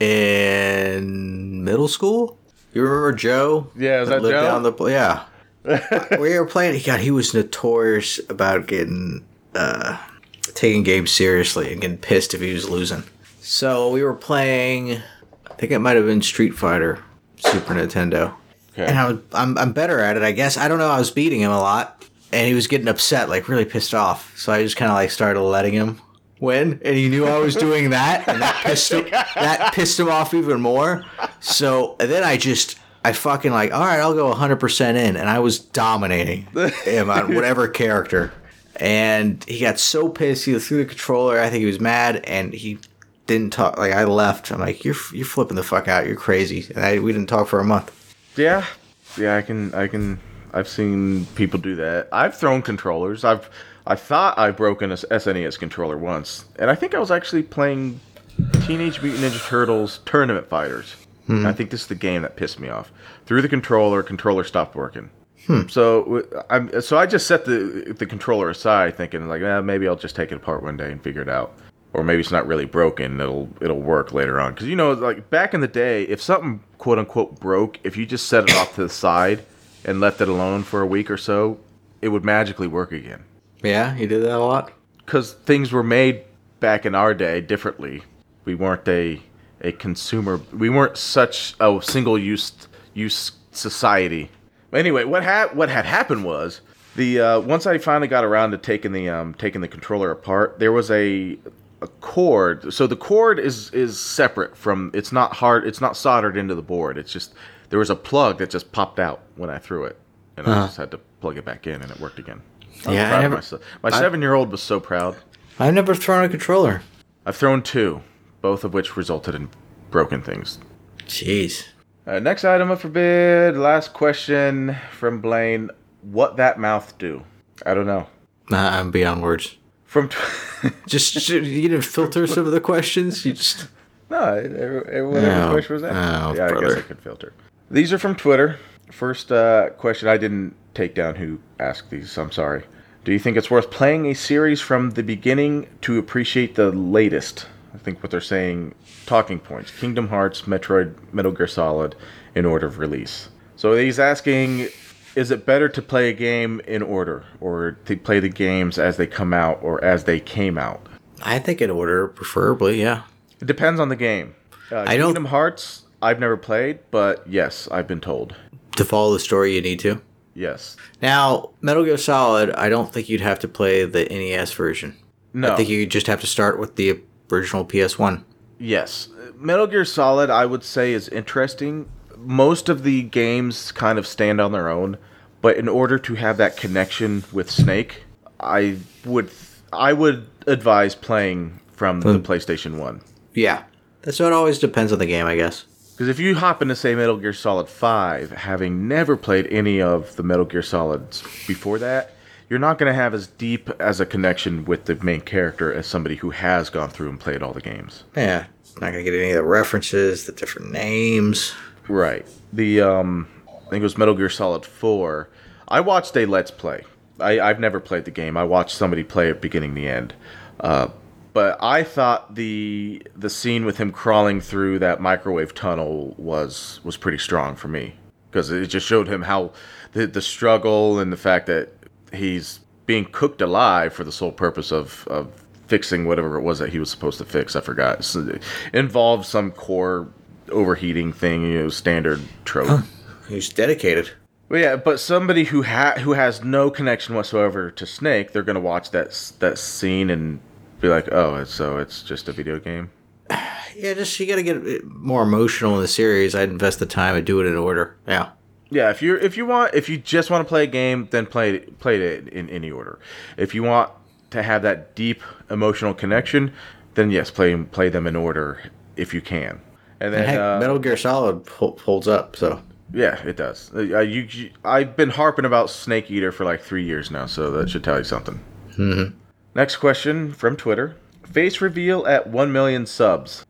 Speaker 3: in middle school. You remember Joe?
Speaker 1: Yeah, is that
Speaker 3: lived
Speaker 1: Joe?
Speaker 3: Down the, pl- yeah, we were playing. God, he was notorious about getting uh, taking games seriously and getting pissed if he was losing. So we were playing. I think it might have been Street Fighter, Super Nintendo. and I was, I'm, I'm better at it, I guess. I don't know. I was beating him a lot, and he was getting upset, like really pissed off. So I just kind of like started letting him win, and he knew I was doing that, and that pissed him, that pissed him off even more. So and then I just. I fucking like, all right, I'll go 100% in. And I was dominating him on whatever character. And he got so pissed. He threw the controller. I think he was mad. And he didn't talk. Like, I left. I'm like, you're, you're flipping the fuck out. You're crazy. And I, we didn't talk for a month.
Speaker 1: Yeah, yeah, I can, I can. I've seen people do that. I've thrown controllers. I've, I thought I broken a SNES E controller once, and I think I was actually playing Teenage Mutant Ninja Turtles Tournament Fighters. And I think this is the game that pissed me off. Threw the controller, controller stopped working. So w- I'm, so I just set the the controller aside, thinking like, eh, maybe I'll just take it apart one day and figure it out, or maybe it's not really broken. It'll it'll work later on. Because you know, like back in the day, if something quote unquote broke, if you just set it off to the side and left it alone for a week or so, it would magically work again.
Speaker 3: Yeah, you did that a lot.
Speaker 1: Because things were made back in our day differently. We weren't a a consumer. We weren't such a single use use society. Anyway, what had what had happened was the uh, once I finally got around to taking the um, taking the controller apart, there was a a cord. So the cord is is separate from. It's not hard. It's not soldered into the board. It's just there was a plug that just popped out when I threw it, and I just had to plug it back in, and it worked again. I was
Speaker 3: Yeah, I
Speaker 1: proud of
Speaker 3: never-
Speaker 1: myself. My seven year old was so proud.
Speaker 3: I've never thrown a controller.
Speaker 1: I've thrown two, both of which resulted in broken things.
Speaker 3: Jeez.
Speaker 1: Uh, next item up for bid. Last question from Blaine. What that mouth do? I don't know.
Speaker 3: Nah, I'm beyond words.
Speaker 1: From
Speaker 3: Just you didn't filter some of the questions. You just
Speaker 1: No, it- every- everyone
Speaker 3: No.
Speaker 1: every question was that.
Speaker 3: Oh,
Speaker 1: yeah, I
Speaker 3: brother.
Speaker 1: guess I could filter. These are from Twitter. First uh, question I didn't take down who asked these, so I'm sorry. Do you think it's worth playing a series from the beginning to appreciate the latest? I think what they're saying talking points Kingdom Hearts, Metroid, Metal Gear Solid in order of release. So he's asking is it better to play a game in order or to play the games as they come out or as they came out?
Speaker 3: I think in order, preferably, yeah.
Speaker 1: It depends on the game. Uh,
Speaker 3: I don't-
Speaker 1: Kingdom Hearts. I've never played, but yes, I've been told.
Speaker 3: To follow the story, you need to.
Speaker 1: Yes.
Speaker 3: Now, Metal Gear Solid, I don't think you'd have to play the NES version.
Speaker 1: No.
Speaker 3: I think you just have to start with the original PS1.
Speaker 1: yes. Metal Gear Solid, I would say, is interesting. Most of the games kind of stand on their own, but in order to have that connection with Snake, I would I would advise playing from the PlayStation One.
Speaker 3: Yeah. That's so it always depends on the game, I guess.
Speaker 1: Because if you hop into say Metal Gear Solid Five, having never played any of the Metal Gear Solids before that, you're not going to have as deep as a connection with the main character as somebody who has gone through and played all the games.
Speaker 3: Yeah. Not gonna get any of the references, the different names.
Speaker 1: Right. The um, I think it was Metal Gear Solid Four. I watched a Let's Play. I, I've never played the game. I watched somebody play it beginning to end. Uh, but I thought the the scene with him crawling through that microwave tunnel was was pretty strong for me because it just showed him how the the struggle and the fact that he's being cooked alive for the sole purpose of of fixing whatever it was that he was supposed to fix. I forgot. So it involved some core overheating thing, you know, standard trope.
Speaker 3: He's dedicated.
Speaker 1: Well, yeah, but somebody who ha- who has no connection whatsoever to Snake, they're gonna watch that s- that scene and be like, "Oh, it's- so it's just a video game."
Speaker 3: Yeah, just you gotta get a bit more emotional in the series. I'd invest the time and do it in order. Yeah.
Speaker 1: Yeah, if you if you want if you just want to play a game, then play it play it in any order. If you want to have that deep emotional connection, then yes, play play them in order if you can. And then
Speaker 3: Heck,
Speaker 1: uh,
Speaker 3: Metal Gear Solid hol- holds up, so
Speaker 1: yeah, it does. Uh, you, you, I've been harping about Snake Eater for like three years now, so that should tell you something. Mm-hmm. Next question from Twitter: Face reveal at one million subs.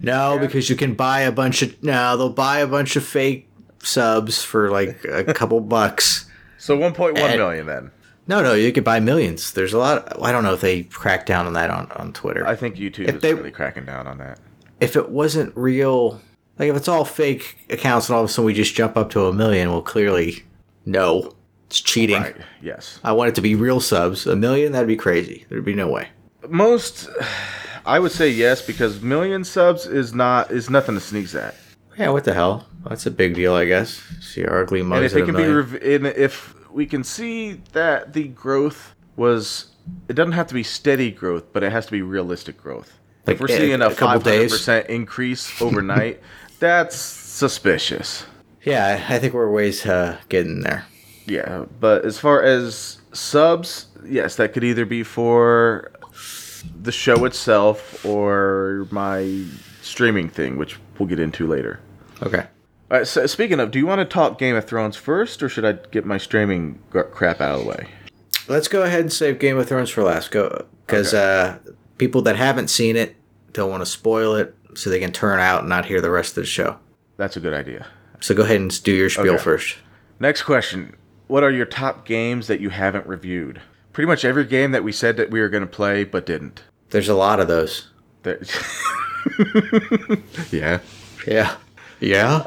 Speaker 3: No, because you can buy a bunch of no, they'll buy a bunch of fake subs for like a couple bucks.
Speaker 1: So one point one
Speaker 3: And-
Speaker 1: million then.
Speaker 3: No, no, you could buy millions. There's a lot. I don't know if they crack down on that on, on Twitter.
Speaker 1: I think YouTube is
Speaker 3: they-
Speaker 1: really cracking down on that.
Speaker 3: if it wasn't real, like if it's all fake accounts and all of a sudden we just jump up to a million, well, clearly, no, it's cheating.
Speaker 1: Right. Yes.
Speaker 3: I want it to be real subs. A million, that'd be crazy. There'd be no way.
Speaker 1: Most, I would say yes because million subs is not is nothing to sneeze at.
Speaker 3: Yeah, what the hell? That's a big deal, I guess. See our ugly mugs.
Speaker 1: And if it
Speaker 3: at a
Speaker 1: can be,
Speaker 3: million.
Speaker 1: rev- and if we can see that the growth was, it doesn't have to be steady growth, but it has to be realistic growth.
Speaker 3: Like,
Speaker 1: if we're
Speaker 3: eh,
Speaker 1: seeing
Speaker 3: a
Speaker 1: a
Speaker 3: couple
Speaker 1: five hundred
Speaker 3: days.
Speaker 1: percent increase overnight, that's suspicious.
Speaker 3: yeah, I think we're ways uh, getting there.
Speaker 1: Yeah, but as far as subs, yes, that could either be for the show itself or my streaming thing, which we'll get into later.
Speaker 3: Okay.
Speaker 1: All right, so speaking of, do you want to talk Game of Thrones first, or should I get my streaming gr- crap out of the way?
Speaker 3: Let's go ahead and save Game of Thrones for last. Go because uh, people that haven't seen it don't want to spoil it, so they can turn out and not hear the rest of the show.
Speaker 1: That's a good idea.
Speaker 3: So go ahead and do your spiel
Speaker 1: Okay.
Speaker 3: first.
Speaker 1: Next question: What are your top games that you haven't reviewed? Pretty much every game that we said that we were going to play but didn't.
Speaker 3: There's a lot of those.
Speaker 1: There- yeah.
Speaker 3: Yeah. Yeah.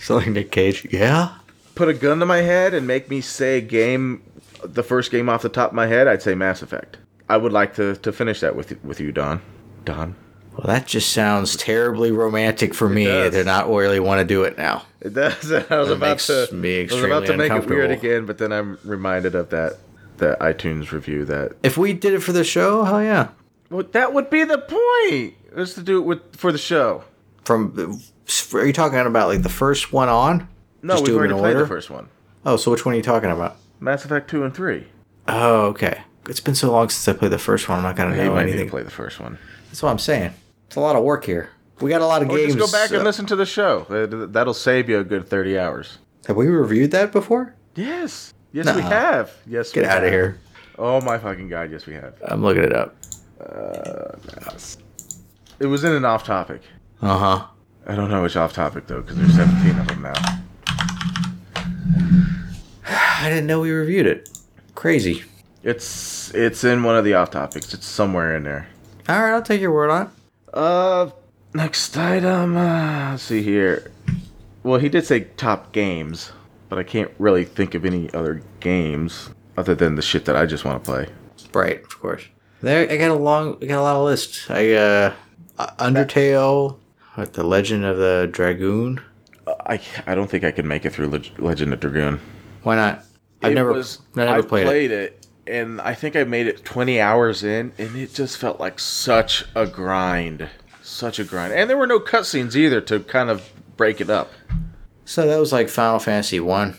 Speaker 3: Something Nick Cage. Yeah.
Speaker 1: Put a gun to my head and make me say a game, the first game off the top of my head. I'd say Mass Effect. I would like to, to finish that with with you, Don. Don.
Speaker 3: Well, that just sounds terribly romantic for me.
Speaker 1: does.
Speaker 3: They're not really want to do it now.
Speaker 1: It does. I was about
Speaker 3: makes
Speaker 1: to.
Speaker 3: me
Speaker 1: I was about to
Speaker 3: extremely
Speaker 1: make it weird
Speaker 3: uncomfortable.
Speaker 1: again, but then I'm reminded of that that iTunes review that.
Speaker 3: If we did it for the show, hell yeah.
Speaker 1: Well, that would be the point. Was to do it with for the show.
Speaker 3: From are you talking about like the first one on?
Speaker 1: No,
Speaker 3: Just
Speaker 1: we've
Speaker 3: do it
Speaker 1: already
Speaker 3: in
Speaker 1: played the
Speaker 3: order?
Speaker 1: first one.
Speaker 3: Oh, so which one are you talking about?
Speaker 1: Mass Effect two and three.
Speaker 3: Oh, okay. It's been so long since I played the first one. I'm not gonna
Speaker 1: Yeah, you
Speaker 3: know
Speaker 1: might need
Speaker 3: anything.
Speaker 1: to play the first one.
Speaker 3: That's what I'm saying. It's a lot of work here. We got a lot of
Speaker 1: Or
Speaker 3: games.
Speaker 1: Oh, just go back
Speaker 3: uh,
Speaker 1: and listen to the show. Uh, That'll save you a good thirty hours.
Speaker 3: Have we reviewed that before?
Speaker 1: Yes. Yes, we
Speaker 3: Nuh-uh.
Speaker 1: have. Yes,
Speaker 3: Get
Speaker 1: we
Speaker 3: out of
Speaker 1: have.
Speaker 3: here.
Speaker 1: Oh my fucking god! Yes, we have.
Speaker 3: I'm looking it up.
Speaker 1: It was in an off topic.
Speaker 3: Uh
Speaker 1: Uh-huh.
Speaker 3: huh.
Speaker 1: I don't know which off topic though, because there's 17 of them now.
Speaker 3: I didn't know we reviewed it. Crazy.
Speaker 1: It's it's in one of the off topics. It's somewhere in there.
Speaker 3: All right, I'll take your word on it.
Speaker 1: Uh, next item. Uh, let's see here. Well, he did say top games, but I can't really think of any other games other than the shit that I just want to play.
Speaker 3: Sprite, of course. There, I got a long, I got a lot of lists. I uh, Undertale, what, the Legend of the Dragoon.
Speaker 1: I I don't think I could make it through Leg- Legend of Dragoon.
Speaker 3: Why not? I've
Speaker 1: It
Speaker 3: never,
Speaker 1: was-
Speaker 3: I never
Speaker 1: I
Speaker 3: played, it.
Speaker 1: it. and I think I made it 20 hours in, and it just felt like such a grind, such a grind. And there were no cutscenes either to kind of break it up.
Speaker 3: So that was like Final Fantasy One,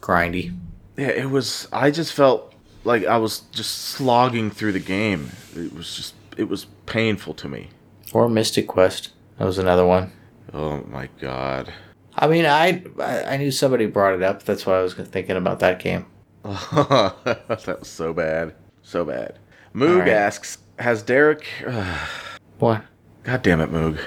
Speaker 3: grindy.
Speaker 1: Yeah, it was. I just felt like I was just slogging through the game. It was just. It was painful to me.
Speaker 3: Or Mystic Quest. That was another one.
Speaker 1: Oh my god.
Speaker 3: I mean, I I I knew somebody brought it up. That's why I was thinking about that game.
Speaker 1: that was so bad. So bad. Moog
Speaker 3: Alright.
Speaker 1: asks, "Has Derek?"
Speaker 3: What?
Speaker 1: god damn it, Moog.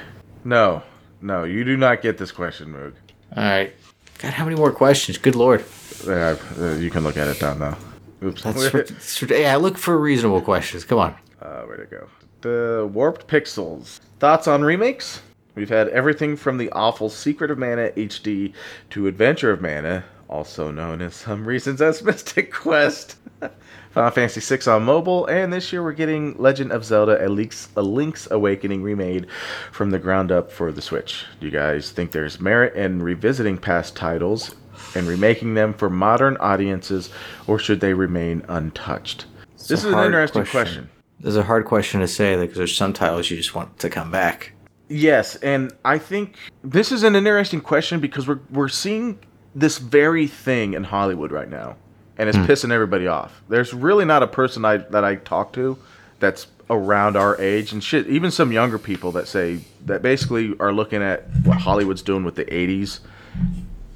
Speaker 1: No, no, you do not get this question, Moog.
Speaker 3: All right. God, how many more questions? Good lord.
Speaker 1: Yeah, I- uh, you can look at it down though. Oops.
Speaker 3: That's, that's yeah. Look for reasonable questions. Come on.
Speaker 1: Uh, where'd it go? The Warped Pixels. Thoughts on remakes? We've had everything from the awful Secret of Mana HD to Adventure of Mana, also known as some reasons as Mystic Quest. Final Fantasy VI on mobile, and this year we're getting Legend of Zelda: A Link's, A Link's Awakening remade from the ground up for the Switch. Do you guys think there's merit in revisiting past titles and remaking them for modern audiences, or should they remain untouched? this
Speaker 3: a
Speaker 1: is an
Speaker 3: hard
Speaker 1: interesting
Speaker 3: question.
Speaker 1: question.
Speaker 3: This is a hard question to say because there's some titles you just want to come back.
Speaker 1: Yes, and I think this is an interesting question because we're we're seeing this very thing in Hollywood right now, and it's pissing everybody off. There's really not a person I that I talk to that's around our age and shit. Even some younger people that say that basically are looking at what Hollywood's doing with the '80s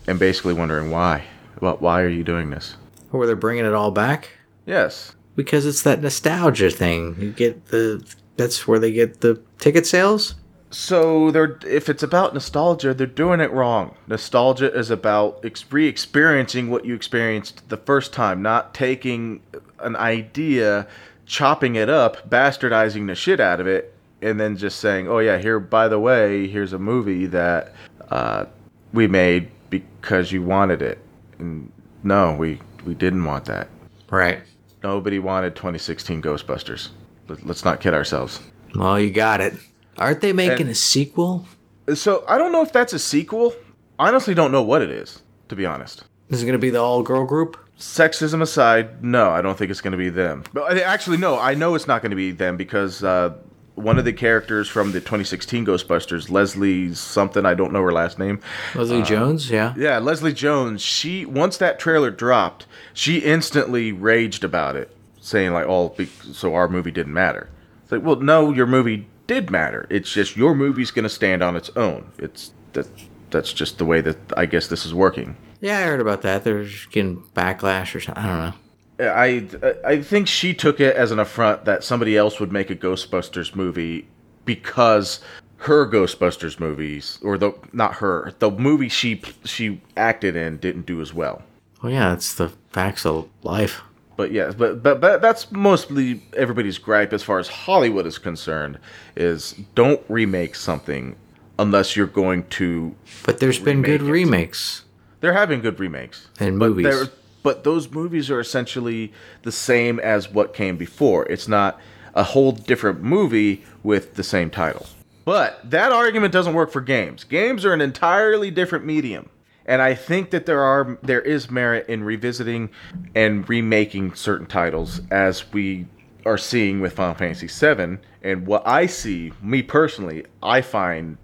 Speaker 1: and basically wondering why. Well, why are you doing this?
Speaker 3: Or they're bringing it all back
Speaker 1: Yes,
Speaker 3: because it's that nostalgia thing. You get the that's where they get the ticket sales.
Speaker 1: So they're if it's about nostalgia, they're doing it wrong. Nostalgia is about ex- re-experiencing what you experienced the first time, not taking an idea, chopping it up, bastardizing the shit out of it, and then just saying, "Oh yeah, here by the way, here's a movie that uh, we made because you wanted it." And no, we we didn't want that.
Speaker 3: Right.
Speaker 1: Nobody wanted 2016 Ghostbusters. Let- Let's not kid ourselves.
Speaker 3: Well, you got it. Aren't they making
Speaker 1: And-
Speaker 3: a sequel?
Speaker 1: So I don't know if that's a sequel. I honestly don't know what it is, to be honest.
Speaker 3: This is it gonna be the all girl group.
Speaker 1: Sexism aside, no, I don't think it's going to be them. But I- actually, no, I know it's not going to be them because uh, one of the characters from the 2016 Ghostbusters, Leslie something, I don't know her last name.
Speaker 3: Leslie Jones. Uh, Yeah.
Speaker 1: Yeah, Leslie Jones. She once that trailer dropped, she instantly raged about it, saying like, "Oh, be- so our movie didn't matter." It's like, well, no, your movie did matter. It's just your movie's going to stand on its own. It's that that's just the way that I guess this is working.
Speaker 3: Yeah, I heard about that. They're just getting backlash or something. I don't know.
Speaker 1: I I think she took it as an affront that somebody else would make a Ghostbusters movie because her Ghostbusters movies or the not her the movie she she acted in didn't do as well.
Speaker 3: Well, yeah, that's the facts of life.
Speaker 1: But yes, but, but but that's mostly everybody's gripe as far as Hollywood is concerned is don't remake something unless you're going to.
Speaker 3: But there's been good
Speaker 1: Remake it.
Speaker 3: remakes
Speaker 1: There have been good remakes
Speaker 3: and
Speaker 1: but
Speaker 3: movies.
Speaker 1: there- but those movies are essentially the same as what came before. It's not a whole different movie with the same title. But that argument doesn't work for games. Games are an entirely different medium. And I think that there are there is merit in revisiting and remaking certain titles as we are seeing with Final Fantasy VII. And what I see, me personally, I find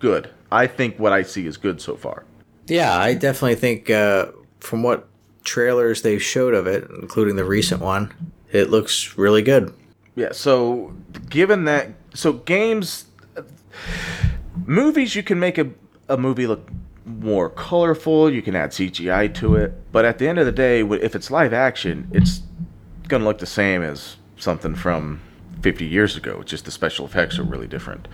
Speaker 1: good. I think what I see is good so far.
Speaker 3: Yeah, I definitely think uh, from what trailers they showed of it, including the recent one, it looks really good.
Speaker 1: Yeah, so given that, so games, movies, you can make a, a movie look more colorful, you can add CGI to it, but at the end of the day, wh- if it's live action, it's going to look the same as something from 50 years ago. It's just the special effects are really different.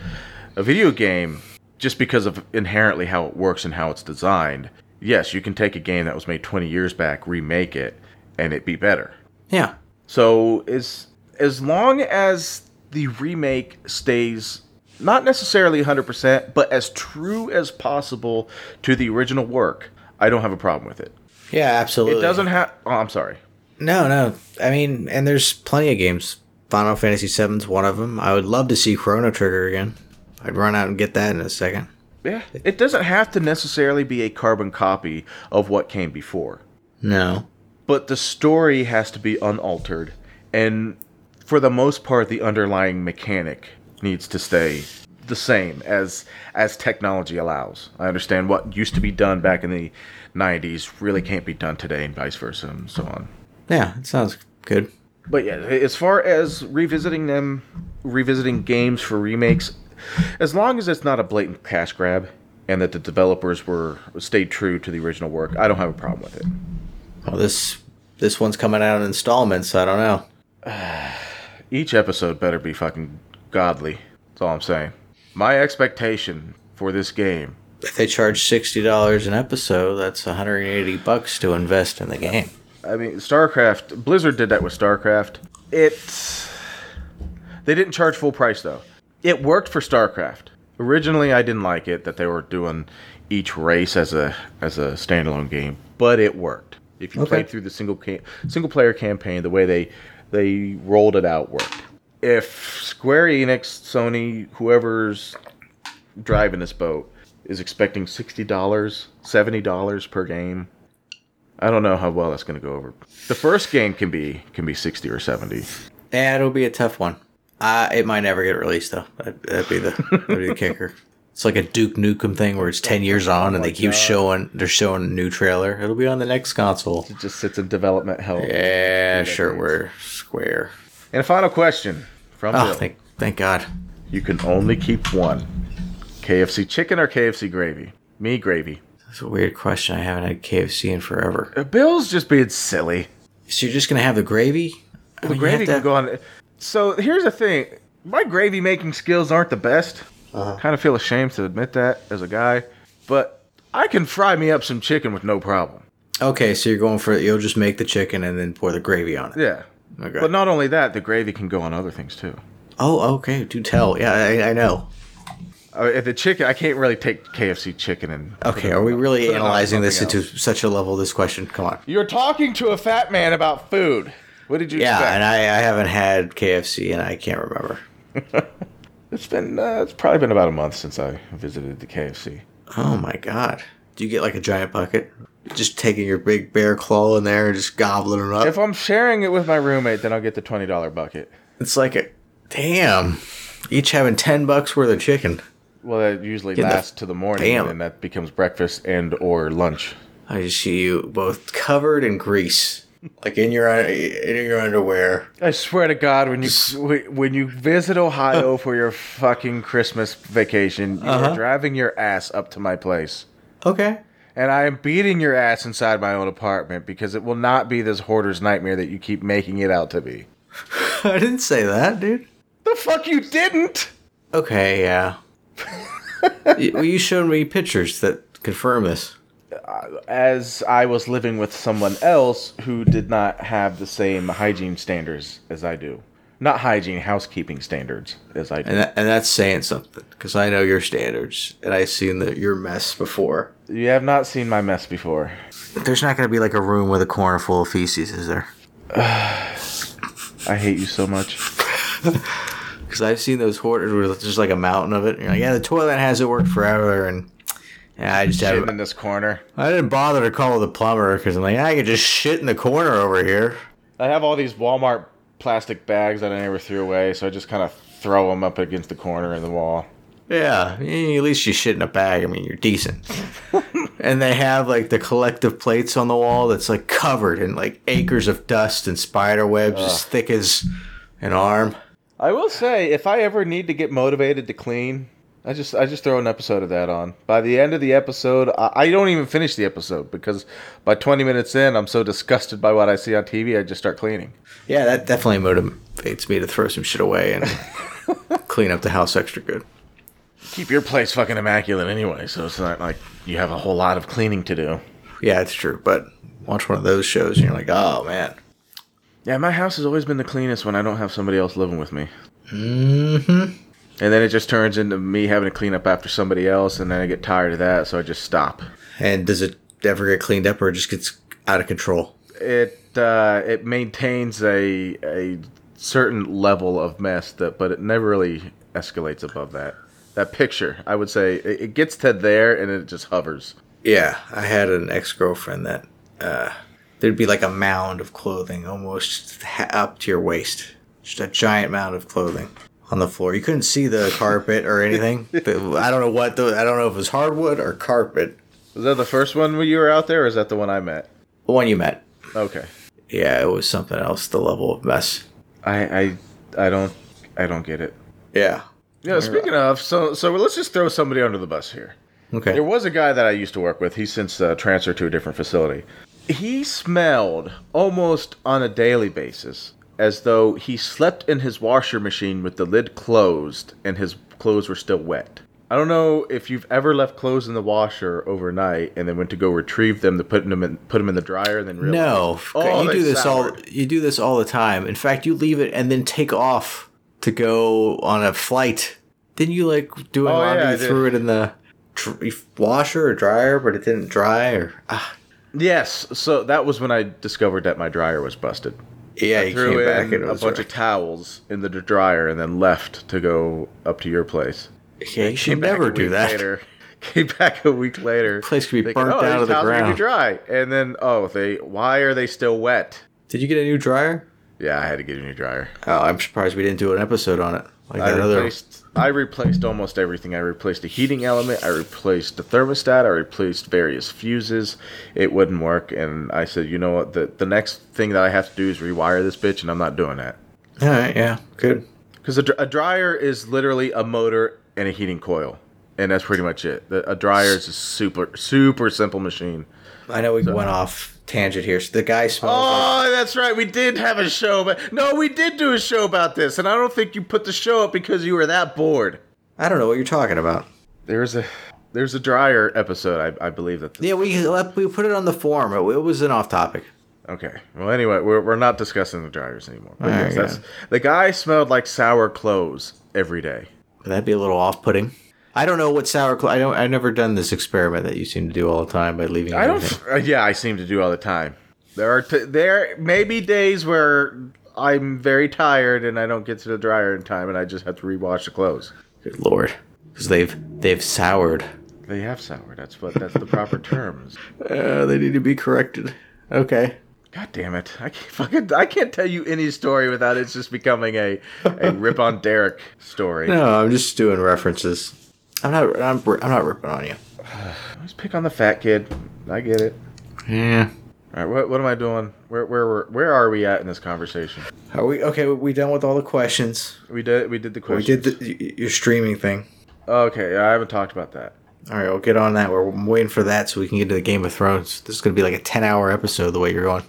Speaker 1: A video game, just because of inherently how it works and how it's designed, yes, you can take a game that was made 20 years back, remake it, and it be better.
Speaker 3: Yeah.
Speaker 1: So as as long as the remake stays not necessarily 100%, but as true as possible to the original work, I don't have a problem with it.
Speaker 3: Yeah, absolutely.
Speaker 1: It doesn't have. Oh, I'm sorry.
Speaker 3: No, no. I mean, and there's plenty of games. Final Fantasy VII's one of them. I would love to see Chrono Trigger again. I'd run out and get that in a second.
Speaker 1: Yeah, it doesn't have to necessarily be a carbon copy of what came before,
Speaker 3: No.
Speaker 1: but the story has to be unaltered, and for the most part, the underlying mechanic needs to stay the same as as technology allows. I understand what used to be done back in the '90s really can't be done today, and vice versa, and so on.
Speaker 3: Yeah, it sounds good.
Speaker 1: But yeah, as far as revisiting them, revisiting games for remakes, as long as it's not a blatant cash grab and that the developers were stayed true to the original work, I don't have a problem with it.
Speaker 3: Well, this this one's coming out in installments. So I don't know.
Speaker 1: Each episode better be fucking godly. That's all I'm saying. My expectation for this game,
Speaker 3: If they charge sixty dollars an episode, that's one hundred and eighty bucks to invest in the game.
Speaker 1: I mean, StarCraft, Blizzard did that with StarCraft. It's they didn't charge full price though. It worked for StarCraft. Originally, I didn't like it that they were doing each race as a as a standalone game, but it worked. If you
Speaker 3: Okay.
Speaker 1: played through the single cam- single player campaign, the way they they rolled it out worked. If Square Enix, Sony, whoever's driving this boat is expecting sixty dollars, seventy dollars per game, I don't know how well that's going to go over. The first game can be can be sixty or seventy.
Speaker 3: Yeah, it'll be a tough one. Uh, it might never get released though. That'd, that'd be the that'd be the kicker. It's like a Duke Nukem thing where it's
Speaker 1: Oh
Speaker 3: ten years on and they keep showing they're showing a new trailer. It'll be on the next console.
Speaker 1: It just sits in development hell.
Speaker 3: Yeah, sure, we're square.
Speaker 1: And a final question from
Speaker 3: Oh,
Speaker 1: Bill.
Speaker 3: thank thank God.
Speaker 1: You can only keep one. KFC chicken or KFC gravy? Me gravy.
Speaker 3: That's a weird question. I haven't had KFC in forever.
Speaker 1: Uh, Bill's just being silly.
Speaker 3: So you're just gonna have the gravy? I
Speaker 1: The
Speaker 3: mean, you have
Speaker 1: gravy
Speaker 3: to-
Speaker 1: can go on. So here's the thing: my gravy making skills aren't the best.
Speaker 3: Uh-huh.
Speaker 1: Kind of feel ashamed to admit that as a guy, but I can fry me up some chicken with no problem.
Speaker 3: Okay, so you're going for you'll just make the chicken and then pour the gravy on it.
Speaker 1: Yeah.
Speaker 3: Okay.
Speaker 1: But not only that, the gravy can go on other things too.
Speaker 3: Oh, okay. Do tell. Yeah, I, I know.
Speaker 1: Uh, the chicken, I can't really take KFC chicken and.
Speaker 3: Okay, are we really
Speaker 1: Put it on
Speaker 3: analyzing this
Speaker 1: something
Speaker 3: into such a level? This question. Come on.
Speaker 1: You're talking to a fat man about food. What did you
Speaker 3: Yeah,
Speaker 1: expect?
Speaker 3: and I, I haven't had KFC, and I can't remember.
Speaker 1: It's been uh, it's probably been about a month since I visited the KFC.
Speaker 3: Oh my god. Do you get like a giant bucket? Just taking your big bear claw in there and just gobbling it up.
Speaker 1: If I'm sharing it with my roommate, then I'll get the twenty dollar bucket.
Speaker 3: It's like a damn. Each having ten bucks worth of chicken.
Speaker 1: Well, that usually
Speaker 3: the-
Speaker 1: lasts to the morning,
Speaker 3: Damn.
Speaker 1: and that becomes breakfast and or lunch.
Speaker 3: I just see you both covered in grease, like in your in your underwear.
Speaker 1: I swear to God, when you when you visit Ohio for your fucking Christmas vacation, you
Speaker 3: Uh-huh.
Speaker 1: are driving your ass up to my place.
Speaker 3: Okay.
Speaker 1: And I am beating your ass inside my own apartment because it will not be this hoarder's nightmare that you keep making it out to be.
Speaker 3: I didn't say that, dude.
Speaker 1: The fuck you didn't?
Speaker 3: Okay, yeah. Y- well, you showed me pictures that confirm this.
Speaker 1: As I was living with someone else who did not have the same hygiene standards as I do. Not hygiene, housekeeping standards as I do.
Speaker 3: And, that, and that's saying something, because I know your standards, and I've seen the, your mess before.
Speaker 1: You have not seen my mess before.
Speaker 3: There's not going to be like a room with a corner full of feces, is there?
Speaker 1: I hate you so much.
Speaker 3: Because I've seen those hoarders where there's just like a mountain of it. And you're like, yeah, the toilet hasn't worked forever, and yeah, I just
Speaker 1: Sitting
Speaker 3: haven't.
Speaker 1: in this corner.
Speaker 3: I didn't bother to call the plumber because I'm like, I could just shit in the corner over here.
Speaker 1: I have all these Walmart plastic bags that I never threw away, so I just kind of throw them up against the corner in the wall.
Speaker 3: Yeah, eh, at least you shit in a bag. I mean, you're decent. and they have like the collective plates on the wall that's like covered in like acres of dust and spider webs as thick as an arm.
Speaker 1: I will say, if I ever need to get motivated to clean, I just I just throw an episode of that on. By the end of the episode, I, I don't even finish the episode because by 20 minutes in, I'm so disgusted by what I see on TV, I just start cleaning.
Speaker 3: Yeah, that definitely motivates me to throw some shit away and clean up the house extra good.
Speaker 1: Keep your place fucking immaculate anyway, so it's not like you have a whole lot of cleaning to do.
Speaker 3: Yeah, it's true. But watch one of those shows and you're like, oh man.
Speaker 1: Yeah, my house has always been the cleanest when I don't have somebody else living with me. Mm-hmm. And then it just turns into me having to clean up after somebody else, and then I get tired of that, so I just stop.
Speaker 3: And does it ever get cleaned up or it just gets out of control?
Speaker 1: It uh, it maintains a a certain level of mess that, but it never really escalates above that. That picture, I would say, it, it gets to there and it just hovers.
Speaker 3: Yeah, I had an ex girlfriend that uh, there'd be like a mound of clothing almost ha- up to your waist. Just a giant mound of clothing on the floor. You couldn't see the carpet or anything. The- I don't know what the, I don't know if it was hardwood or carpet.
Speaker 1: Was that the first one when you were out there, or is that the one I met?
Speaker 3: The one you met.
Speaker 1: Okay,
Speaker 3: Yeah, it was something else. The level of mess.
Speaker 1: I I I don't I don't get it.
Speaker 3: Yeah.
Speaker 1: Yeah, speaking of, so so let's just throw somebody under the bus here.
Speaker 3: Okay.
Speaker 1: There was a guy that I used to work with. He's since uh, transferred to a different facility. He smelled almost on a daily basis as though he slept in his washer machine with the lid closed and his clothes were still wet. I don't know if you've ever left clothes in the washer overnight and then went to go retrieve them to put them in, put them in the dryer and then realized,
Speaker 3: No,
Speaker 1: Oh,
Speaker 3: you
Speaker 1: they
Speaker 3: do this all
Speaker 1: soured.
Speaker 3: you do this all the time. In fact, you leave it and then take off to go on a flight. Then you like do it
Speaker 1: Oh,
Speaker 3: laundry,
Speaker 1: yeah, I
Speaker 3: you
Speaker 1: did.
Speaker 3: threw it in the tr- washer or dryer, but it didn't dry. Or ah,
Speaker 1: Yes, so that was when I discovered that my dryer was busted.
Speaker 3: yeah,
Speaker 1: I
Speaker 3: you
Speaker 1: threw
Speaker 3: came
Speaker 1: in
Speaker 3: back and it
Speaker 1: a
Speaker 3: was
Speaker 1: bunch of towels in the dryer and then left to go up to your place.
Speaker 3: of yeah, you should
Speaker 1: Came back a
Speaker 3: never
Speaker 1: week
Speaker 3: do that.
Speaker 1: Later. Came back a week later.
Speaker 3: Place could be
Speaker 1: Like,
Speaker 3: burnt
Speaker 1: oh,
Speaker 3: out
Speaker 1: these
Speaker 3: of the
Speaker 1: towels are gonna
Speaker 3: ground.
Speaker 1: be dry. And then, oh, they why are they still wet?
Speaker 3: Did you get a new dryer?
Speaker 1: Yeah, I had to get a new dryer.
Speaker 3: Oh, I'm surprised we didn't do an episode on it. Like
Speaker 1: I
Speaker 3: that other.
Speaker 1: replaced I replaced almost everything. I replaced the heating element. I replaced the thermostat. I replaced various fuses. It wouldn't work, and I said, you know what? The the next thing that I have to do is rewire this bitch, and I'm not doing that
Speaker 3: All right, yeah, good.
Speaker 1: because a, dr- a dryer is literally a motor and a heating coil, and that's pretty much it. The, a dryer is a super super simple machine.
Speaker 3: I know we went off tangent here. So the guy smells. like-
Speaker 1: Oh, that's right. We did have a show, but no, we did do a show about this, and I don't think you put the show up because you were that bored.
Speaker 3: I don't know what you're talking about.
Speaker 1: There's a there's a dryer episode, I, I believe that.
Speaker 3: Yeah, we uh, we put it on the form. It, it was an off topic.
Speaker 1: Okay. Well, anyway, we're, we're not discussing the dryers anymore. But
Speaker 3: All right,
Speaker 1: yes, that's, the guy smelled like sour clothes every day.
Speaker 3: But that'd be a little off putting. I don't know what sour. Cl- I don't. I've never done this experiment that you seem to do all the time by leaving.
Speaker 1: I don't.
Speaker 3: everything.
Speaker 1: f- uh, yeah, I seem to do all the time. There are t- there may be days where I'm very tired and I don't get to the dryer in time, and I just have to rewash the clothes.
Speaker 3: Good lord, because they've they've soured.
Speaker 1: They have sour. That's what that's the proper terms.
Speaker 3: Uh, they need to be corrected. Okay.
Speaker 1: God damn it! I can't fucking I can't tell you any story without it's just becoming a a rip on Derek story.
Speaker 3: No, I'm just doing references. I'm not. I'm. I'm not ripping on you.
Speaker 1: Let's pick on the fat kid. I get it.
Speaker 3: Yeah.
Speaker 1: All right, what, what am I doing? Where where were where are we at in this conversation?
Speaker 3: Are we okay? We done with all the questions?
Speaker 1: We did we did the
Speaker 3: We
Speaker 1: question.
Speaker 3: did the, y- y- your streaming thing.
Speaker 1: Okay, I haven't talked about that.
Speaker 3: All right, we'll get on that. We're I'm waiting for that so we can get to the Game of Thrones. This is gonna be like a ten-hour episode the way you're going.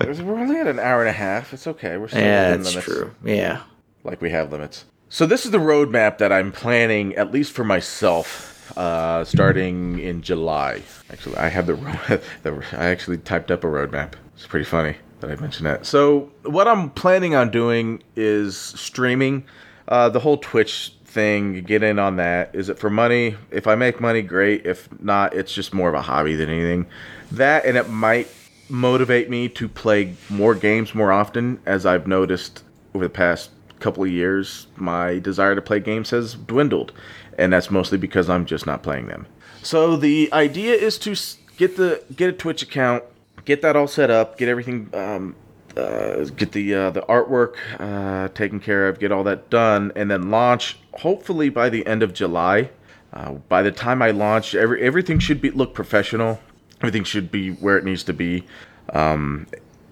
Speaker 1: We're only at an hour and a half. It's okay. We're still
Speaker 3: Yeah,
Speaker 1: within
Speaker 3: that's
Speaker 1: limits.
Speaker 3: true. Yeah.
Speaker 1: Like we have limits. So this is the roadmap that I'm planning, at least for myself, uh, starting in July. Actually, I have the, ro- the I actually typed up a roadmap. It's pretty funny that I mentioned that. So what I'm planning on doing is streaming. Uh, the whole Twitch thing, get in on that. Is it for money? If I make money, great. If not, it's just more of a hobby than anything. That and it might motivate me to play more games more often, as I've noticed over the past couple of years, my desire to play games has dwindled, and that's mostly because I'm just not playing them. So the idea is to s- get the get a Twitch account, get that all set up, get everything um, uh, get the uh, the artwork uh, taken care of, get all that done, and then launch hopefully by the end of July. Uh, by the time I launch, every everything should be look professional. Everything should be where it needs to be. Um,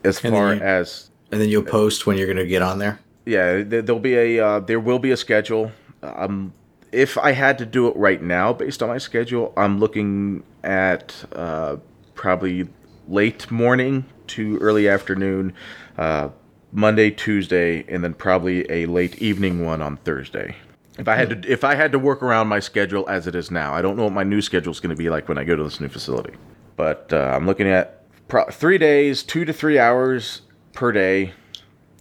Speaker 1: as
Speaker 3: then
Speaker 1: far
Speaker 3: you-
Speaker 1: as
Speaker 3: And then you'll post when you're gonna get on there.
Speaker 1: yeah, there- there'll be a uh, there will be a schedule. Um, if I had to do it right now, based on my schedule, I'm looking at uh, probably late morning to early afternoon, uh, Monday, Tuesday, and then probably a late evening one on Thursday. If I had to, if I had to work around my schedule as it is now, I don't know what my new schedule is going to be like when I go to this new facility. But uh, I'm looking at pro- three days, two to three hours per day,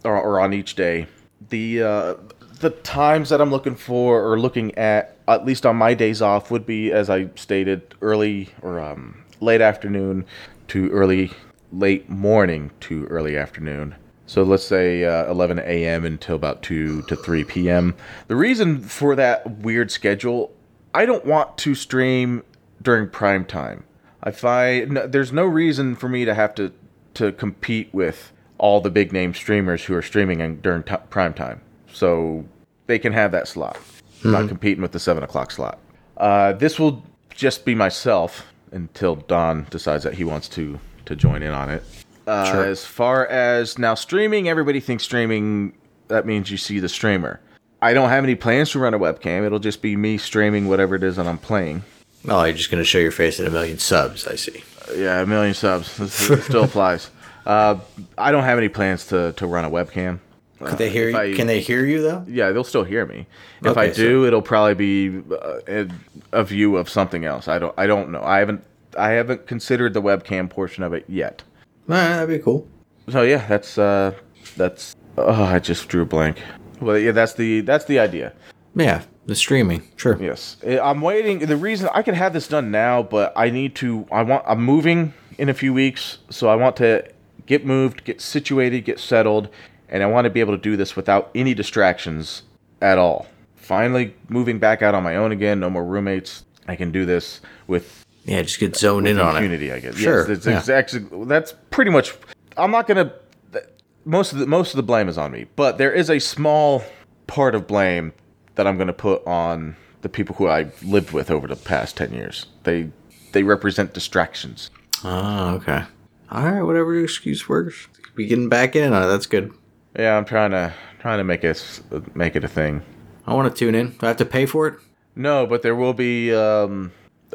Speaker 1: or, or on each day. The uh, the times that I'm looking for or looking at, at least on my days off, would be as I stated, early or um, late afternoon to early late morning to early afternoon. So let's say uh, 11 a.m. until about 2 to 3 p.m. The reason for that weird schedule, I don't want to stream during prime time. I find no, there's no reason for me to have to to compete with all the big name streamers who are streaming in, during t- prime time. So they can have that slot. I'm Not competing with the seven o'clock slot. Uh, this will just be myself until Don decides that he wants to to join in on it. Uh, As far as now streaming, everybody thinks streaming that means you see the streamer. I don't have any plans to run a webcam. It'll just be me streaming whatever it is that I'm playing.
Speaker 4: Oh, you're just going to show your face at a million subs, I see.
Speaker 1: Yeah, a million subs. This- It still applies. Uh, I don't have any plans to, to run a webcam.
Speaker 4: Could they hear
Speaker 1: if
Speaker 4: you?
Speaker 1: I-
Speaker 4: Can they hear you, though?
Speaker 1: Yeah, they'll still hear me. If I
Speaker 4: Okay,
Speaker 1: do, it'll probably be uh, a, a view of something else. I don't. I don't know. I haven't. I haven't considered the webcam portion of it yet.
Speaker 3: All right, that'd be cool.
Speaker 1: So yeah, that's uh, that's. Oh, I just drew a blank. Well, yeah, that's the that's the idea.
Speaker 4: Yeah, the streaming. Sure.
Speaker 1: Yes, I- I'm waiting. The reason I could have this done now, but I need to. I want. I'm moving in a few weeks, so I want to get moved, get situated, get settled, and I want to be able to do this without any distractions at all. Finally, moving back out on my own again. No more roommates. I can do this with
Speaker 4: Yeah, just get zoned in on it.
Speaker 1: impunity. I guess.
Speaker 4: Sure,
Speaker 1: Yes, it's
Speaker 4: yeah.
Speaker 1: exactly. That's pretty much. I'm not gonna. th- Most of the most of the blame is on me, but there is a small part of blame that I'm gonna put on the people who I've lived with over the past ten years. They they represent distractions.
Speaker 4: Oh, okay.
Speaker 3: All right, whatever your excuse works. Be getting back in on it. That's good.
Speaker 1: Yeah, I'm trying to trying to make it s- make it a thing.
Speaker 4: I want to tune in. Do I have to pay for it?
Speaker 1: No, but there will be um,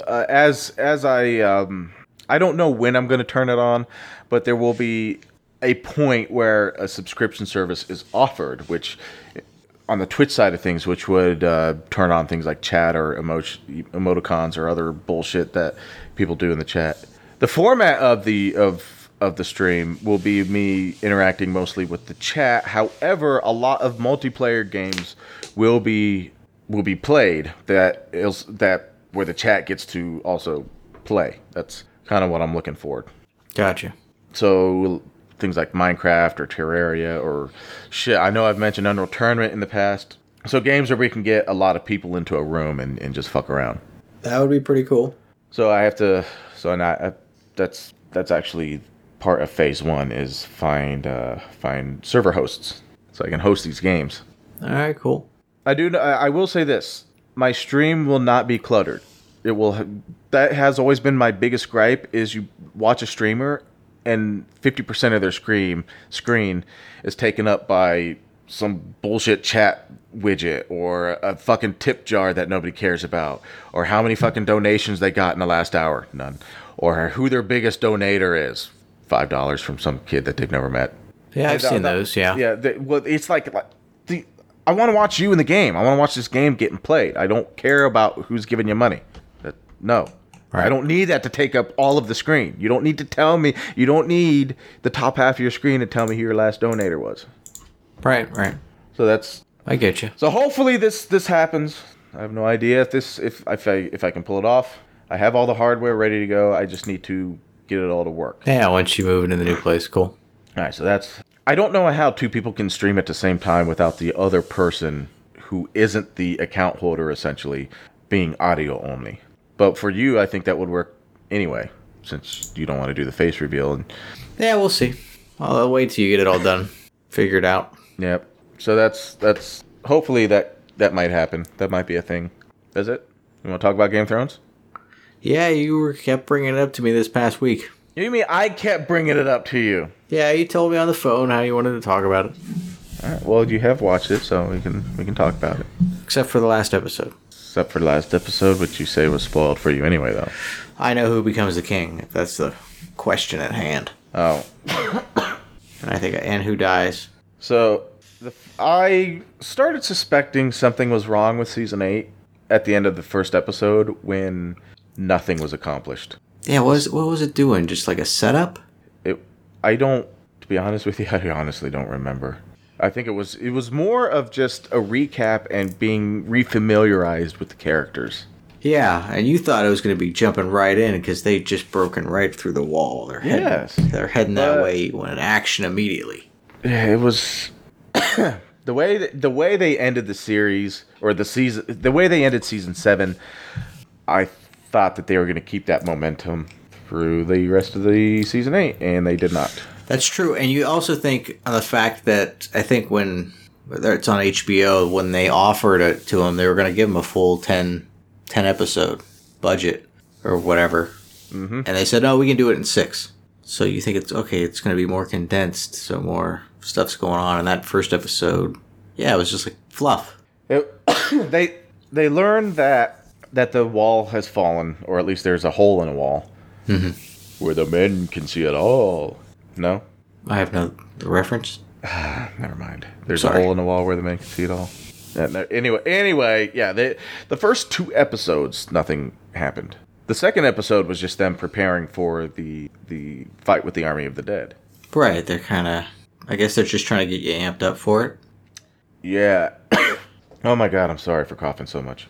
Speaker 1: uh, as as I um, I don't know when I'm going to turn it on, but there will be a point where a subscription service is offered, which on the Twitch side of things, which would uh, turn on things like chat or emoji emoticons or other bullshit that people do in the chat. The format of the of of the stream will be me interacting mostly with the chat. However, a lot of multiplayer games will be will be played that is that where the chat gets to also play. That's kind of what I'm looking for.
Speaker 4: Gotcha.
Speaker 1: So things like Minecraft or Terraria or shit. I know I've mentioned Unreal Tournament in the past. So games where we can get a lot of people into a room and, and just fuck around.
Speaker 3: That would be pretty cool.
Speaker 1: So I have to. So now I, that's that's actually part of phase one is find uh, find server hosts so I can host these games.
Speaker 3: All right, cool.
Speaker 1: I do. kn- I I will say this: my stream will not be cluttered. It will. ha- That has always been my biggest gripe: is you watch a streamer, and fifty percent of their screen screen is taken up by some bullshit chat widget or a fucking tip jar that nobody cares about, or how many fucking donations they got in the last hour, none, or who their biggest donator is, five dollars from some kid that they've never met.
Speaker 4: Yeah, I've
Speaker 1: Yeah,
Speaker 4: seen
Speaker 1: that-
Speaker 4: those. Yeah.
Speaker 1: Yeah. They, well, it's like, like the, I want to watch you in the game. I want to watch this game getting played. I don't care about who's giving you money. That, no.
Speaker 4: Right.
Speaker 1: I don't need that to take up all of the screen. You don't need to tell me. You don't need the top half of your screen to tell me who your last donator was.
Speaker 4: Right, right.
Speaker 1: So that's
Speaker 4: I get you.
Speaker 1: so. Hopefully this this happens. I have no idea if this if if I if I can pull it off. I have all the hardware ready to go. I just need to get it all to work.
Speaker 4: Yeah, once you move into the new place, cool.
Speaker 1: All right, so that's. I don't know how two people can stream at the same time without the other person who isn't the account holder essentially being audio only. But for you, I think that would work anyway, since you don't want to do the face reveal. And
Speaker 4: Yeah, we'll see. I'll wait till you get it all done, figure it out.
Speaker 1: yep. So that's that's. Hopefully that that might happen. That might be a thing. Is it? You want to talk about Game of Thrones?
Speaker 4: Yeah, you were kept bringing it up to me this past week.
Speaker 1: You mean I kept bringing it up to you?
Speaker 4: Yeah, you told me on the phone how you wanted to talk about it,
Speaker 1: All right, well, you have watched it, so we can we can talk about it.
Speaker 4: except for the last episode.
Speaker 1: Except for last episode, which you say was spoiled for you anyway, though.
Speaker 3: I know who becomes the king. If that's the question at hand,
Speaker 1: Oh,
Speaker 3: and I think and who dies.
Speaker 1: so the, I started suspecting something was wrong with season eight at the end of the first episode when nothing was accomplished.
Speaker 3: Yeah, what was what was it doing? Just like a setup?
Speaker 1: It, I don't, to be honest with you, I honestly don't remember. I think it was it was more of just a recap and being refamiliarized with the characters.
Speaker 3: Yeah, and you thought it was going to be jumping right in because they just broken right through the wall. They're heading,
Speaker 1: Yes.
Speaker 3: they're heading that
Speaker 1: But-
Speaker 3: way. You want an action immediately.
Speaker 1: Yeah, it was the way th- the way they ended the series or the season the way they ended season 7 I thought that they were going to keep that momentum through the rest of the season 8 and they did not.
Speaker 3: That's true, and you also think on the fact that I think when whether it's on HBO, when they offered it to him, they were going to give him a full 10, 10 episode budget or whatever, mm-hmm. and they said, "No, we can do it in six. So you think it's okay? It's going to be more condensed, so more stuff's going on in that first episode. Yeah, it was just like fluff.
Speaker 1: It- they they learned that that the wall has fallen or at least there's a hole in a wall where the men can see it all. No,
Speaker 3: I have no reference.
Speaker 1: Never mind. There's a
Speaker 3: Sorry.
Speaker 1: hole in the wall where the man can see it all. Yeah, no- anyway, anyway, yeah. They, the first two episodes, nothing happened. The second episode was just them preparing for the the fight with the army of the dead.
Speaker 3: Right, they're kind of. I guess they're just trying to get you amped up for it.
Speaker 1: Yeah. oh my god, I'm sorry for coughing so much.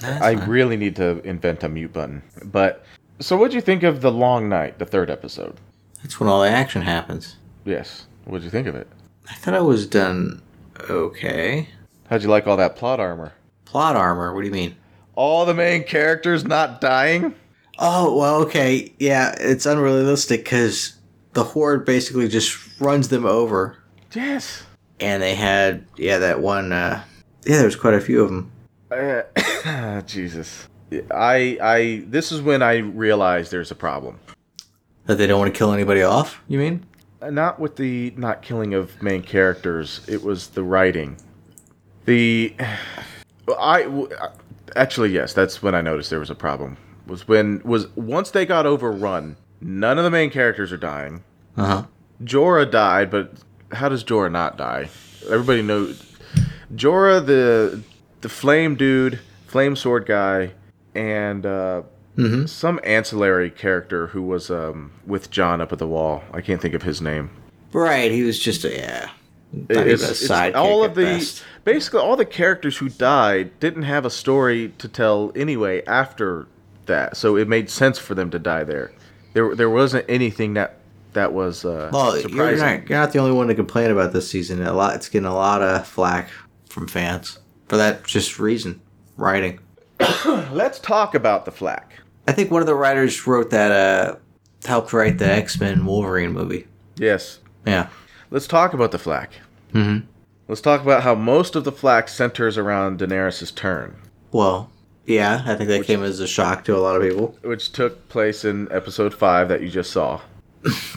Speaker 3: That's
Speaker 1: I
Speaker 3: fine.
Speaker 1: really need to invent a mute button. But so, what'd you think of the long night, the third episode?
Speaker 3: That's when all the action happens.
Speaker 1: Yes. What'd you think of it?
Speaker 3: I thought I was done okay.
Speaker 1: How'd you like all that plot armor?
Speaker 3: Plot armor, what do you mean?
Speaker 1: All the main characters not dying.
Speaker 3: Oh, well, okay. Yeah, it's unrealistic because the Horde basically just runs them over.
Speaker 1: Yes.
Speaker 3: And they had, yeah, that one. Uh, yeah, there's quite a few of them.
Speaker 1: Uh, Jesus. I I this is when I realized there's a problem.
Speaker 3: That they don't want to kill anybody off, you mean?
Speaker 1: Uh, Not with the not killing of main characters, it was the writing. The I w- actually yes, that's when I noticed there was a problem. Was when was once they got overrun, none of the main characters are dying.
Speaker 3: Uh huh.
Speaker 1: Jorah died, but how does Jorah not die? Everybody knows Jorah the the flame dude, flame sword guy, and uh,
Speaker 3: Mhm.
Speaker 1: some ancillary character who was um, with John up at the wall. I can't think of his name.
Speaker 3: Right, he was just a, yeah. Not even
Speaker 1: It's-
Speaker 3: a
Speaker 1: it's
Speaker 3: sidekick
Speaker 1: all of
Speaker 3: at
Speaker 1: the
Speaker 3: best.
Speaker 1: basically all the characters who died didn't have a story to tell anyway after that, so it made sense for them to die there. There there wasn't anything that that was uh,
Speaker 3: Well, you're
Speaker 1: surprising.
Speaker 3: not, you're not the only one to complain about this season. A lot, it's getting a lot of flack from fans for that just reason. Writing.
Speaker 1: Let's talk about the flack.
Speaker 3: I think one of the writers wrote that. uh Helped write the X Men Wolverine movie.
Speaker 1: Yes.
Speaker 3: Yeah.
Speaker 1: Let's talk about the flack.
Speaker 3: Mm-hmm.
Speaker 1: Let's talk about how most of the flack centers around Daenerys' turn,
Speaker 3: Well, yeah, I think that came as a shock to a lot of people.
Speaker 1: which took place in episode 5 that you just saw.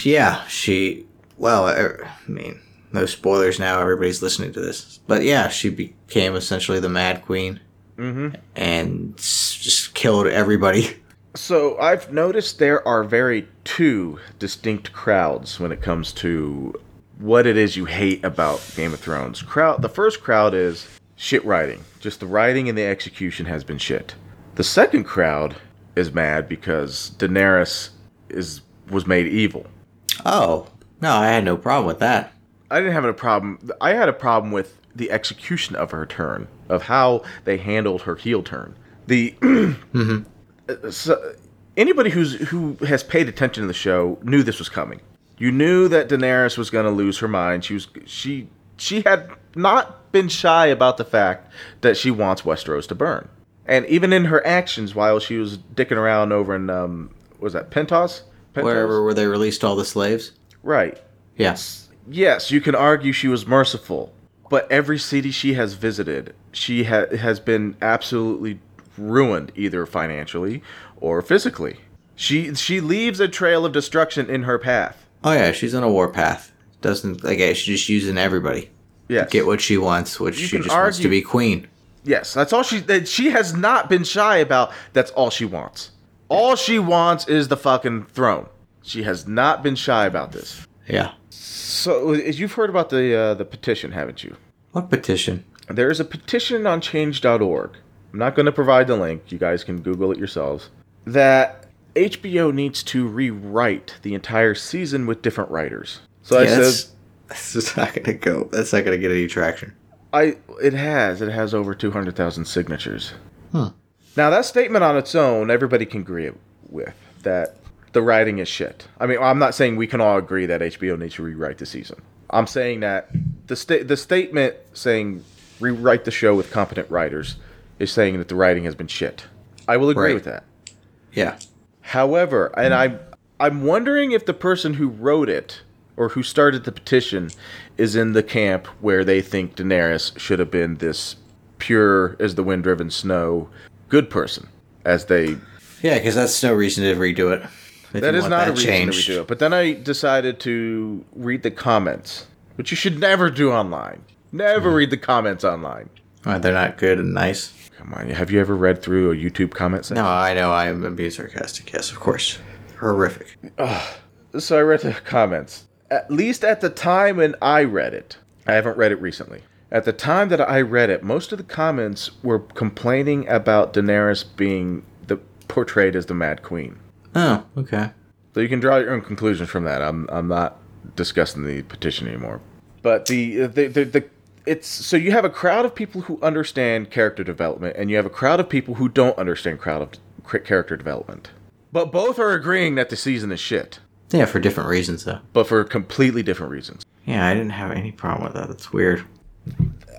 Speaker 3: Yeah, she. Well, I, I mean, no spoilers now. Everybody's listening to this, but yeah, she became essentially the Mad Queen Mm-hmm.
Speaker 1: Mhm.
Speaker 3: and s- just killed everybody.
Speaker 1: So, I've noticed there are very two distinct crowds when it comes to what it is you hate about Game of Thrones. Crowd the first crowd is shit writing. Just the writing and the execution has been shit. The second crowd is mad because Daenerys is was made evil.
Speaker 3: Oh no, I had no problem with that.
Speaker 1: I didn't have a problem. I had a problem with the execution of her turn, of how they handled her heel turn. The Uh, so, anybody who's who has paid attention to the show knew this was coming. You knew that Daenerys was going to lose her mind. She was she she had not been shy about the fact that she wants Westeros to burn, and even in her actions while she was dicking around over in um what was that Pentos? Pentos?
Speaker 3: Wherever where they released all the slaves.
Speaker 1: right?
Speaker 3: Yes.
Speaker 1: Yes, you can argue she was merciful, but every city she has visited, she ha- has been absolutely ruined either financially or physically. She she leaves a trail of destruction in her path.
Speaker 3: Oh yeah, she's on a warpath. Doesn't like yeah, she's just using everybody.
Speaker 1: Yes.
Speaker 3: Get what she wants, which
Speaker 1: You
Speaker 3: she
Speaker 1: can
Speaker 3: just wants to
Speaker 1: argue-
Speaker 3: be queen.
Speaker 1: Yes, that's all she that she has not been shy about. That's all she wants. All she wants is the fucking throne. She has not been shy about this.
Speaker 3: Yeah.
Speaker 1: So as you've heard about the uh, the petition, haven't you?
Speaker 3: What petition?
Speaker 1: There is a petition on change.org. I'm not going to provide the link. You guys can Google it yourselves. That HBO needs to rewrite the entire season with different writers. So I
Speaker 3: yeah,
Speaker 1: said,
Speaker 3: that's, that's just not gonna go. That's not gonna get any traction.
Speaker 1: I it has it has over 200,000 signatures.
Speaker 3: Huh.
Speaker 1: Now that statement on its own, everybody can agree with that the writing is shit. I mean, I'm not saying we can all agree that HBO needs to rewrite the season. I'm saying that the sta- the statement saying rewrite the show with competent writers is saying that the writing has been shit. I will agree
Speaker 3: Right.
Speaker 1: with that.
Speaker 3: Yeah.
Speaker 1: However, and I'm I'm wondering if the person who wrote it or who started the petition is in the camp where they think Daenerys should have been this pure as the wind-driven snow good person, as they
Speaker 3: Yeah, because that's no reason to redo it. If
Speaker 1: that
Speaker 3: you
Speaker 1: is
Speaker 3: want
Speaker 1: not
Speaker 3: that
Speaker 1: a reason
Speaker 3: changed.
Speaker 1: to redo it. But then I decided to read the comments, which you should never do online. Never read the comments online.
Speaker 3: Uh, they're not good and nice.
Speaker 1: Come on, have you ever read through a YouTube comment section?
Speaker 3: No, I know. I'm being sarcastic. Yes, of course. Horrific.
Speaker 1: so I read the comments. At least at the time when I read it, I haven't read it recently. At the time that I read it, most of the comments were complaining about Daenerys being the portrayed as the Mad Queen.
Speaker 3: Oh, okay.
Speaker 1: So you can draw your own conclusions from that. I'm I'm not discussing the petition anymore. But the uh, the the, the it's so you have a crowd of people who understand character development, and you have a crowd of people who don't understand crowd of cr- character development. But both are agreeing that the season is shit,
Speaker 3: Yeah, for different reasons though.
Speaker 1: but for completely different reasons.
Speaker 3: Yeah, I didn't have any problem with that. That's weird.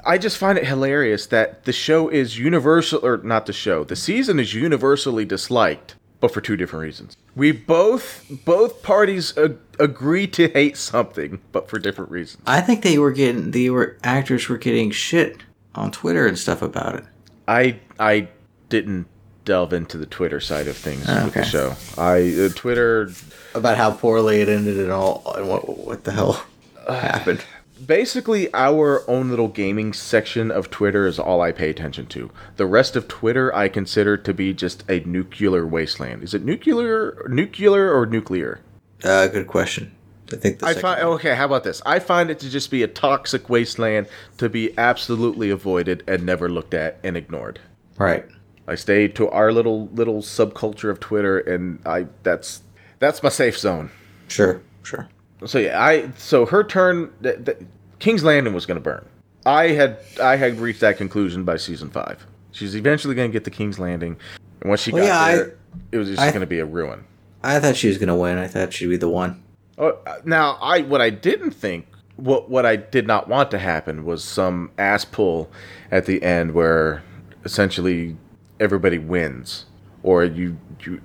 Speaker 1: I just find it hilarious that the show is universal, or not the show, the season is universally disliked, but for two different reasons. We both both parties ag- agree to hate something, but for different reasons.
Speaker 3: I think they were getting they were actors were getting shit on Twitter and stuff about it.
Speaker 1: I I didn't delve into the Twitter side of things with the
Speaker 3: Okay.
Speaker 1: show. I uh, Twitter
Speaker 3: About how poorly it ended and all and what what the hell happened.
Speaker 1: basically our own little gaming section of Twitter is all I pay attention to. The rest of Twitter I consider to be just a nuclear wasteland. Is it nuclear, nuclear or nuclear?
Speaker 3: Uh, good question. I think the
Speaker 1: I
Speaker 3: second
Speaker 1: find
Speaker 3: one.
Speaker 1: okay. How about this? I find it to just be a toxic wasteland to be absolutely avoided and never looked at and ignored.
Speaker 3: right.
Speaker 1: I stay to our little little subculture of Twitter, and I that's that's my safe zone.
Speaker 3: Sure. Sure.
Speaker 1: So yeah, I so her turn. Th- th- King's Landing was going to burn. I had I had reached that conclusion by season five. She's eventually going to get the King's Landing, and once she
Speaker 3: Well,
Speaker 1: got
Speaker 3: yeah, I-
Speaker 1: there, it was just
Speaker 3: I-
Speaker 1: going to be a ruin.
Speaker 3: I thought she was gonna win. I thought she'd be the one.
Speaker 1: Oh, uh, Now, I what I didn't think, what what I did not want to happen was some ass pull at the end where essentially everybody wins, or you you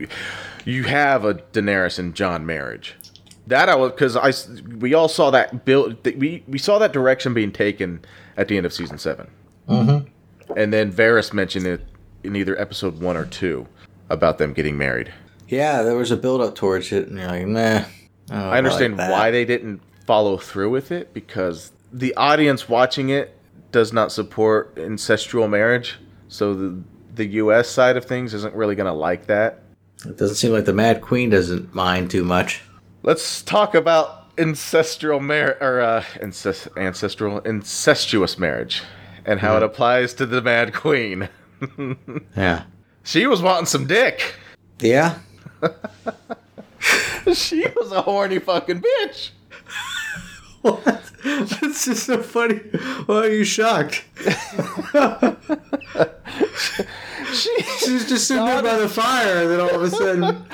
Speaker 1: you have a Daenerys and John marriage. That I was because I s- we all saw that build that we we saw that direction being taken at the end of season 7 mm-hmm. and then Varys mentioned it in either episode one or two about them getting married.
Speaker 3: Yeah, there was a build up towards it, and you're like, nah.
Speaker 1: I understand why they didn't follow through with it because the audience watching it does not support ancestral marriage. So the the US side of things isn't really going to like that.
Speaker 3: It doesn't seem like the Mad Queen doesn't mind too much.
Speaker 1: Let's talk about ancestral marriage or uh, incest- ancestral incestuous marriage and how it applies to the mad queen.
Speaker 3: Yeah.
Speaker 1: She was wanting some dick.
Speaker 3: Yeah.
Speaker 1: She was a horny fucking bitch.
Speaker 3: What? That's just so funny. Why are you shocked?
Speaker 1: She
Speaker 3: She's just sitting there by the fire, and then all of a sudden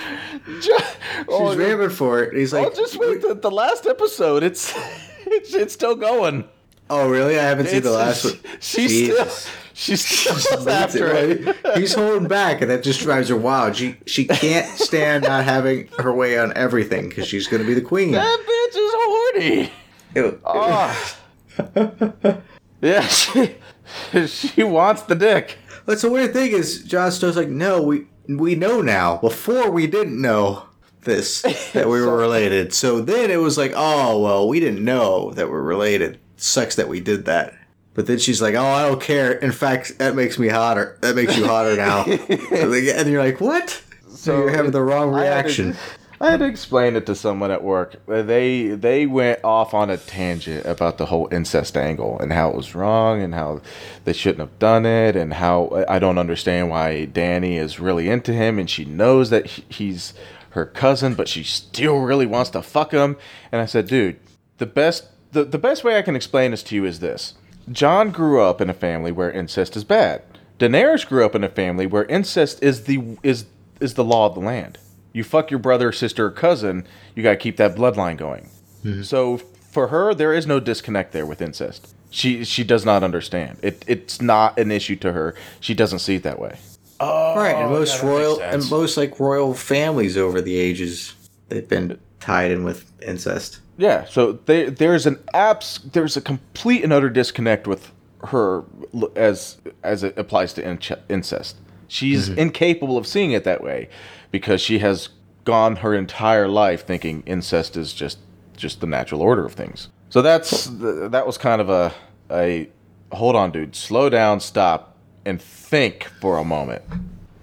Speaker 1: just,
Speaker 3: she's ramming for it. And he's like,
Speaker 1: Well, Oh, just wait. The, the last episode, it's it's, it's still going.
Speaker 3: "Oh, really? I haven't seen the last one."
Speaker 1: She's
Speaker 3: Jesus.
Speaker 1: still she's still
Speaker 3: That's
Speaker 1: after it.
Speaker 3: it, right? He's holding back, and that just drives her wild. She she can't stand not having her way on everything because she's going to be the queen.
Speaker 1: That bitch is horny.
Speaker 3: Ew.
Speaker 1: Ah.
Speaker 3: Ah.
Speaker 1: yeah, she she wants the dick.
Speaker 3: That's the weird thing is Jon Snow's like, no, we we know now. Before we didn't know this that we were related. So then it was like, oh well, we didn't know that we're related. Sucks that we did that. But then she's like, "Oh, I don't care. In fact, that makes me hotter. That makes you hotter now." and they- and you're like, "What?" So you're having the wrong
Speaker 1: I had to-
Speaker 3: reaction.
Speaker 1: I had to explain it to someone at work. Uh, They they went off on a tangent about the whole incest angle and how it was wrong and how they shouldn't have done it and how uh, I- I don't understand why Danny is really into him and she knows that he- he's her cousin but she still really wants to fuck him. And I said, "Dude, the best the, the best way I can explain this to you is this. John grew up in a family where incest is bad. Daenerys grew up in a family where incest is the is is the law of the land. You fuck your brother, sister, or cousin, you gotta keep that bloodline going. So for her, there is no disconnect there with incest. She she does not understand. It it's not an issue to her. She doesn't see it that way.
Speaker 3: right,
Speaker 1: Oh,
Speaker 3: and most royal
Speaker 1: sense.
Speaker 3: and most like royal families over the ages, they've been tied in with incest.
Speaker 1: Yeah, so there there's an abs there's a complete and utter disconnect with her l- as as it applies to inche- incest. She's incapable of seeing it that way because she has gone her entire life thinking incest is just just the natural order of things. So that's th- that was kind of a a hold on dude, slow down, stop and think for a moment.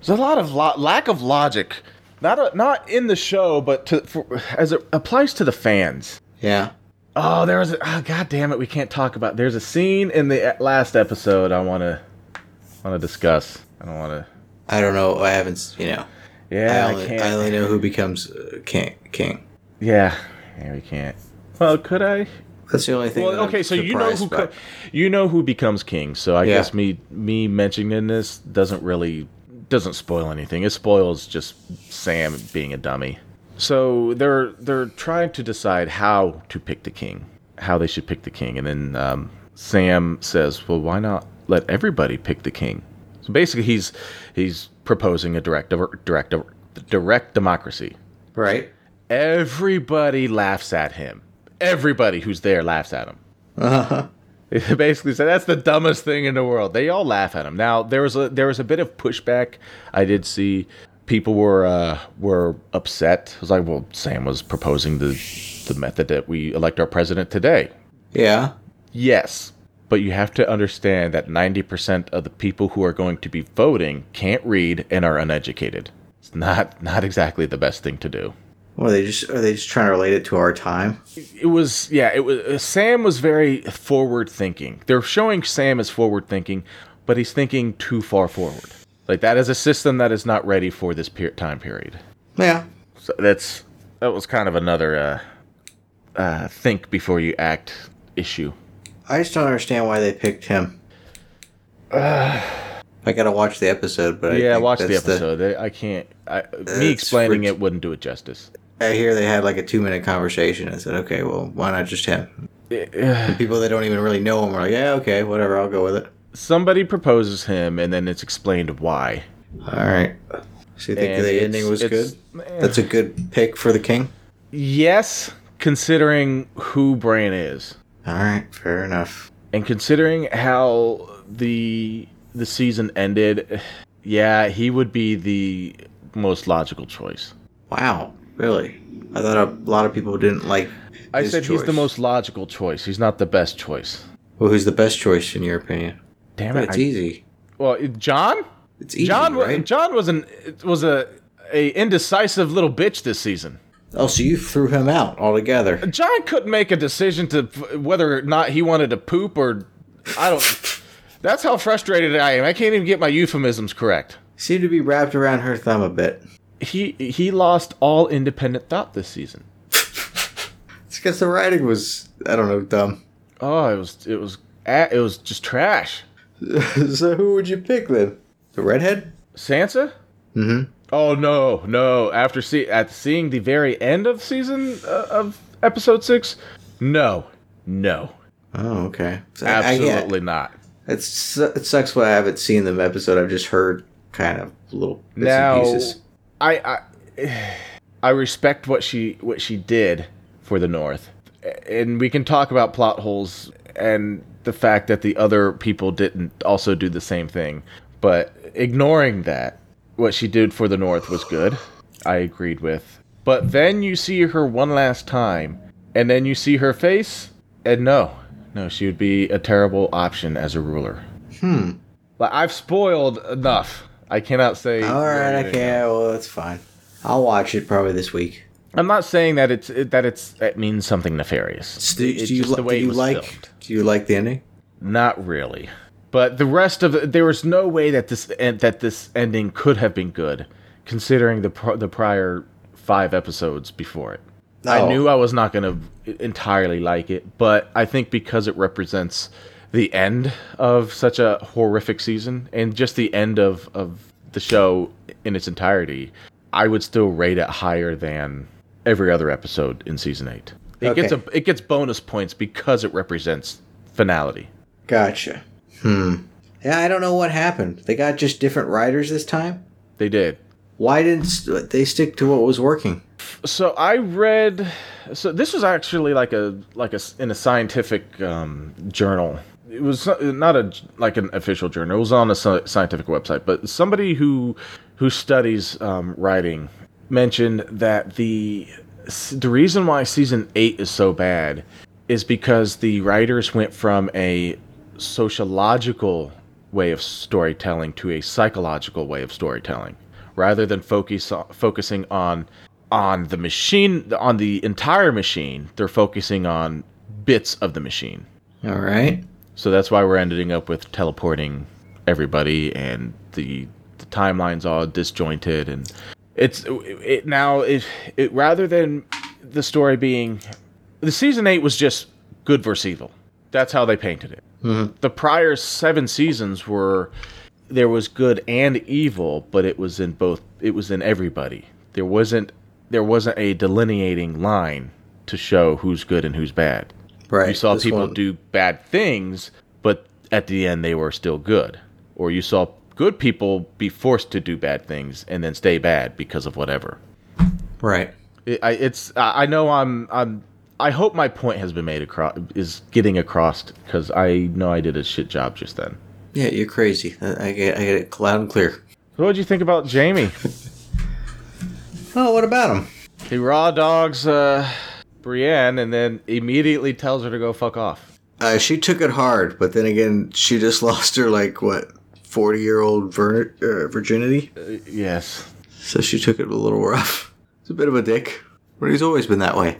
Speaker 1: There's a lot of lo- lack of logic. Not, a, not in the show, but to, for, as it applies to the fans.
Speaker 3: Yeah.
Speaker 1: Oh, there was a, oh, god damn it, we can't talk about. There's a scene in the uh, last episode I want to want to discuss. I don't want to.
Speaker 3: I don't know. I haven't, s- you know.
Speaker 1: Yeah,
Speaker 3: I,
Speaker 1: I,
Speaker 3: only,
Speaker 1: can't.
Speaker 3: I only know who becomes uh, king. King.
Speaker 1: yeah, yeah, we can't. Well, could I?
Speaker 3: That's the only thing.
Speaker 1: Well,
Speaker 3: that I'm
Speaker 1: okay, so you know
Speaker 3: surprised
Speaker 1: who
Speaker 3: by.
Speaker 1: co- you know who becomes king. So I
Speaker 3: Yeah.
Speaker 1: guess me me mentioning this doesn't really doesn't spoil anything. It spoils just Sam being a dummy. So they're they're trying to decide how to pick the king, how they should pick the king, and then um, Sam says, "Well, why not let everybody pick the king?" So basically, he's he's proposing a direct direct direct democracy
Speaker 3: right.
Speaker 1: everybody laughs at him. Everybody who's there laughs at him. They basically said that's the dumbest thing in the world. They all laugh at him. Now there was a there was a bit of pushback. I did see people were uh, were upset. It was like, well, Sam was proposing the the method that we elect our president today.
Speaker 3: Yeah.
Speaker 1: Yes, but you have to understand that ninety percent of the people who are going to be voting can't read and are uneducated. It's not not exactly the best thing to do.
Speaker 3: Well, they just are they just trying to relate it to our time?
Speaker 1: it was yeah it was uh, sam was very forward thinking they're showing sam as forward thinking but he's thinking too far forward like that is a system that is not ready for this per- time period
Speaker 3: Yeah.
Speaker 1: so that's that was kind of another uh, uh think before you act issue
Speaker 3: I just don't understand why they picked him. I gotta watch the episode, but I
Speaker 1: yeah
Speaker 3: think
Speaker 1: watch the
Speaker 3: that's
Speaker 1: episode i can't I, me
Speaker 3: It's
Speaker 1: explaining
Speaker 3: rid-
Speaker 1: it wouldn't do it justice
Speaker 3: I hear they had like a two minute conversation. I said, okay, well, why not just him? And people that don't even really know him are like, yeah, okay, whatever, I'll go with it.
Speaker 1: somebody proposes him and then it's explained why
Speaker 3: All right. So you think
Speaker 1: And
Speaker 3: the
Speaker 1: it's-
Speaker 3: ending was
Speaker 1: it's-
Speaker 3: good? That's a good pick for the king.
Speaker 1: yes considering who bran is
Speaker 3: All right, fair enough.
Speaker 1: And considering how the the season ended, yeah, he would be the most logical choice.
Speaker 3: Wow, really? I thought a lot of people didn't like.
Speaker 1: I
Speaker 3: his
Speaker 1: said he's the
Speaker 3: choice.
Speaker 1: most logical choice. He's not the best choice.
Speaker 3: Well, who's the best choice in your opinion?
Speaker 1: Damn
Speaker 3: But
Speaker 1: it!
Speaker 3: it's
Speaker 1: I-
Speaker 3: easy.
Speaker 1: well, it- John.
Speaker 3: It's easy,
Speaker 1: John. wa-
Speaker 3: right?
Speaker 1: John was an was a a indecisive little bitch this season.
Speaker 3: Oh, so you threw him out altogether.
Speaker 1: John couldn't make a decision to f- whether or not he wanted to poop or I don't. That's how frustrated I am. I can't even get my euphemisms correct.
Speaker 3: Seemed to be wrapped around her thumb a bit.
Speaker 1: He he lost all independent thought this season.
Speaker 3: It's because the writing was, I don't know, dumb.
Speaker 1: Oh, it was it was a- it was just trash.
Speaker 3: so who would you pick then? The redhead?
Speaker 1: Sansa.
Speaker 3: Mhm.
Speaker 1: Oh no, no! After see at seeing the very end of season uh, of episode six, no, no,
Speaker 3: Oh, okay. So I- I- yeah,
Speaker 1: absolutely not.
Speaker 3: it's it sucks when I haven't seen the episode. I've just heard kind of little bits
Speaker 1: Now,
Speaker 3: and pieces.
Speaker 1: I I I respect what she what she did for the North, and we can talk about plot holes and the fact that the other people didn't also do the same thing. But ignoring that, what she did for the North was good. I agreed with. But then you see her one last time, and then you see her face, and no, No, she would be a terrible option as a ruler.
Speaker 3: Hmm.
Speaker 1: Like I've spoiled enough. I cannot say.
Speaker 3: All right.
Speaker 1: anything
Speaker 3: Okay. Well, that's fine. I'll watch it probably this week.
Speaker 1: I'm not saying that it's it, that it's that means something nefarious.
Speaker 3: Do,
Speaker 1: It's
Speaker 3: do you,
Speaker 1: just
Speaker 3: li-
Speaker 1: the way
Speaker 3: do
Speaker 1: it
Speaker 3: you
Speaker 1: was
Speaker 3: like?
Speaker 1: filmed.
Speaker 3: Do you like the ending?
Speaker 1: Not really. But the rest of it, there was no way that this en- that this ending could have been good, considering the pr- the prior five episodes before it. I
Speaker 3: Oh.
Speaker 1: knew I was not going to entirely like it, but I think because it represents the end of such a horrific season and just the end of, of the show in its entirety, I would still rate it higher than every other episode in season eight. It gets a
Speaker 3: Okay.
Speaker 1: it gets bonus points because it represents finality.
Speaker 3: Gotcha. Hmm. Yeah, I don't know what happened. They got just different writers this time.
Speaker 1: They did.
Speaker 3: Why didn't st- they stick to what was working?
Speaker 1: so I read. So this was actually like a like a s- in a scientific um, journal. It was not- not a like an official journal. It was on a sci- scientific website, but somebody who who studies um, writing mentioned that the s- the reason why season eight is so bad is because the writers went from a sociological way of storytelling to a psychological way of storytelling rather than focus focusing on on the machine on the entire machine they're focusing on bits of the machine
Speaker 3: All right.
Speaker 1: so that's why we're ending up with teleporting everybody and the, the timelines all disjointed and it's it now it, it rather than the story being the season 8 was just good versus evil that's how they painted it the prior 7 seasons were there was good and evil but it was in both it was in everybody there wasn't there wasn't a delineating line to show who's good and who's bad
Speaker 3: Right.
Speaker 1: you saw
Speaker 3: this
Speaker 1: people
Speaker 3: one-
Speaker 1: do bad things, but at the end they were still good. Or you saw good people be forced to do bad things and then stay bad because of whatever.
Speaker 3: Right.
Speaker 1: It, I, it's I I know I'm I'm I hope my point has been made across is getting across because I know I did a shit job just then.
Speaker 3: Yeah, you're crazy. I I get, I get it loud and clear.
Speaker 1: So what would you think about Jamie?
Speaker 3: Oh, what about him?
Speaker 1: he raw dogs uh, Brienne and then immediately tells her to go fuck off.
Speaker 3: Uh, she took it hard, but then again, she just lost her like what forty year old ver- uh, virginity,
Speaker 1: Yes,
Speaker 3: so she took it a little rough. It's a bit of a dick, but he's always been that way.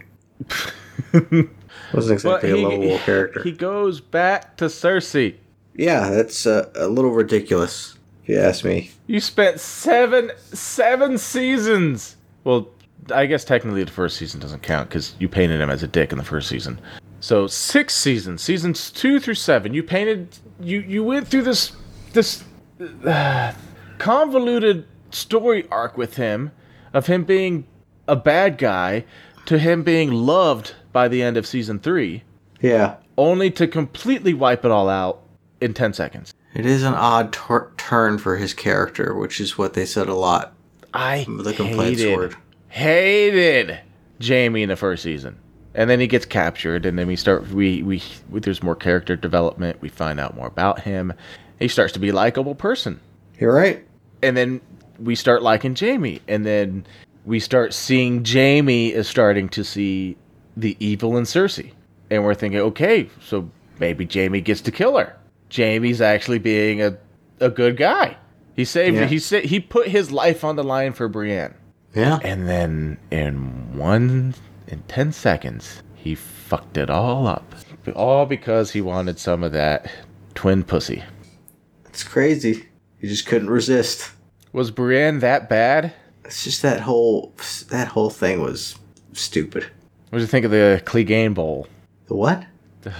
Speaker 3: Wasn't
Speaker 1: Well,
Speaker 3: exactly a lovable character.
Speaker 1: he goes back to Cersei.
Speaker 3: yeah, that's uh, a little ridiculous, if you ask me.
Speaker 1: You spent seven seven seasons. Well, I guess technically the first season doesn't count because you painted him as a dick in the first season. So six seasons, seasons two through seven. You painted you you went through this this uh, convoluted story arc with him, of him being a bad guy to him being loved by the end of season three,
Speaker 3: Yeah,
Speaker 1: only to completely wipe it all out in ten seconds.
Speaker 3: it is an odd tur turn for his character, which is what they said a lot.
Speaker 1: I
Speaker 3: The complaints
Speaker 1: hated,
Speaker 3: word.
Speaker 1: hated Jamie in the first season, and then he gets captured, and then we start we we there's more character development. We find out more about him. He starts to be a likable person,
Speaker 3: You're right.
Speaker 1: and then we start liking Jamie, and then we start seeing Jamie is starting to see the evil in Cersei, and we're thinking, okay, so maybe Jamie gets to kill her. Jamie's actually being a a good guy. He saved.
Speaker 3: Yeah.
Speaker 1: He sa- he put his life on the line for Brienne.
Speaker 3: Yeah.
Speaker 1: And then in one in ten seconds, he fucked it all up. All because he wanted some of that twin pussy.
Speaker 3: It's crazy. You just couldn't resist.
Speaker 1: Was Brienne that bad?
Speaker 3: It's just that whole that whole thing was stupid.
Speaker 1: What did you think of the Clegane Bowl?
Speaker 3: The what?
Speaker 1: The,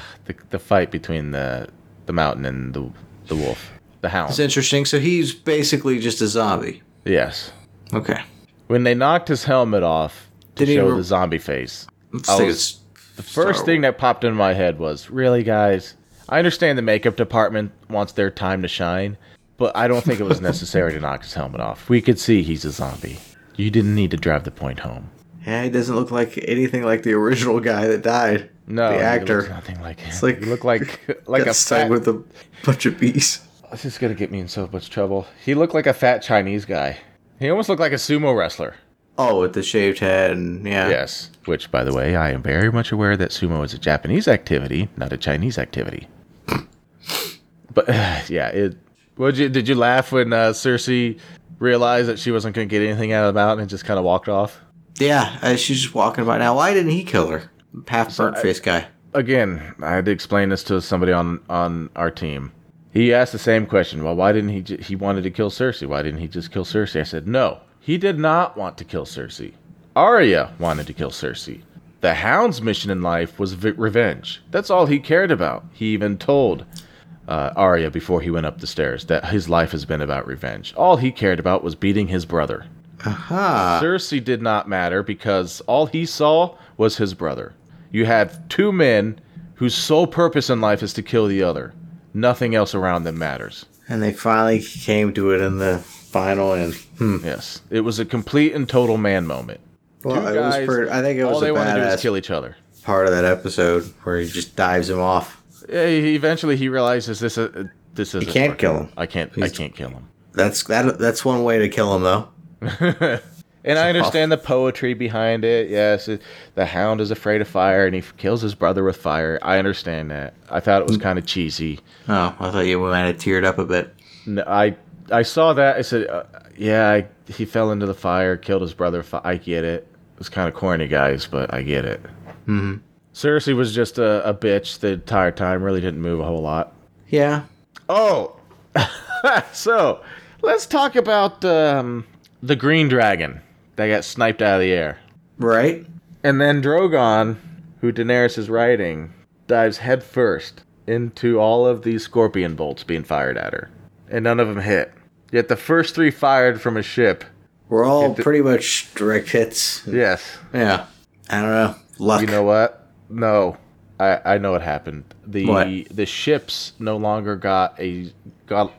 Speaker 1: the fight between the the mountain and the the wolf. The hound.
Speaker 3: It's interesting. So he's basically just a zombie.
Speaker 1: yes.
Speaker 3: Okay.
Speaker 1: When they knocked his helmet off to
Speaker 3: Did he
Speaker 1: show
Speaker 3: re-
Speaker 1: the zombie face.
Speaker 3: Let's
Speaker 1: I
Speaker 3: think
Speaker 1: was-
Speaker 3: it's-
Speaker 1: The first
Speaker 3: Star
Speaker 1: thing that popped into my head was, really, guys, I understand the makeup department wants their time to shine, but I don't think it was necessary to knock his helmet off. We could see he's a zombie. You didn't need to drive the point home.
Speaker 3: yeah, he doesn't look like anything like the original guy that died.
Speaker 1: No,
Speaker 3: the
Speaker 1: he
Speaker 3: actor
Speaker 1: looks nothing like him.
Speaker 3: like-
Speaker 1: you look like like
Speaker 3: got
Speaker 1: a
Speaker 3: stung
Speaker 1: fat.
Speaker 3: with a bunch of bees.
Speaker 1: this is gonna get me in so much trouble. He looked like a fat Chinese guy. He almost looked like a sumo wrestler.
Speaker 3: Oh, with the shaved head and yeah.
Speaker 1: Yes. Which, by the way, I am very much aware that sumo is a Japanese activity, not a Chinese activity. but yeah, it. Would you? Did you laugh when uh, Cersei realized that she wasn't going to get anything out of the mountain and just kind of walked off?
Speaker 3: Yeah, uh, she's just walking by now. Why didn't he kill her? Half burnt face guy.
Speaker 1: Again, I had to explain this to somebody on on our team. He asked the same question. Well, why didn't he? Ju- he wanted to kill Cersei. Why didn't he just kill Cersei? I said no. He did not want to kill Cersei. Arya wanted to kill Cersei. The Hound's mission in life was v- revenge. That's all he cared about. He even told uh, Arya before he went up the stairs that his life has been about revenge. All he cared about was beating his brother.
Speaker 3: Aha.
Speaker 1: Cersei did not matter because all he saw was his brother. You have two men whose sole purpose in life is to kill the other. Nothing else around them matters.
Speaker 3: And they finally came to it in the final and hmm.
Speaker 1: Yes, it was a complete and total man moment.
Speaker 3: Well,
Speaker 1: Two
Speaker 3: it was
Speaker 1: guys,
Speaker 3: pretty, I think it was
Speaker 1: all they
Speaker 3: a
Speaker 1: want to do
Speaker 3: badass
Speaker 1: is kill each other.
Speaker 3: part of that episode where he just dives him off.
Speaker 1: Yeah, he- Eventually, he realizes this. Uh, this is
Speaker 3: can't kill him.
Speaker 1: I can't. I
Speaker 3: He's-
Speaker 1: can't kill him.
Speaker 3: That's that. That's one way to kill him, though.
Speaker 1: And I understand the poetry behind it. Yes, it, the hound is afraid of fire, and he f- kills his brother with fire. I understand that. I thought
Speaker 3: Hmm.
Speaker 1: it was kind of cheesy.
Speaker 3: Oh, I thought you might have teared up a bit.
Speaker 1: No, I I saw that. I said, uh, "Yeah, I, he fell into the fire, killed his brother." Fi- I get it. It's kind of corny, guys, but I get it. Mm-hmm. Cersei was just a, a bitch the entire time. Really didn't move a whole lot.
Speaker 3: Yeah.
Speaker 1: Oh, so let's talk about um, the Green Dragon that got sniped out of the air,
Speaker 3: Right.
Speaker 1: and then Drogon, who Daenerys is riding, dives headfirst into all of these scorpion bolts being fired at her, and none of them hit. Yet the first three fired from a ship.
Speaker 3: We're all
Speaker 1: If the-
Speaker 3: pretty much direct hits.
Speaker 1: Yes.
Speaker 3: Yeah. I don't know. Luck.
Speaker 1: You know what? No, I, I know what happened. The
Speaker 3: What?
Speaker 1: the ships no longer got a got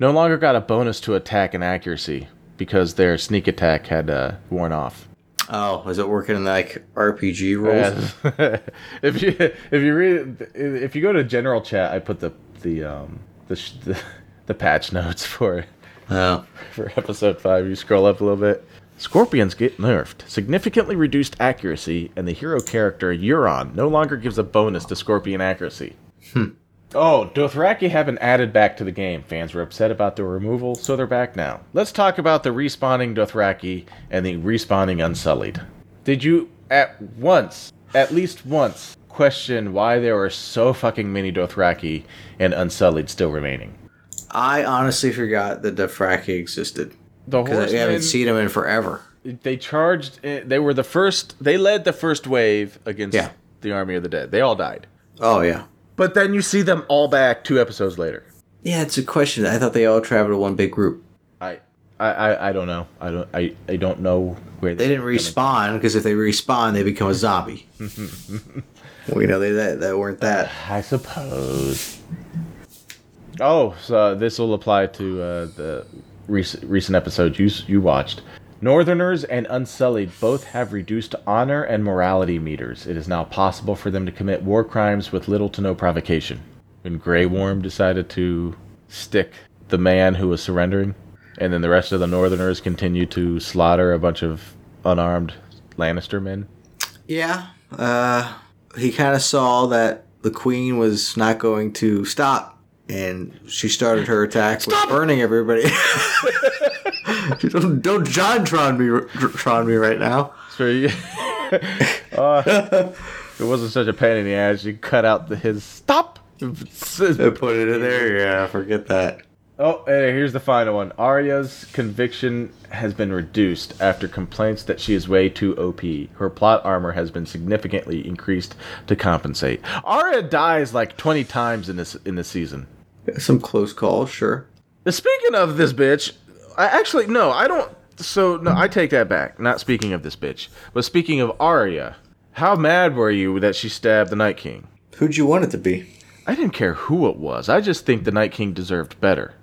Speaker 1: no longer got a bonus to attack and accuracy because their sneak attack had uh, worn off.
Speaker 3: Oh, is it working in like RPG rules?
Speaker 1: Yeah. if you if you read if you go to general chat, I put the the um the sh- the, the patch notes for it.
Speaker 3: Oh.
Speaker 1: for episode five. You scroll up a little bit. Scorpions get nerfed. Significantly reduced accuracy, and the hero character Euron no longer gives a bonus to scorpion accuracy. Hmm. Oh, Dothraki have been added back to the game. Fans were upset about their removal, so they're back now. Let's talk about the respawning Dothraki and the respawning Unsullied. Did you at once, at least once, question why there were so fucking many Dothraki and Unsullied still remaining?
Speaker 3: I honestly forgot that Dothraki existed
Speaker 1: The
Speaker 3: because I haven't
Speaker 1: horsemen-
Speaker 3: seen him in forever.
Speaker 1: they charged eh, they were the first they led the first wave against
Speaker 3: Yeah.
Speaker 1: the army of the dead they all died
Speaker 3: Oh yeah.
Speaker 1: but then you see them all back two episodes later
Speaker 3: Yeah, it's a question. I thought they all traveled to one big group.
Speaker 1: i i i, I don't know i don't I, I don't know where
Speaker 3: They didn't
Speaker 1: coming-
Speaker 3: respawn because if they respawn, they become a zombie. well, you know they that, that weren't that.
Speaker 1: i suppose oh so this will apply to uh, the recent recent episode you s- you watched Northerners and Unsullied both have reduced honor and morality meters. It is now possible for them to commit war crimes with little to no provocation. When Grey Worm decided to stick the man who was surrendering, and then the rest of the Northerners continued to slaughter a bunch of unarmed Lannister men.
Speaker 3: Yeah. Uh, he kind of saw that the queen was not going to stop, and she started her attack with burning everybody. don't, don't John Tron me, Tron me right now.
Speaker 1: So you, Uh, if it wasn't such a pain in the ass. You cut out the, his stop.
Speaker 3: put it in there. Yeah, forget that.
Speaker 1: Oh, and here's the final one. Arya's conviction has been reduced after complaints that she is way too OP. Her plot armor has been significantly increased to compensate. Arya dies like 20 times in this in this season.
Speaker 3: Some close calls, sure.
Speaker 1: Speaking of this bitch, I actually no, I don't. So no, I take that back. Not speaking of this bitch, but speaking of Arya, how mad were you that she stabbed the Night King?
Speaker 3: Who'd you want it to be?
Speaker 1: I didn't care who it was. I just think the Night King deserved better.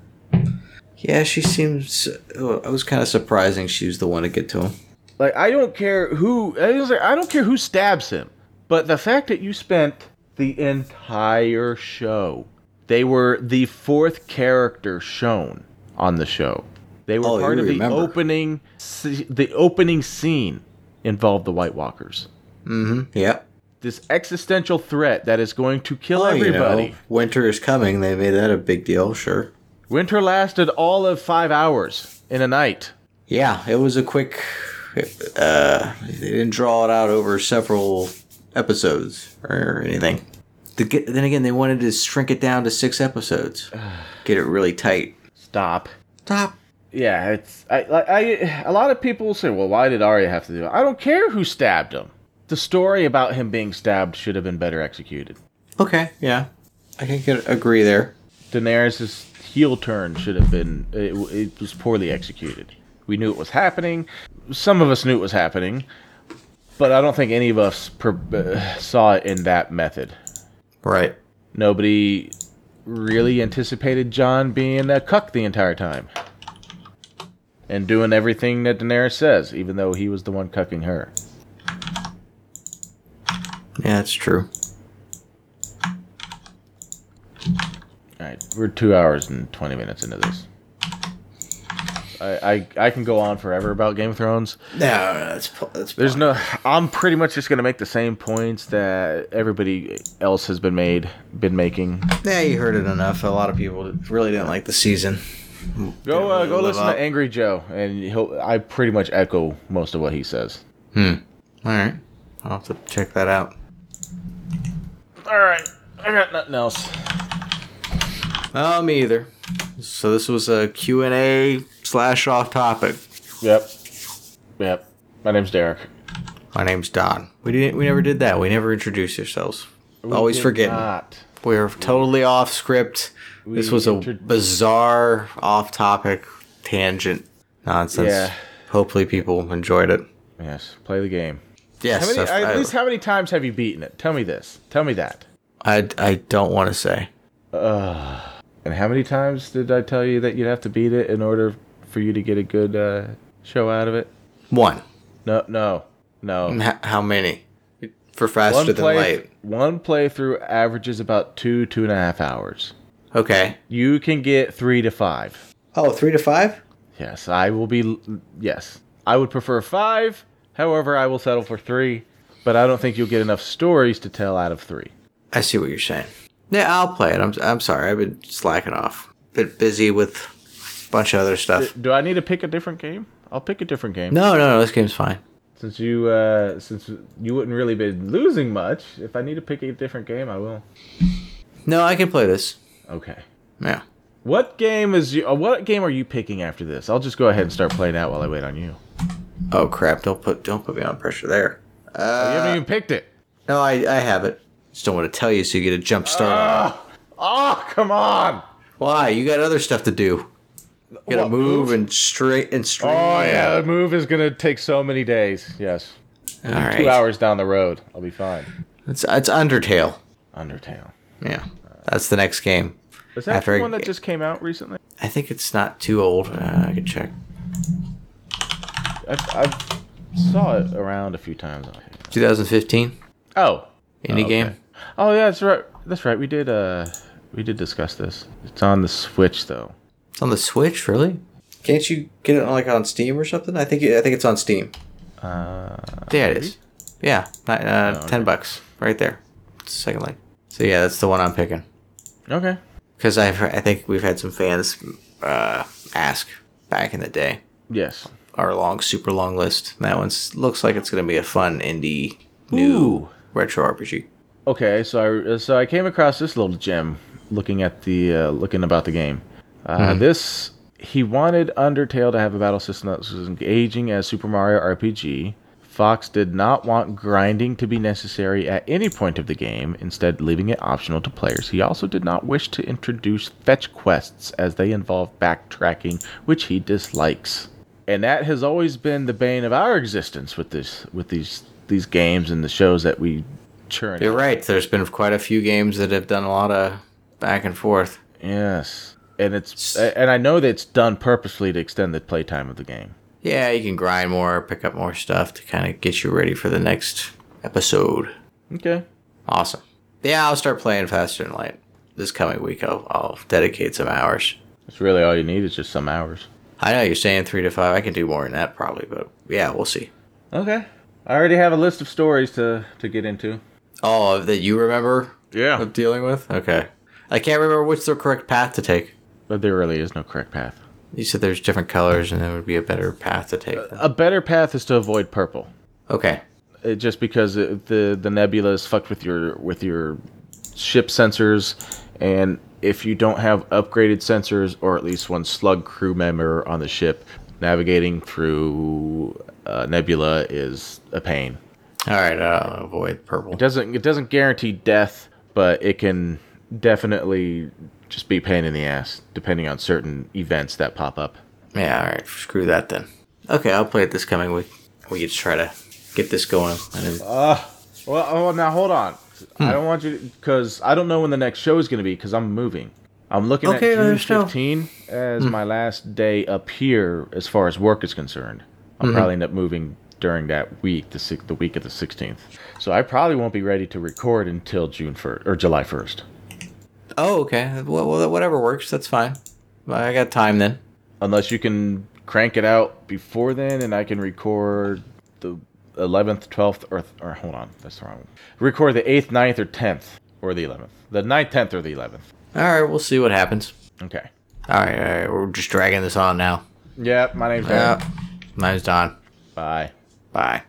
Speaker 3: Yeah, she seems. Oh, I was kind of surprising she was the one to get to him.
Speaker 1: Like I don't care who I was like, I don't care who stabs him, but the fact that you spent the entire show, they were the fourth character shown on the show. They were
Speaker 3: Oh, you
Speaker 1: part of the
Speaker 3: remember.
Speaker 1: opening. sce- The opening scene involved the White Walkers.
Speaker 3: Yep.
Speaker 1: This existential threat that is going to kill
Speaker 3: Well, Oh, you know,
Speaker 1: everybody.
Speaker 3: winter is coming. They made that a big deal, sure.
Speaker 1: Winter lasted all of five hours in a night.
Speaker 3: Yeah, it was a quick. Uh, they didn't draw it out over several episodes or anything. The, ge- then again, they wanted to shrink it down to six episodes, get it really tight.
Speaker 1: Stop.
Speaker 3: Stop.
Speaker 1: Yeah, it's I, I, I a lot of people will say, "Well, why did Arya have to do it?" I don't care who stabbed him. The story about him being stabbed should have been better executed.
Speaker 3: Okay, yeah, I can get, agree there.
Speaker 1: Daenerys' heel turn should have been it, it was poorly executed. We knew it was happening. Some of us knew it was happening, but I don't think any of us per, uh, saw it in that method.
Speaker 3: Right.
Speaker 1: Nobody really anticipated John being a cuck the entire time and doing everything that Daenerys says, even though he was the one cucking her.
Speaker 3: Yeah, that's true.
Speaker 1: All right, we're two hours and twenty minutes into this. I, I, I can go on forever about Game of Thrones.
Speaker 3: No, that's that's
Speaker 1: There's no. I'm pretty much just gonna make the same points that everybody else has been made, been making.
Speaker 3: Yeah, you heard it enough. A lot of people really didn't like the season.
Speaker 1: Go uh,
Speaker 3: really
Speaker 1: go
Speaker 3: live
Speaker 1: listen
Speaker 3: up.
Speaker 1: to Angry Joe, and he'll. I pretty much echo most of what he says.
Speaker 3: All right, I'll have to check that out.
Speaker 1: All right, I got nothing else.
Speaker 3: Oh, me either. So this was a Q and A slash off topic.
Speaker 1: Yep, yep. My name's Derek.
Speaker 3: My name's Don. We didn't. We never did that. We never introduced ourselves. Always
Speaker 1: did
Speaker 3: forgetting.
Speaker 1: not.
Speaker 3: We're totally off script. this was a
Speaker 1: introdu-
Speaker 3: bizarre, off-topic, tangent nonsense.
Speaker 1: Yeah.
Speaker 3: Hopefully, people enjoyed it.
Speaker 1: Yes, play the game.
Speaker 3: Yes,
Speaker 1: How many,
Speaker 3: I,
Speaker 1: at least how many times have you beaten it? Tell me this. Tell me that.
Speaker 3: I, I don't want to say.
Speaker 1: And how many times did I tell you that you'd have to beat it in order for you to get a good uh, show out of it?
Speaker 3: One.
Speaker 1: No, no, no.
Speaker 3: H- how many? For faster than light.
Speaker 1: one playthrough averages about two, two and a half hours.
Speaker 3: Okay.
Speaker 1: You can get three to five.
Speaker 3: Oh, three to five?
Speaker 1: Yes, I will be. Yes, I would prefer five. However, I will settle for three. But I don't think you'll get enough stories to tell out of three.
Speaker 3: I see what you're saying. Yeah, I'll play it. I'm, I'm sorry. I've been slacking off. Been busy with a bunch of other stuff.
Speaker 1: Do I need to pick a different game? I'll pick a different game.
Speaker 3: No, no, no. This game's fine.
Speaker 1: Since you, uh, since you wouldn't really be losing much, if I need to pick a different game, I will.
Speaker 3: No, I can play this.
Speaker 1: Okay.
Speaker 3: Yeah.
Speaker 1: What game is you? uh, What game are you picking after this? I'll just go ahead and start playing out while I wait on you.
Speaker 3: Oh crap! Don't put don't put me on pressure there.
Speaker 1: you haven't even picked it.
Speaker 3: No, I I have it. Just don't want to tell you so you get a jump start.
Speaker 1: Ah.
Speaker 3: on
Speaker 1: Oh, come on!
Speaker 3: it. Why? You got other stuff to do. You gotta
Speaker 1: What,
Speaker 3: move,
Speaker 1: move?
Speaker 3: and straight and straight.
Speaker 1: Oh yeah, the move is gonna take so many days. Yes,
Speaker 3: All right.
Speaker 1: two hours down the road, I'll be fine.
Speaker 3: It's it's Undertale.
Speaker 1: Undertale.
Speaker 3: Yeah, that's the next game.
Speaker 1: Is that
Speaker 3: After I-
Speaker 1: the one that just came out recently?
Speaker 3: I think it's not too old. Uh, I can check.
Speaker 1: I, I saw it around a few times.
Speaker 3: 2015
Speaker 1: Oh,
Speaker 3: indie game.
Speaker 1: okay. oh yeah, that's right. That's right. We did. Uh, we did discuss this. It's on the Switch though.
Speaker 3: It's on the Switch, really. Can't you get it on, like on Steam or something? I think it- I think it's on Steam.
Speaker 1: Uh,
Speaker 3: There it is. Yeah, ni- uh,
Speaker 1: okay.
Speaker 3: ten bucks right there. It's the second link. So yeah, that's the one I'm picking.
Speaker 1: okay.
Speaker 3: because I I think we've had some fans uh, ask back in the day
Speaker 1: Yes.
Speaker 3: our long super long list. That one looks like it's gonna be a fun indie
Speaker 1: Ooh.
Speaker 3: new retro RPG.
Speaker 1: Okay, so I so I came across this little gem looking at the uh, looking about the game. Uh, This he wanted Undertale to have a battle system that was engaging as Super Mario RPG. Fox did not want grinding to be necessary at any point of the game, instead leaving it optional to players. He also did not wish to introduce fetch quests as they involve backtracking, which he dislikes. And that has always been the bane of our existence with this with these these games and the shows that we churn. out.
Speaker 3: You're right. There's been quite a few games that have done a lot of back and forth.
Speaker 1: Yes, and it's and I know that it's done purposely to extend the playtime of the game.
Speaker 3: Yeah, you can grind more, pick up more stuff to kind of get you ready for the next episode.
Speaker 1: Okay.
Speaker 3: Awesome. Yeah, I'll start playing Faster Than Light this coming week. I'll, I'll dedicate some hours.
Speaker 1: That's really all you need is just some hours.
Speaker 3: I know you're saying three to five. I can do more than that probably, but yeah, we'll see.
Speaker 1: Okay. I already have a list of stories to, to get into.
Speaker 3: Oh, that you remember
Speaker 1: Yeah.
Speaker 3: of dealing with? Okay. I can't remember which the correct path to take.
Speaker 1: But there really is no correct path.
Speaker 3: You said there's different colors and there would be a better path to take.
Speaker 1: A better path is to avoid purple.
Speaker 3: Okay.
Speaker 1: It, just because it, the the nebula is fucked with your with your ship sensors and if you don't have upgraded sensors or at least one slug crew member on the ship navigating through uh, nebula is a pain.
Speaker 3: All right, uh, avoid purple.
Speaker 1: doesn't it doesn't guarantee death, but it can definitely just be pain in the ass depending on certain events that pop up.
Speaker 3: Yeah, all right. Screw that then. Okay, I'll play it this coming week. We could try to get this going. And then,
Speaker 1: Well, oh, now hold on. I don't want you because I don't know when the next show is going to be because I'm moving. I'm looking
Speaker 3: Okay,
Speaker 1: at June
Speaker 3: there's no-
Speaker 1: 15 as my last day up here as far as work is concerned. I'll probably end up moving during that week, the six, the week of the 16th. So I probably won't be ready to record until June 1st or July 1st.
Speaker 3: oh, okay. Well, well, whatever works. That's fine. I got time then.
Speaker 1: unless you can crank it out before then and i can record the 11th 12th or, or hold on that's the wrong one. record the 8th 9th or 10th or the 11th the 9th 10th or the 11th
Speaker 3: All right, we'll see what happens.
Speaker 1: okay
Speaker 3: All right, all right. We're just dragging this on now.
Speaker 1: yeah my name's Dan.
Speaker 3: Mine's Don.
Speaker 1: bye
Speaker 3: Bye.